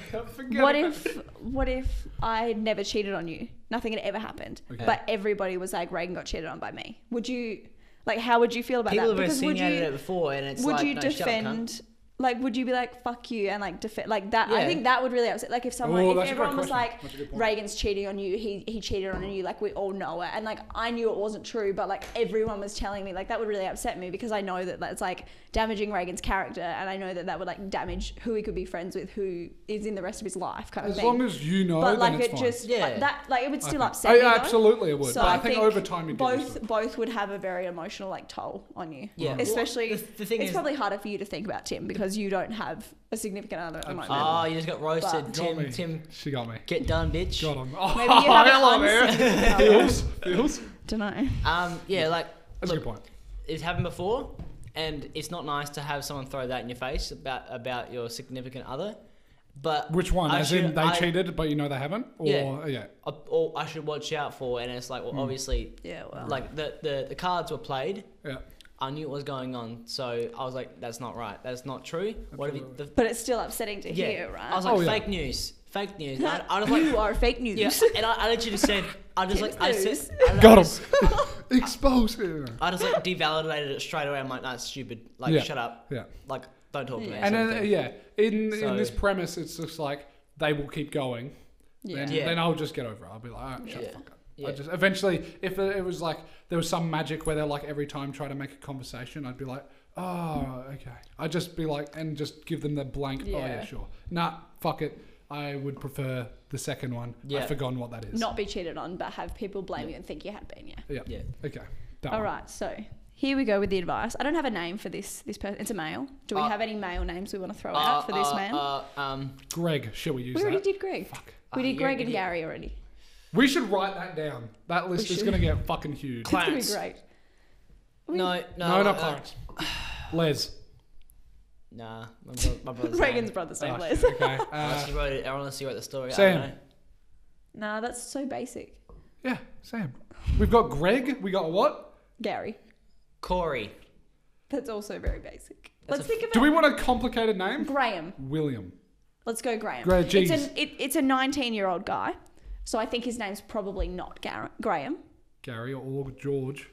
A: what if what if I never cheated on you? Nothing had ever happened, but everybody was like Reagan got cheated on by me. Would you like how would you feel about
B: People
A: that?
B: have
A: Because would
B: insinuated it
A: you
B: before, and it's
A: would
B: like,
A: you
B: no, shut up, cunt.
A: defend? Like, would you be like "fuck you" and like defend like that? I
B: Yeah.
A: think that would really upset. Like, if someone,
C: Oh,
A: if
C: that's a great
A: everyone was
C: question.
A: like,
C: That's a good point.
A: "Reagan's cheating on you," he he cheated on you. Like, we all know it, and like I knew it wasn't true, but like everyone was telling me, like that would really upset me because I know that that's like damaging Reagan's character, and I know that that would like damage who he could be friends with, who is in the rest of his life, kind
C: As
A: of thing.
C: long as you know,
A: but
C: then
A: like
C: it's
A: it
C: fine.
A: just
B: Yeah.
A: like, that like it would
C: I
A: still
C: think-
A: upset
C: I-
A: me. though.
C: absolutely it would, but I think over time you'd get used to
A: both both would have a very emotional like toll on you.
B: Yeah. Well,
A: especially
B: the- the thing
A: it's
B: is-
A: probably harder for you to think about Tim because you don't have a significant other at the moment.
B: Oh, you just got roasted,
A: But-
C: Got me.
B: Tim. Tim,
C: She got
A: (laughs)
C: me.
B: get done, bitch.
C: Got (laughs) him. Oh,
A: Maybe
B: (laughs)
A: you have an
C: hello there.
A: unsignificant other.
C: Feels, feels.
A: (laughs) Don't know.
B: Um, yeah, like
C: That's a
B: look,
C: good point.
B: it's happened before, and it's not nice to have someone throw that in your face about about your significant other. But
C: Which one?
B: I
C: As
B: should-
C: in they
B: I-
C: cheated, but you know they haven't? Or,
B: Yeah.
C: yeah.
B: I- Or I should watch out for, and it's like, well, obviously,
A: (laughs) Yeah, well.
B: like the, the the cards were played.
C: Yeah.
B: I knew what was going on, so I was like, that's not right. That's not true. What have you? The,
A: But it's still upsetting to
B: yeah,
A: hear, right?
B: I was like,
C: Oh, yeah.
B: fake news,
A: (laughs)
B: fake news. And I, I was like,
A: you are fake news.
B: yeah,
A: (laughs)
B: and I, I literally just said, I just like, I
A: News.
B: said, I don't know, I
C: Got
B: just-
C: him. Exposed. Yeah.
B: I just like devalidated it straight away. I'm like, that's stupid. Like,
C: Yeah.
B: shut up.
C: Yeah.
B: Like, don't talk to me.
A: Yeah.
C: And
B: sort of
C: then,
B: thing.
C: yeah, in in
B: So-
C: this premise, it's just like they will keep going. Then,
B: Yeah.
C: then I'll just get over it. I'll be like, all right, shut
B: Yeah.
C: the fuck up.
B: Yeah.
C: I just eventually, if it, it was like there was some magic where they're like every time try to make a conversation, I'd be like, oh, okay. I'd just be like, and just give them the blank. Oh yeah,
A: Yeah.
C: sure. Nah, fuck it. I would prefer the second one.
B: Yeah.
C: I've forgotten what that is.
A: Not be cheated on, but have people blame you and think you had been. Yeah.
C: Yeah.
B: Yeah.
C: Okay. That
A: All
C: one.
A: right. So here we go with the advice. I don't have a name for this this person. It's a male. Do we
B: Uh,
A: have any male names we want to throw
B: Uh,
A: out for this
B: uh,
A: man?
B: uh, um,
C: Greg, shall we use
A: we already
C: that?
A: did Greg. We
B: Ah,
A: did
B: you
A: Greg and
B: idiot.
A: Gary already. (laughs)
C: We should write that down. That list is
A: should.
C: gonna get fucking huge.
A: It's gonna be
B: Clarence.
A: great.
B: No, no,
C: No, not
B: uh,
C: Clarence. Les.
B: Nah, my, bro- my brother's
A: Reagan's
B: name.
A: brother's
C: Oh,
A: name,
C: shit,
A: Les.
C: okay.
B: I
A: (laughs)
C: Uh,
B: honestly wrote it. I honestly wrote the story. I
C: Sam.
B: don't know.
A: Nah, that's so basic.
C: yeah, Sam. We've got Greg. We got what?
A: Gary.
B: Corey.
A: That's also very basic.
B: That's
A: Let's
B: a-
A: think about
C: Do we want a complicated name?
A: Graham.
C: William.
A: Let's go Graham.
C: Gra-
A: it's,
C: geez.
A: an, it, it's a 19 year old guy, so I think his name's probably not Gar- Graham.
C: Gary or George.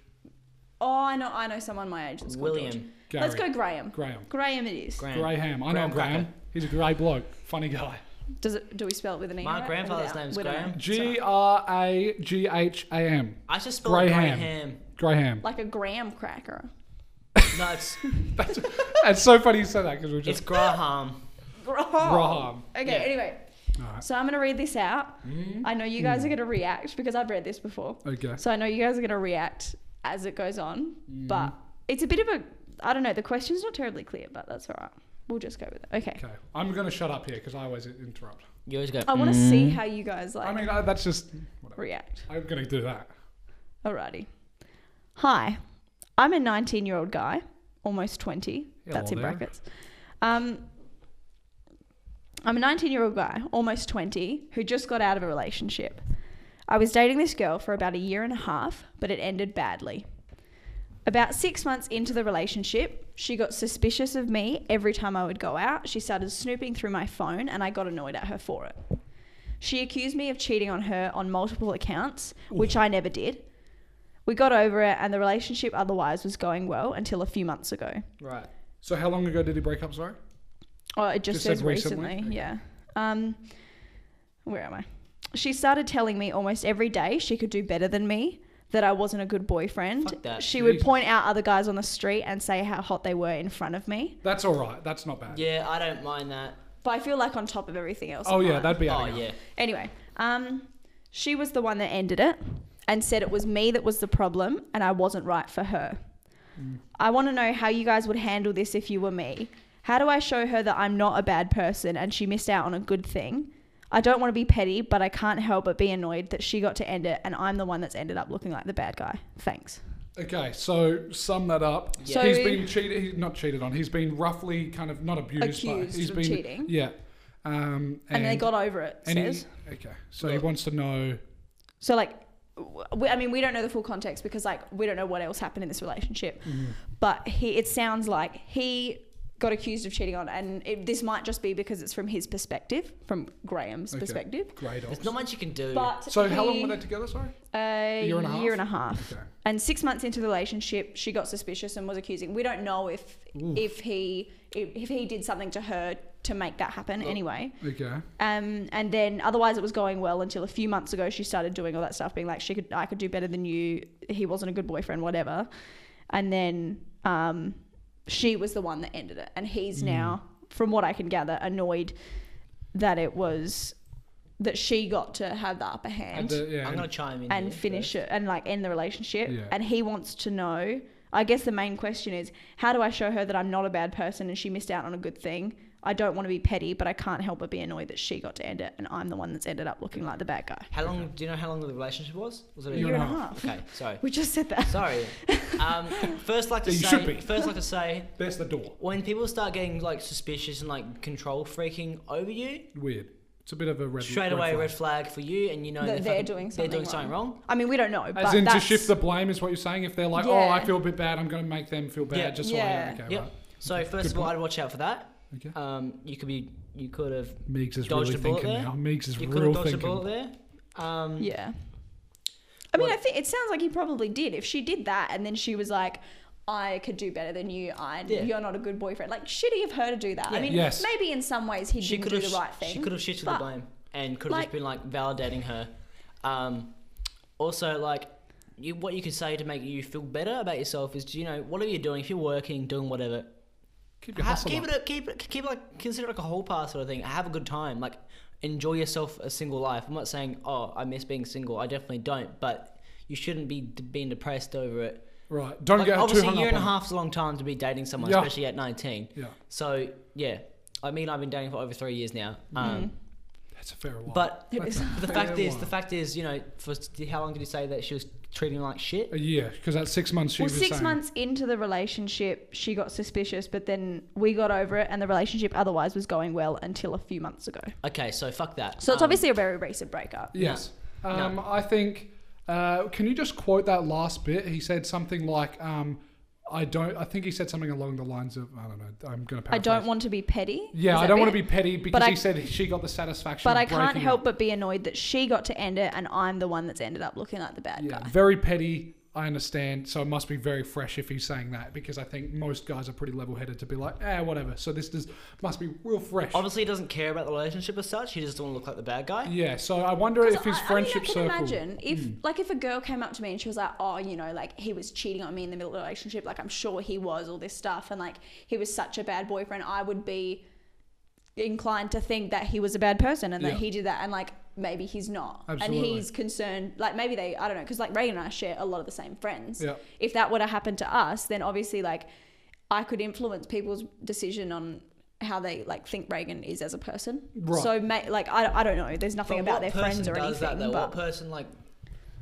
A: Oh, I know, I know someone my age that's called
B: William.
A: George.
C: Gary.
A: Let's go Graham.
C: Graham.
A: Graham it is.
B: Graham.
C: Graham. I know
B: Graham
C: Graham.
B: Cracker.
C: He's a great bloke. Funny guy.
A: Does it? Do we spell it with an E?
B: My
A: on it or
B: grandfather's
A: without?
B: name's
A: We don't
B: Graham.
A: know.
C: G R A G H A M.
B: I just spelled
C: Graham.
B: Graham.
C: Graham. (laughs)
A: Like a graham cracker.
B: No, it's,
C: That's, that's so funny you said that because we're
B: it's
C: just
B: Graham.
A: Graham.
C: Graham.
A: Okay.
B: Yeah. Mm.
A: Anyway,
C: Alright.
A: so I'm gonna read this out. I know you guys
C: Mm.
A: are gonna react because I've read this before.
C: Okay.
A: So I know you guys are going to react as it goes on,
C: Mm-hmm.
A: but it's a bit of a I don't know. The question's not terribly clear, but that's all right. We'll just go with it. Okay.
C: Okay. I'm going to shut up here because I always interrupt.
B: You always go.
A: I want to see how you guys like
C: I mean, I, that's just. Whatever.
A: react.
C: I'm going to do that.
A: Alrighty. Hi, I'm a 19 year old guy, almost 20.
C: Hello
A: that's in
C: there.
A: brackets. Um, I'm a 19 year old guy, almost 20, who just got out of a relationship. I was dating this girl for about a year and a half, but it ended badly. About six months into the relationship, she got suspicious of me every time I would go out. She started snooping through my phone, and I got annoyed at her for it. She accused me of cheating on her on multiple accounts, which I never did. We got over it, and the relationship otherwise was going well until a few months ago.
B: Right.
C: So, how long ago did he break up? Sorry?
A: Oh, it just,
C: Just
A: says
C: said recently?
A: recently. Yeah. Um, where am I? She started telling me almost every day she could do better than me, that I wasn't a good boyfriend.
B: Fuck that.
A: She would
C: Jesus.
A: point out other guys on the street and say how hot they were in front of me.
C: That's all right. That's not bad.
B: Yeah, I don't mind that.
A: But I feel like on top of everything else.
C: Oh,
A: I'm
C: yeah.
A: like-
C: That'd be
B: Oh
C: adding up.
B: yeah.
A: Anyway, um, she was the one that ended it and said it was me that was the problem and I wasn't right for her. I want to know how you guys would handle this if you were me. How do I show her that I'm not a bad person and she missed out on a good thing? I don't want to be petty, but I can't help but be annoyed that she got to end it and I'm the one that's ended up looking like the bad guy. Thanks.
C: Okay, so sum that up.
A: Yeah.
C: he's
A: So-
C: been cheated. He's not cheated on. He's been roughly kind of not abused.
A: Accused
C: but he's
A: of
C: been,
A: cheating.
C: Yeah. Um, and,
A: And, they got over it,
C: and he-
A: says.
C: okay, so he wants to know.
A: So like, w- we, I mean, we don't know the full context because like we don't know what else happened in this relationship.
C: mm,
A: But he, it sounds like he got accused of cheating on, and it, this might just be because it's from his perspective, from Graham's
C: Okay.
A: perspective.
C: Great.
B: There's not much you can do.
A: But
C: So how long
A: he-
C: were they together? Sorry.
A: A
C: year and a half?
A: Year and a half.
C: Okay.
A: And six months into the relationship, she got suspicious and was accusing. We don't know if
C: Oof.
A: if he if, if he did something to her to make that happen. Anyway,
C: Okay.
A: um, and then otherwise it was going well until a few months ago she started doing all that stuff, being like she could I could do better than you. He wasn't a good boyfriend, whatever. And then um, she was the one that ended it, and he's now, from what I can gather, annoyed that it was that she got to have the upper
C: And
A: hand
C: the- yeah,
B: I'm
C: and-
B: gonna chime in.
A: and
B: here
A: finish it and like end the relationship.
C: Yeah.
A: And he wants to know. I guess the main question is how do I show her that I'm not a bad person and she missed out on a good thing? I don't want to be petty, but I can't help but be annoyed that she got to end it and I'm the one that's ended up looking like the bad guy.
B: How long? Do you know how long the relationship was? Was it
A: A year and a half.
B: Okay, sorry.
A: We just said that.
B: Sorry. Um, first, like to
C: (laughs) You
B: say,
C: should be.
B: first, like to say,
C: There's the door.
B: when people start getting like suspicious and like control freaking over you,
C: Weird. It's a bit of a red.
B: straight
C: red
B: away
C: flag.
B: red flag for you, and you know
A: That
B: they're,
A: they're
B: fucking-
A: doing
B: they're
A: something
B: doing something
A: wrong.
B: wrong.
A: I mean, we don't know. But
C: As in to
A: that's-
C: shift the blame is what you're saying. If they're like, oh,
A: Yeah.
C: I feel a bit bad. I'm gonna make them feel bad.
B: Yeah.
C: Just so I
A: Yeah.
C: okay,
B: Yep.
C: right.
B: So first of all, I'd watch out for that.
C: Okay.
B: Um, you could be, you could have,
C: Meeks is
B: Dodged
C: really
B: a bullet
C: thinking
B: there.
C: now. Meeks is
B: you could have
C: real
B: dodged a bullet
C: thinking.
B: there. Um,
A: Yeah. I mean,
B: What-
A: I think it sounds like he probably did. If she did that and then she was like, I could do better than you. I,
B: Yeah.
A: You're not a good boyfriend. Like, shitty of her to do that. I
B: Yeah.
A: mean,
C: Yes.
A: maybe in some ways he
B: she
A: didn't
B: could
A: do
B: have,
A: the right thing.
B: she could have shifted
A: but-
B: the blame and could have
A: like-
B: just been like validating her. Um, also like. You, what you could say to make you feel better about yourself is, you know, whatever you're doing, if you're working, doing whatever,
C: Keep your
B: Ha-
C: hustle
B: keep
C: up.
B: it, a, keep it, keep it like consider it like a whole pass sort of thing. Have a good time, like enjoy yourself a single life. I'm not saying oh I miss being single. I definitely don't, but you shouldn't be d- being depressed over it.
C: Right. Don't
B: Like,
C: get too
B: obviously,
C: hung
B: a year
C: up
B: and a
C: on it.
B: half's a long time to be dating someone,
C: Yeah.
B: especially at 19.
C: Yeah.
B: So yeah, I mean I've been dating for over three years now.
A: Mm-hmm.
B: Um,
C: That's a fair one.
B: But
A: It is.
B: the
C: Fair
B: fact is,
C: one.
B: the fact is, you know, for s- how long did you say that she was treating her like shit.
C: A year, because that's six months she
A: well,
C: was
A: six
C: saying.
A: months into the relationship, she got suspicious, but then we got over it, and the relationship otherwise was going well until a few months ago.
B: Okay, so fuck that.
A: So it's
B: Um,
A: obviously a very recent breakup.
C: Yes.
B: No.
C: Um, I think. Uh, can you just quote that last bit? He said something like, um, "I don't." I think he said something along the lines of, "I don't know." I'm gonna.
A: I
C: Paraphrase.
A: don't want to be petty.
C: Yeah,
A: Is
C: I
A: that
C: don't want
A: it?
C: to be petty because
A: I-
C: he said she got the satisfaction.
A: But
C: of
A: I can't
C: breaking
A: help
C: up.
A: but be annoyed that she got to end it, and I'm the one that's ended up looking like the bad
C: Yeah,
A: guy.
C: very petty. I understand. So it must be very fresh if he's saying that because I think most guys are pretty level-headed to be like, "Eh, whatever." So this does must be real fresh.
B: Obviously, he doesn't care about the relationship as such. He just doesn't want to look like the bad guy.
C: Yeah. So I wonder
A: 'Cause
C: if his
A: I- I mean,
C: friendship
A: I can
C: circle. Hmm.
A: Imagine if, like, if a girl came up to me and she was like, "Oh, you know, like he was cheating on me in the middle of a relationship. Like, I'm sure he was all this stuff, and like he was such a bad boyfriend. I would be inclined to think that he was a bad person and that
C: Yeah.
A: he did that, and like maybe he's not, and
C: Absolutely.
A: he's concerned. Like, maybe they, I don't know, because like Reagan and I share a lot of the same friends.
C: Yeah.
A: If that would have happened to us, then obviously, like, I could influence people's decision on. How they like think Reagan is as a person,
C: Right.
A: so ma- like I, I don't know. There's nothing
B: But
A: about
B: what
A: their friends
B: person
A: or
B: does
A: anything.
B: That, though?
A: but
B: What person like?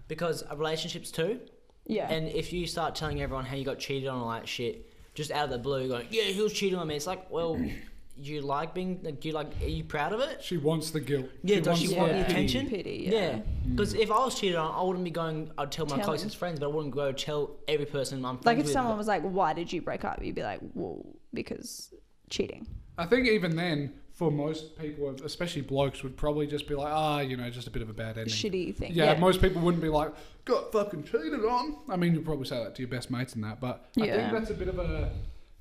B: Because a relationships too,
A: Yeah.
B: and if you start telling everyone how you got cheated on and all that shit, just out of the blue, going, "Yeah, he was cheating on me," it's like, well, (clears throat) do you like being? Like, do you like? Are you proud of it?
C: She wants the guilt.
B: Yeah, does she
C: wants
B: want the
A: Yeah.
B: attention?
A: Pity,
B: yeah.
C: Mm.
B: Because if I was cheated on, I wouldn't be going. I'd tell my
A: Telling.
B: closest friends, but I wouldn't go tell every person I'm friends
A: like if
B: with.
A: someone was like, "Why did you break up?" You'd be like, "Whoa, because cheating."
C: I think even then, for most people, especially blokes, would probably just be like, ah, you know, just a bit of a bad ending.
A: Shitty thing.
C: Yeah, most people wouldn't be like, got fucking cheated on. I mean, you'd probably say that to your best mates and that, but I
A: Yeah.
C: think that's a bit of a,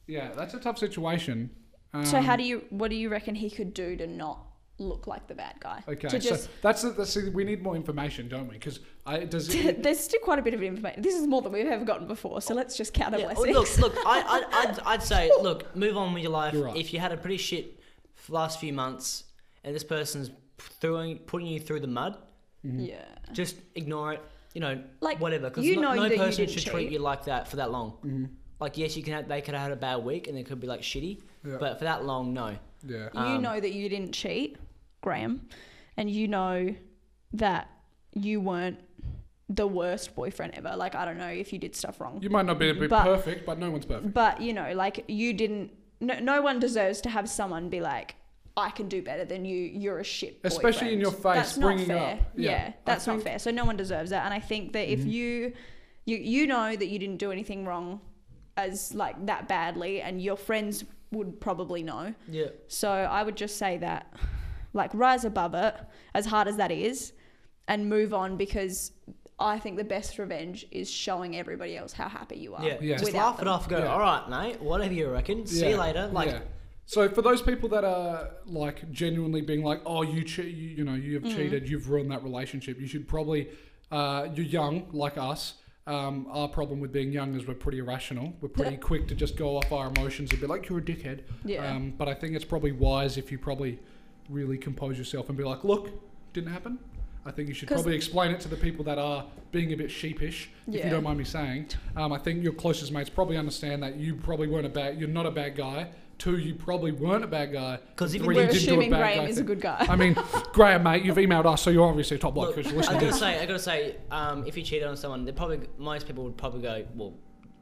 C: yeah, that's a tough situation. Um,
A: so how do you? What do you reckon he could do to not look like the bad guy?
C: Okay,
A: To just. (laughs)
C: so that's, the- that's the- we need more information, don't we? Because it
A: (laughs)
C: does. it-
A: there's still quite a bit of information. This is more than we've ever gotten before, so let's just count our
B: Yeah, oh,
A: blessings.
B: Look, look, I,
A: (laughs)
B: I, I'd, I'd say, look, move on with your life.
C: You're right.
B: If you had a pretty shit f- last few months and this person's throwing, putting you through the mud, mm,
A: yeah.
B: just ignore it. You know,
A: Uh. Like,
B: whatever. Because
A: you
B: no,
A: know
B: no
A: that you
B: person
A: didn't
B: should treat
A: cheat.
B: you like that for that long.
C: Mm-hmm.
B: Like, yes, you can. Have, they could have had a bad week and it could be like shitty,
C: Yeah.
B: but for that long, no.
C: yeah.
A: you
B: Um,
A: know that you didn't cheat, Graham, and you know that you weren't the worst boyfriend ever. Like I don't know if you did stuff wrong.
C: You might not be, be
A: But-
C: perfect, but no one's perfect.
A: but you know like you didn't no, no one deserves to have someone be like i can do better than you you're a shit
C: Especially in
A: boyfriend."
C: your face,
A: that's not
C: bringing
A: fair.
C: up.
A: yeah,
C: Yeah. I
A: that's not
C: think- Mm-hmm.
A: fair so no one deserves that and i think that if you you you know that you didn't do anything wrong as like that badly and your friends would probably know
B: Yeah.
A: so i would just say that like rise above it as hard as that is and move on because I think the best revenge is showing everybody else how happy you are.
B: Yeah.
C: Yeah.
B: Just
A: without
B: laugh
A: them.
B: it off. Go,
C: Yeah.
B: all right, mate. Whatever you reckon. See you
C: Yeah,
B: later. Like,
C: yeah. so for those people that are like genuinely being like, oh, you che- you, you know, you have
B: Mm.
C: cheated, you've ruined that relationship. You should probably, uh, you're young like us. Um, our problem with being young is we're pretty irrational. We're pretty quick to just go off our emotions and be like, you're a dickhead.
A: Yeah.
C: Um, but I think it's probably wise if you probably really compose yourself and be like, look, didn't happen. I think you should
A: 'Cause-
C: probably explain it to the people that are being a bit sheepish, if
A: Yeah.
C: you don't mind me saying. Um, I think your closest mates probably understand that you probably weren't a bad, you're not a bad guy. Two, you probably weren't a bad guy.
B: 'Cause even
C: Three,
B: We're
C: you did do a
A: assuming
C: bad
A: Graham
C: guy
A: is a
C: thing.
A: good guy. (laughs)
C: I mean, Graham, mate, you've emailed us, so you're obviously a top bloke
B: Look,
C: because you
B: I
C: listen to
B: gotta
C: this.
B: say, I gotta say, um, if you cheated on someone, they probably most people would probably go, well,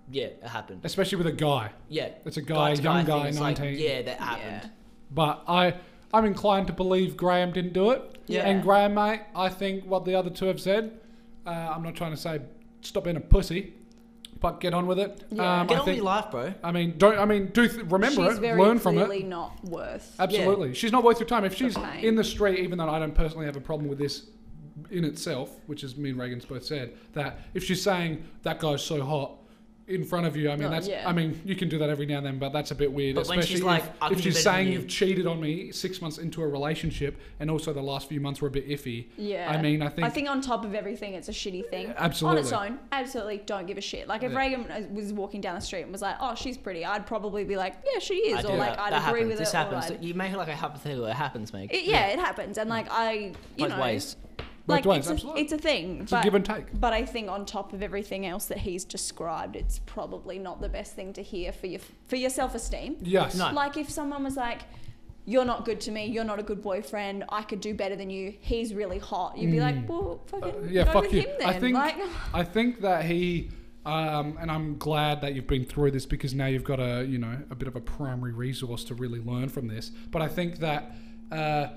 B: yeah, it happened.
C: Especially with a guy.
B: Yeah,
C: It's a guy,
B: Guys,
C: young
B: thing,
C: guy,
B: it's
C: 19.
B: Like, yeah, that happened.
A: Yeah.
C: But I, I'm inclined to believe Graham didn't do it.
A: Yeah.
C: And Graham, mate, I think what the other two have said, uh, I'm not trying to say stop being a pussy, but get on with it.
A: Yeah.
C: Um,
B: Get on
C: I
B: with
C: think,
B: your life, bro.
C: I mean, don't. I mean, do th- remember
A: she's
C: it.
A: very
C: Learn from
A: clearly
C: it.
A: not worth.
C: Absolutely, she's not worth your time. If she's
A: pain.
C: in the street, even though I don't personally have a problem with this in itself, which is me and Reagan's both said that if she's saying that guy's so hot in front of you, I mean,
A: No,
C: that's.
A: yeah.
C: I mean, you can do that every now and then, but that's a bit weird.
B: But when
C: especially
B: she's like,
C: if,
B: "I can
C: if
B: do better
C: she's
B: than
C: saying
B: you."
C: have cheated on me six months into a relationship, and also the last few months were a bit iffy.
A: Yeah.
C: I mean, I think.
A: I think on top of everything, it's a shitty thing.
C: Absolutely.
A: On its own, absolutely don't give a shit. Like if
C: Yeah.
A: Reagan was walking down the street and was like, "Oh, she's pretty," I'd probably be like, "Yeah, she is,"
B: I
A: or
B: do
A: like
B: that.
A: I'd
B: That
A: agree
B: happens.
A: with
B: this
A: it. or
B: happens.
A: I'd-
B: you make it like a hypothetical. It happens, mate.
A: It- yeah, it happens, and like I, you
B: Both
A: know,
B: ways.
A: like
C: ways,
A: it's, a,
C: absolutely.
A: it's a thing.
C: It's a
A: but,
C: give and take.
A: But I think on top of everything else that he's described, it's probably not the best thing to hear for your for your self esteem.
C: yes.
B: No.
A: Like if someone was like, you're not good to me, you're not a good boyfriend, I could do better than you, he's really hot. You'd be like, well, fucking
C: Uh, yeah,
A: go
C: fuck
A: with
C: you.
A: him then.
C: I think
A: like, (laughs)
C: I think that he, um, and I'm glad that you've been through this because now you've got a you know a bit of a primary resource to really learn from this. But I think that. Uh,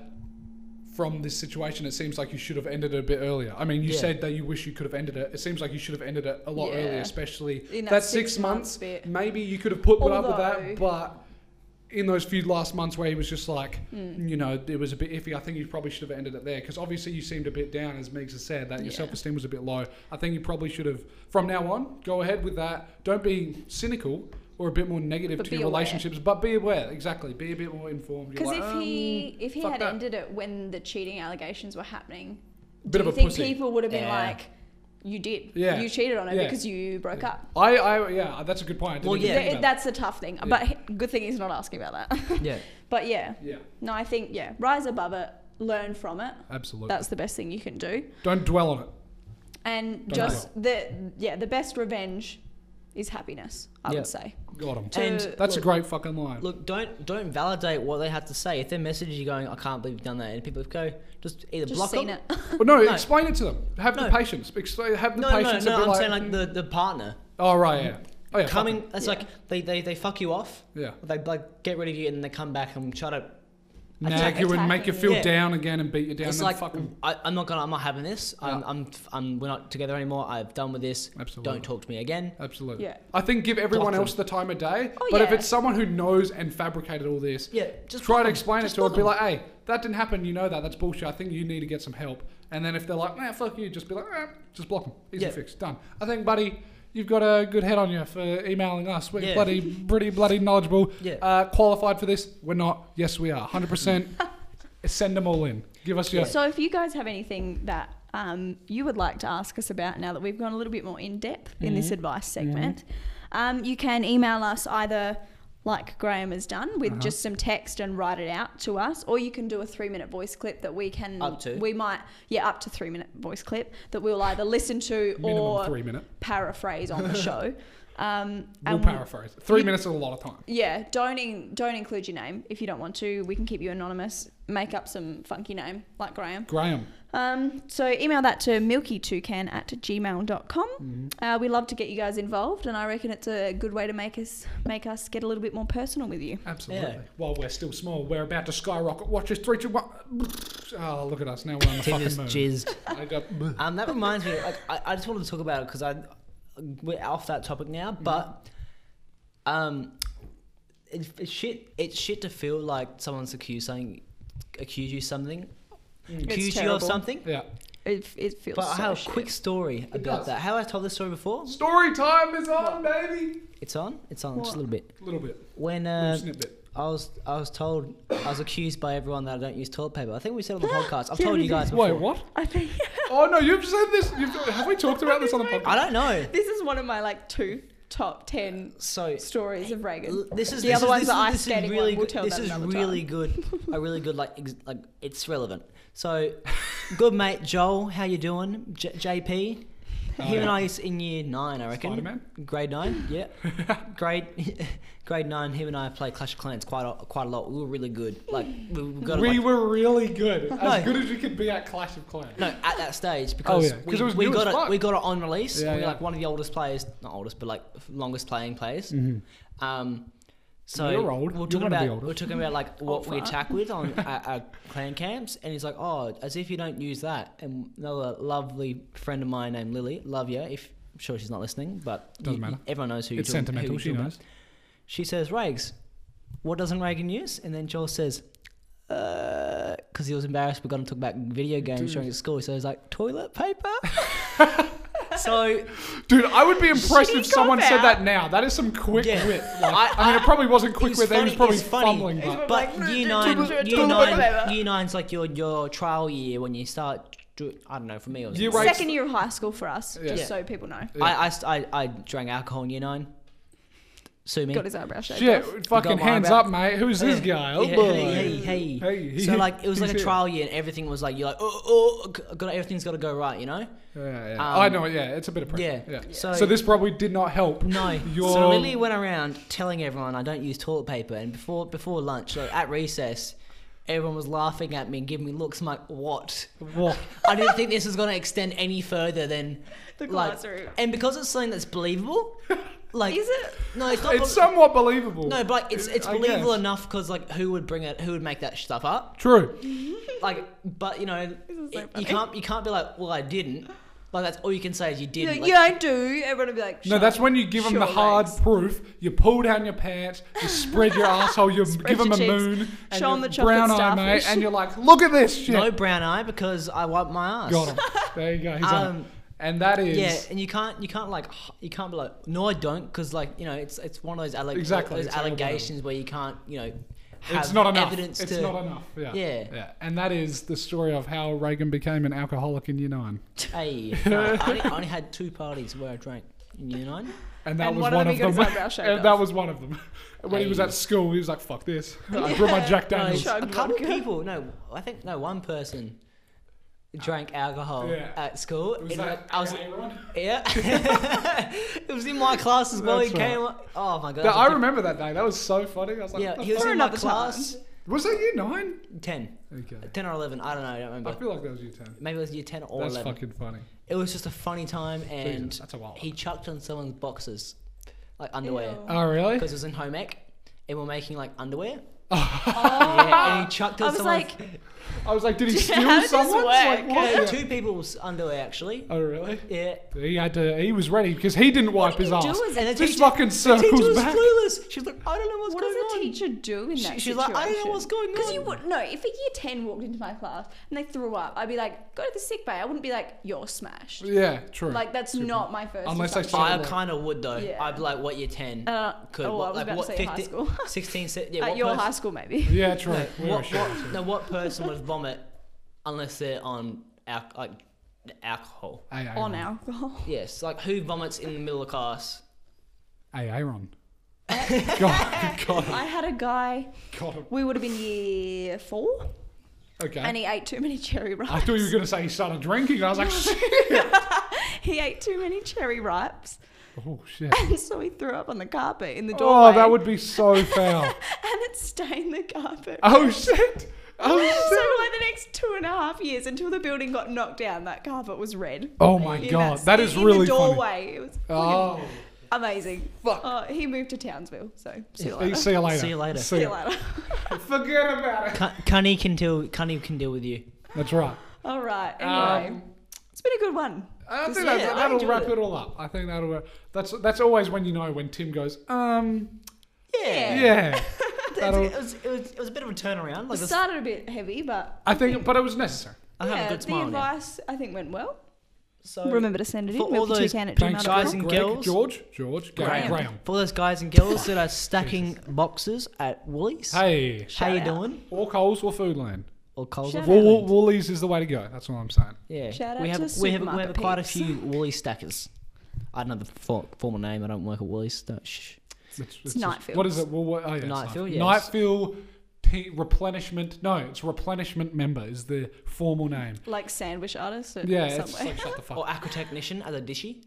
C: from this situation, it seems like you should have ended it a bit earlier. I mean, you
B: Yeah.
C: said that you wish you could have ended it. It seems like you should have ended it a lot
A: Yeah.
C: earlier, especially
A: In that
C: six,
A: six
C: months.
A: months bit.
C: Maybe you could have put put up with that,
A: Although-
C: but in those few last months where he was just like,
A: Hmm.
C: you know, it was a bit iffy. I think you probably should have ended it there because obviously you seemed a bit down, as Megs has said, that your
A: Yeah.
C: self esteem was a bit low. I think you probably should have, from now on, go ahead with that. Don't be cynical or a bit more negative
A: But
C: to
A: be
C: your
A: aware.
C: relationships, but be aware. Exactly. Be a bit more informed. You're
A: because
C: like,
A: if he
C: um,
A: if he
C: fuck
A: had
C: that.
A: ended it when the cheating allegations were happening,
C: Bit
A: do
C: of
A: you
C: a
A: think
C: pussy.
A: people would have been
B: Yeah.
A: like, you did,
C: Yeah.
A: you cheated on her
C: Yeah.
A: because you broke up.
C: I, I, yeah, that's a good point. I didn't
B: Well,
C: even
B: yeah.
C: think
A: Th-
C: about
A: that's the tough thing.
C: Yeah.
A: But he- good thing he's not asking about that. (laughs)
B: Yeah.
A: but yeah,
C: that. Yeah,
A: no, I think yeah, rise above it, learn from it.
C: absolutely.
A: That's the best thing you can do.
C: Don't dwell on it.
A: And
C: Don't
A: just the yeah, the best revenge is happiness. I
B: Yeah.
A: would say.
C: Got him.
A: To-
B: And
C: That's a
B: look-
C: great fucking line.
B: Look, don't don't validate what they have to say. If they message you going, "I can't believe you've done that," and people go, just either
A: Just
B: block
A: seen
B: them.
A: it. (laughs)
C: Well, no,
B: No.
C: explain it to them. Have the
B: No.
C: patience. Explain, have the
B: No, no, no,
C: patience. and be
B: no. I'm
C: like,
B: saying like the, the partner
C: Oh right, yeah. Oh yeah. fuck
B: coming.
C: it.
B: It's
A: Yeah.
B: like they, they they fuck you off.
C: Yeah.
B: They like get rid of you and they come back and try to.
C: Nag you and make you
A: attacking
C: feel
B: you. Yeah.
C: down again and beat you down.
B: it's
C: and
B: like
C: fucking.
B: I, I'm not gonna. I'm not having this. I'm,
C: Yeah.
B: I'm I'm we're not together anymore. I've done with this.
C: Absolutely.
B: Don't talk to me again.
C: Absolutely.
A: Yeah.
C: I think give everyone
B: Block
C: else the time of day.
A: Oh,
C: but if
A: yeah.
C: it's someone who knows and fabricated all this,
B: Yeah, just
C: try
B: block
C: to
B: 'em.
C: explain it
B: Just
C: to them.
B: block
C: Be
B: 'em.
C: like, hey, that didn't happen. You know that. That's bullshit. I think you need to get some help. And then if they're like, nah, fuck you, just be like, eh, just block them. Easy
B: Yeah.
C: fix. Done. I think, buddy. You've got a good head on you for emailing us. We're
B: Yeah.
C: bloody, pretty bloody knowledgeable.
B: Yeah.
C: Uh, qualified for this? We're not. Yes, we are.
B: (laughs)
C: 100%. Send them all in. Give us your.
A: So if you guys have anything that um, you would like to ask us about now that we've gone a little bit more in depth in
C: Mm-hmm.
A: this advice segment, um, you can email us either like Graham has done
C: Uh-huh.
A: with just some text and write it out to us, or you can do a three minute voice clip that we can
B: Up to.
A: we might yeah up to three minute voice clip that we'll either listen to
C: Minimum
A: or
C: three minute.
A: paraphrase on
C: (laughs)
A: the show. Um,
C: We'll
A: and-
C: paraphrase. Three
A: you-
C: minutes is a lot of time.
A: yeah, don't in, don't include your name if you don't want to. We can keep you anonymous. Make up some funky name like Graham.
C: Graham.
A: Um, so email that to milky2can at gmail.com.
B: Mm-hmm.
A: Uh, we love to get you guys involved, and I reckon it's a good way to make us make us get a little bit more personal with you.
C: Absolutely.
B: Yeah.
C: While we're still small, we're about to skyrocket. Watch this. Three, two, one. Oh, look at us. Now we're on the
B: Tim
C: fucking
B: just
C: moon.
B: jizzed.
C: I got-
B: Um, that reminds me. Like, I, I just wanted to talk about it because I we're off that topic now,
C: Mm-hmm.
B: but um, it, it's shit. It's shit to feel like someone's accused something, accuse you something, accuse you of
A: Mm. terrible.
B: something.
C: yeah.
A: It, it feels
B: But I
A: so
B: have a
A: shit.
B: quick story
C: does.
B: about that. Have I told this story before?
C: Story time is on, baby.
B: It's on. It's on. Just a
A: What?
B: little bit.
C: A little bit.
B: When
C: Little
B: uh,
C: snippet.
B: I was, I was told, I was accused by everyone that I don't use toilet paper. I think we said on the podcast. I've told you guys before.
C: Wait, what?
A: I think (laughs)
C: Oh, no, you've said this. You've, have we talked about this on the podcast?
B: I
A: (laughs)
B: don't know.
A: this is one of my like two top ten
B: So
A: stories of
B: L-
A: Reagan.
B: This is
A: The
B: this
A: other
B: is-
A: one's
B: this
A: the
B: is-
A: ice
B: this is
A: skating one.
B: really
A: We'll
B: good-
A: tell
B: This
A: that
B: is
A: another
B: really good. A really good like ex, like it's relevant.
A: (laughs)
B: So, good mate Joel, how you doing? J- JP.
C: Oh,
B: Him
C: yeah.
B: and I is in year nine, I reckon.
C: Spider-Man?
B: Grade
C: (laughs)
B: nine, yeah. grade (laughs) grade nine. Him and I play Clash of Clans quite a, quite a lot. We were really good. Like we, we got.
C: we
B: like,
C: were really good. As
B: No.
C: good as you could be at Clash of Clans.
B: no, at that stage because
C: Oh, yeah, 'cause
B: we,
C: it was
B: we
C: new
B: got
C: as fuck.
B: it we got it on release.
C: Yeah,
B: we are
C: yeah.
B: like one of the oldest players, not oldest, but like f- longest playing players. Um, so
C: You're old.
B: we
C: You're
B: We're talking
C: one of
B: about
C: the
B: we
C: oldest.
B: we're talking about like
A: Old
B: what we
A: fart.
B: attack with on our, our clan camps, and he's like, "Oh, as if you don't use that." And another lovely friend of mine named Lily, love you. If I'm sure she's not listening, but
C: Doesn't
B: you-
C: matter.
B: Everyone knows who
C: It's
B: you're talking- who
C: sentimental.
B: you're
C: She
B: talking about.
C: knows.
B: She says, "Rags, what doesn't Reagan use?" And then Joel says, "Because he was embarrassed. We're going to talk about video games during his school." So he's like, "Toilet
C: (laughs)
B: paper." (laughs) so
C: Dude, I would be impressed if
A: Shitty
C: someone said
A: cop-out.
C: that now. That is some quick
B: Yeah.
C: wit. Like, I,
B: (laughs) I-
C: mean, it probably wasn't quick
B: It's
C: wit. They was
B: funny,
C: probably
B: it's funny.
C: fumbling.
B: It's
C: But
B: But
A: like,
B: year
A: "No,
B: nine,
A: don't do it,
B: year
A: don't do it,
B: nine,
A: whatever."
B: year nine's like your your trial year when you start. do- I don't know. For me, it was.
C: Year eight-
A: Second year of high school for us,
C: Yeah.
A: just
B: Yeah.
A: so people know.
C: Yeah.
B: I, I, st- I I drank alcohol in year nine. Sue me.
A: Got his eyebrow shaved
C: Shit,
A: off.
C: fucking
B: Got my
C: hands
B: back.
C: up, mate. Who's this
B: Yeah.
C: guy? Oh
B: Yeah,
C: boy.
B: Hey, hey, hey.
C: Hey,
B: so like it was
C: he's
B: like a
C: (laughs) here.
B: trial year, and everything was like you're like, oh, oh, oh got everything's got to go right, you know?
C: Yeah, yeah.
B: Um,
C: I know. it, Yeah, it's a bit of pressure.
B: Yeah.
C: yeah.
B: So,
C: So this probably did not help. (laughs)
B: no.
C: Your
B: So I literally went around telling everyone I don't use toilet paper, and before before lunch, like at recess, everyone was laughing at me and giving me looks. I'm like, what?
C: Wha-
B: I didn't think this was going to extend any further than
A: The
B: like,
A: classroom.
B: and because it's something that's believable, like
A: Is it?
B: No, it's not.
C: it's
B: bel-
C: somewhat believable.
B: no, but like, it's it's
C: I
B: believable
C: guess.
B: enough because like who would bring it? Who would make that stuff up?
C: True.
B: like but you know
A: is so
B: it-
A: funny.
B: you can't you can't be like well i didn't like that's all you can say is you
A: You're
B: didn't
A: like,
B: like,
A: yeah, I do. Everyone would be like,
C: No,
A: "Shut
C: that's
A: up."
C: when you give them the
A: Sure,
C: hard
A: thanks.
C: proof. You pull down your pants, you
B: (laughs)
C: spread your asshole, you
A: Spread
C: give
A: your
C: them a
A: cheeks,
C: moon, and
A: show 'em
C: you're
A: the chocolate
C: brown eye, mate,
A: starfish.
C: and
B: (laughs)
C: you're like, look at this shit.
B: no brown eye because i wipe my ass
C: Got him. There you go. He's on. it.
B: Um,
C: And that is
B: yeah and you can't you can't like h- you can't be like no i don't because like you know it's it's one of those, alle-
C: Exactly,
B: those
C: it's like,
B: allegations where you can't you know have
C: it's not enough.
B: evidence
C: It's
B: to
C: not enough. Yeah.
B: Yeah.
C: And that is the story of how Reagan became an alcoholic in Year Nine. (laughs)
B: hey no, I, only, I only had two parties where i drank in year nine
C: And that
A: And
C: was
A: one
C: one,
A: of them he got
C: of them.
A: his eyebrow shaved
C: (laughs) and that
A: off.
C: was one of them. When he was
B: Hey.
C: at school, he was like, "Fuck this! (laughs) I brought my Jack
B: no,
C: Daniels."
A: Chugged
B: a couple
A: vodka.
B: people no i think no one person drank alcohol
C: Yeah.
B: at school
C: was
B: And
C: that
B: i was
C: Aaron?
B: Yeah. (laughs) it was in my class as well. he
C: That's right.
B: came up. Oh my god.
C: No,
B: that was
C: I
B: a diff-
C: remember that day. That was so funny. I was like,
B: Yeah,
C: "What
B: he
C: the
B: was
A: For
B: in my
A: another time.
B: class.
C: fuck?" was that Year Nine?
B: 10.
C: Okay.
B: 10 or 11. I don't know. I don't
C: I
B: remember.
C: feel like that was Year Ten.
B: Maybe it was year 10 or
C: That's
B: 11.
C: fucking funny.
B: It was just a funny time and
C: Jesus, that's a wild
B: he
C: one.
B: chucked on someone's boxes, like underwear.
A: Ew.
C: Oh really?
B: Because it was in home ec and we're making like underwear.
C: (laughs)
A: Oh.
B: Yeah, and he chucked
A: I
B: on
A: was
B: someone's.
A: like,
C: I was
B: (laughs)
C: like, did he steal
A: How does this
C: someone's? Like,
A: work?
B: Yeah,
C: what?
B: two people's underwear actually.
C: Oh really?
B: Yeah.
C: He had to. He was ready because he didn't wipe
B: did
C: his
B: he
C: ass.
B: do as- and the
C: This
B: teacher-
C: fucking
B: Teacher
C: circles
B: was
C: back.
B: clueless. She was like, I don't know what's
A: What
B: going
A: does a
B: on.
A: teacher do in that
B: She-
A: situation?
B: she's like, I don't know what's going on.
A: Because you would no. If a year ten walked into my class and they threw up, I'd be like, go to the sick bay. I wouldn't be like, you're smashed.
C: Yeah, true.
A: Like that's not my first.
C: Unless they
A: assumption.
C: shut
B: I
C: Like-
B: kind of would though.
A: Yeah.
B: I'd be like, what year 10?
A: Uh,
B: Could,
A: oh, I
B: what,
A: was
B: like,
A: about
B: what,
A: to say high
B: 15
A: school.
B: (laughs)
A: (laughs)
B: 16, se- yeah,
A: At
B: what
A: your
B: person,
A: high school, maybe.
C: yeah, true. We were
B: what,
C: shit.
B: what, no, what person would vomit unless they're on al- like alcohol?
C: Hey, Aaron.
A: On alcohol.
B: Yes, like who vomits in the middle of class?
C: Hey, Aaron. God, God,
A: I had a guy.
C: God. him.
A: We would have been year four,
C: Okay.
A: and he ate too many cherry
C: I
A: ripe.
C: thought you were
A: (laughs)
C: gonna say he started drinking. I was like, shit.
A: He ate too many cherry ripes,
C: oh
A: (laughs)
C: shit.
A: and so he threw up on the carpet in the doorway.
C: Oh, that would be so foul.
A: (laughs) And it stained the carpet. (laughs)
C: oh shit.
A: so
C: Oh shit.
A: for like the next two and a half years, until the building got knocked down, that carpet was red.
C: Oh my
A: In
C: god,
A: that-
C: that
A: in-
C: is
A: in
C: really Oh.
A: the doorway. It was
C: funny.
A: fucking amazing.
C: Fuck.
A: Oh, he moved to Townsville, so see you
C: Oh. Hey,
A: later.
C: See you later.
B: See you later.
A: (laughs) See you later.
C: Forget about it.
B: Cunny can deal. Cunny can deal with you.
C: That's right.
A: All right. Anyway,
C: Um,
A: it's been a good one.
C: I think
B: Yeah,
C: that's,
B: I
C: that'll
B: enjoyed
C: wrap
B: it.
C: it. all up. I think that'll. wrap- That's that's always when you know when Tim goes. Um.
A: Yeah.
B: (laughs)
C: Yeah.
B: It
C: that'll-
B: was, it, was, it, was, it was a bit of a turnaround.
A: It
B: Like this,
A: started a bit heavy, but
C: I think, but it was necessary.
B: I have
A: yeah,
B: a good
A: the
B: smile now.
A: advice I think went well.
B: So
A: Remember to send it in.
B: for all those
A: milky2can at
C: Thanks,
A: gmail.com.
B: guys and
C: Greg,
B: girls.
C: George, George, Graham.
B: Graham.
C: Graham.
B: for all those guys and girls that are stacking boxes at Woolies,
C: Hey,
B: how you
A: Shout out.
B: doing?
C: or Coles or Foodland.
B: Or Coles
A: Shout
B: or
A: out.
B: Woolies?
C: Wool, Woolies is the way to go. That's all I'm saying.
B: Yeah.
A: Shout
B: we
A: out
B: have
A: to
B: we have we have
A: supermarket
B: quite a
A: peeps.
B: few Woolly stackers. I don't know the for, formal name. I don't work at Woolies. Don't, shh.
C: It's, it's
A: Nightfield.
C: What is it? Well, what, oh, yeah, it's
B: Nightfield,
C: Nightfield.
B: yes.
C: Nightfield P- replenishment. No, it's replenishment member is the formal name.
A: Like sandwich artists or
C: Yeah, it's
A: somewhere.
C: like shut the fuck.
B: Or aqua technician as a dishy.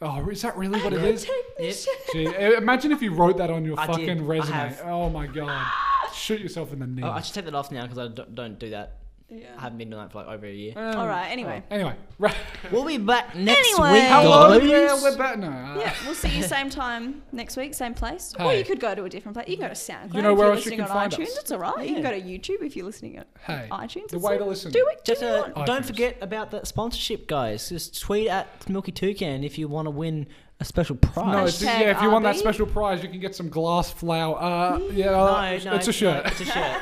C: Oh, is that really what it is?
A: Technician.
C: Gee, i- imagine if you wrote that on your
B: I
C: fucking
B: did. I
C: resume.
B: have.
C: Oh my god. Shoot yourself in the knee.
B: Oh, I should take that off now because I don't, don't do that. I
A: Yeah.
B: haven't been doing that for like over a year.
C: Um,
A: All right. Anyway.
C: Anyway, (laughs) right.
B: We'll be back next
A: Anyway.
B: week.
C: Hello
B: guys.
C: there, we're back. No, uh,
A: Yeah, we'll see you same time next week, same place. Or
C: Hey.
A: you could go to a different place. You can go to SoundCloud.
C: know
A: if
C: where
A: you're
C: else you
A: listening
C: can
A: on
C: find
A: iTunes.
C: us.
A: It's all right. You can
B: Yeah.
A: go to YouTube if you're listening on
C: Hey,
A: iTunes.
C: the
A: It's
C: way
A: all-
C: to listen.
A: Do it. Just
B: Just uh, don't
C: iTunes.
B: forget about that sponsorship, guys. Just tweet at Milky Toucan if you want to win a special prize.
C: No, it's,
A: Hashtag
C: yeah, if you want that
A: RB.
C: special prize, you can get some glass flower. Uh, yeah,
B: No,
C: it's,
B: no,
C: it's a shirt.
B: no, it's a shirt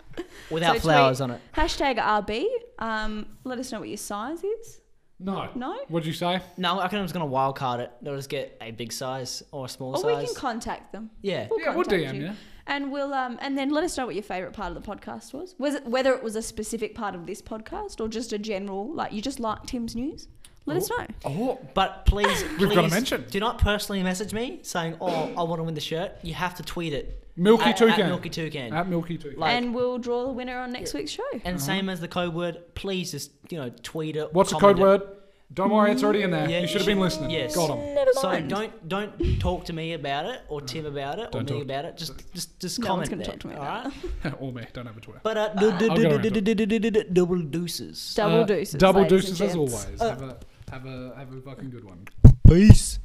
B: (laughs) without
A: So
B: flowers
A: tweet-
B: on it.
A: Hashtag RB. Um, let us know what your size is.
C: No.
A: No?
C: What'd you say?
B: No, I reckon I'm just gonna wild card it. They'll just get a big size or a small
C: Oh,
A: Or
B: size.
A: we can contact them.
B: yeah.
A: We'll
C: Yeah, we'll
A: contact
C: DM you.
A: And we'll um and then let us know what your favorite part of the podcast was. Was it whether it was a specific part of this podcast or just a general like you just like Tim's news? Let us know.
C: Oh,
B: But please,
C: (laughs) We've got a
B: please
C: mention.
B: Do not personally message me saying, "Oh, I want to win the shirt." You have to tweet it.
C: Milky
B: at,
C: Toucan.
B: At Milky Toucan.
C: at Milky Two.
B: like,
A: and we'll draw the winner on next week's show.
B: and same as the code word. Please just you know tweet it.
C: What's the
B: comment
C: code
B: it.
C: word? Don't worry, it's already in there.
B: Yeah,
C: you should have
B: you
C: been
B: should-
C: listening.
B: yes.
C: Got
A: (laughs)
C: him. (laughs)
A: Never
B: So
A: mind.
B: don't don't talk to me about it or Tim about it or
C: Don't
B: me
C: talk-
B: about it. Just just just
A: No one's
B: comment.
A: gonna
B: there,
A: talk to me
B: all
A: about
B: right?
C: or me. Don't have a Twitter.
B: But uh, du- du-
C: I'll
B: du- du-
C: go around
B: du- du- du- du- du- du- (laughs) double deuces.
A: double
C: Uh,
A: deuces.
C: Double
A: ladies and
C: deuces as
A: gents.
C: always. have a have a have a fucking good one.
B: Peace.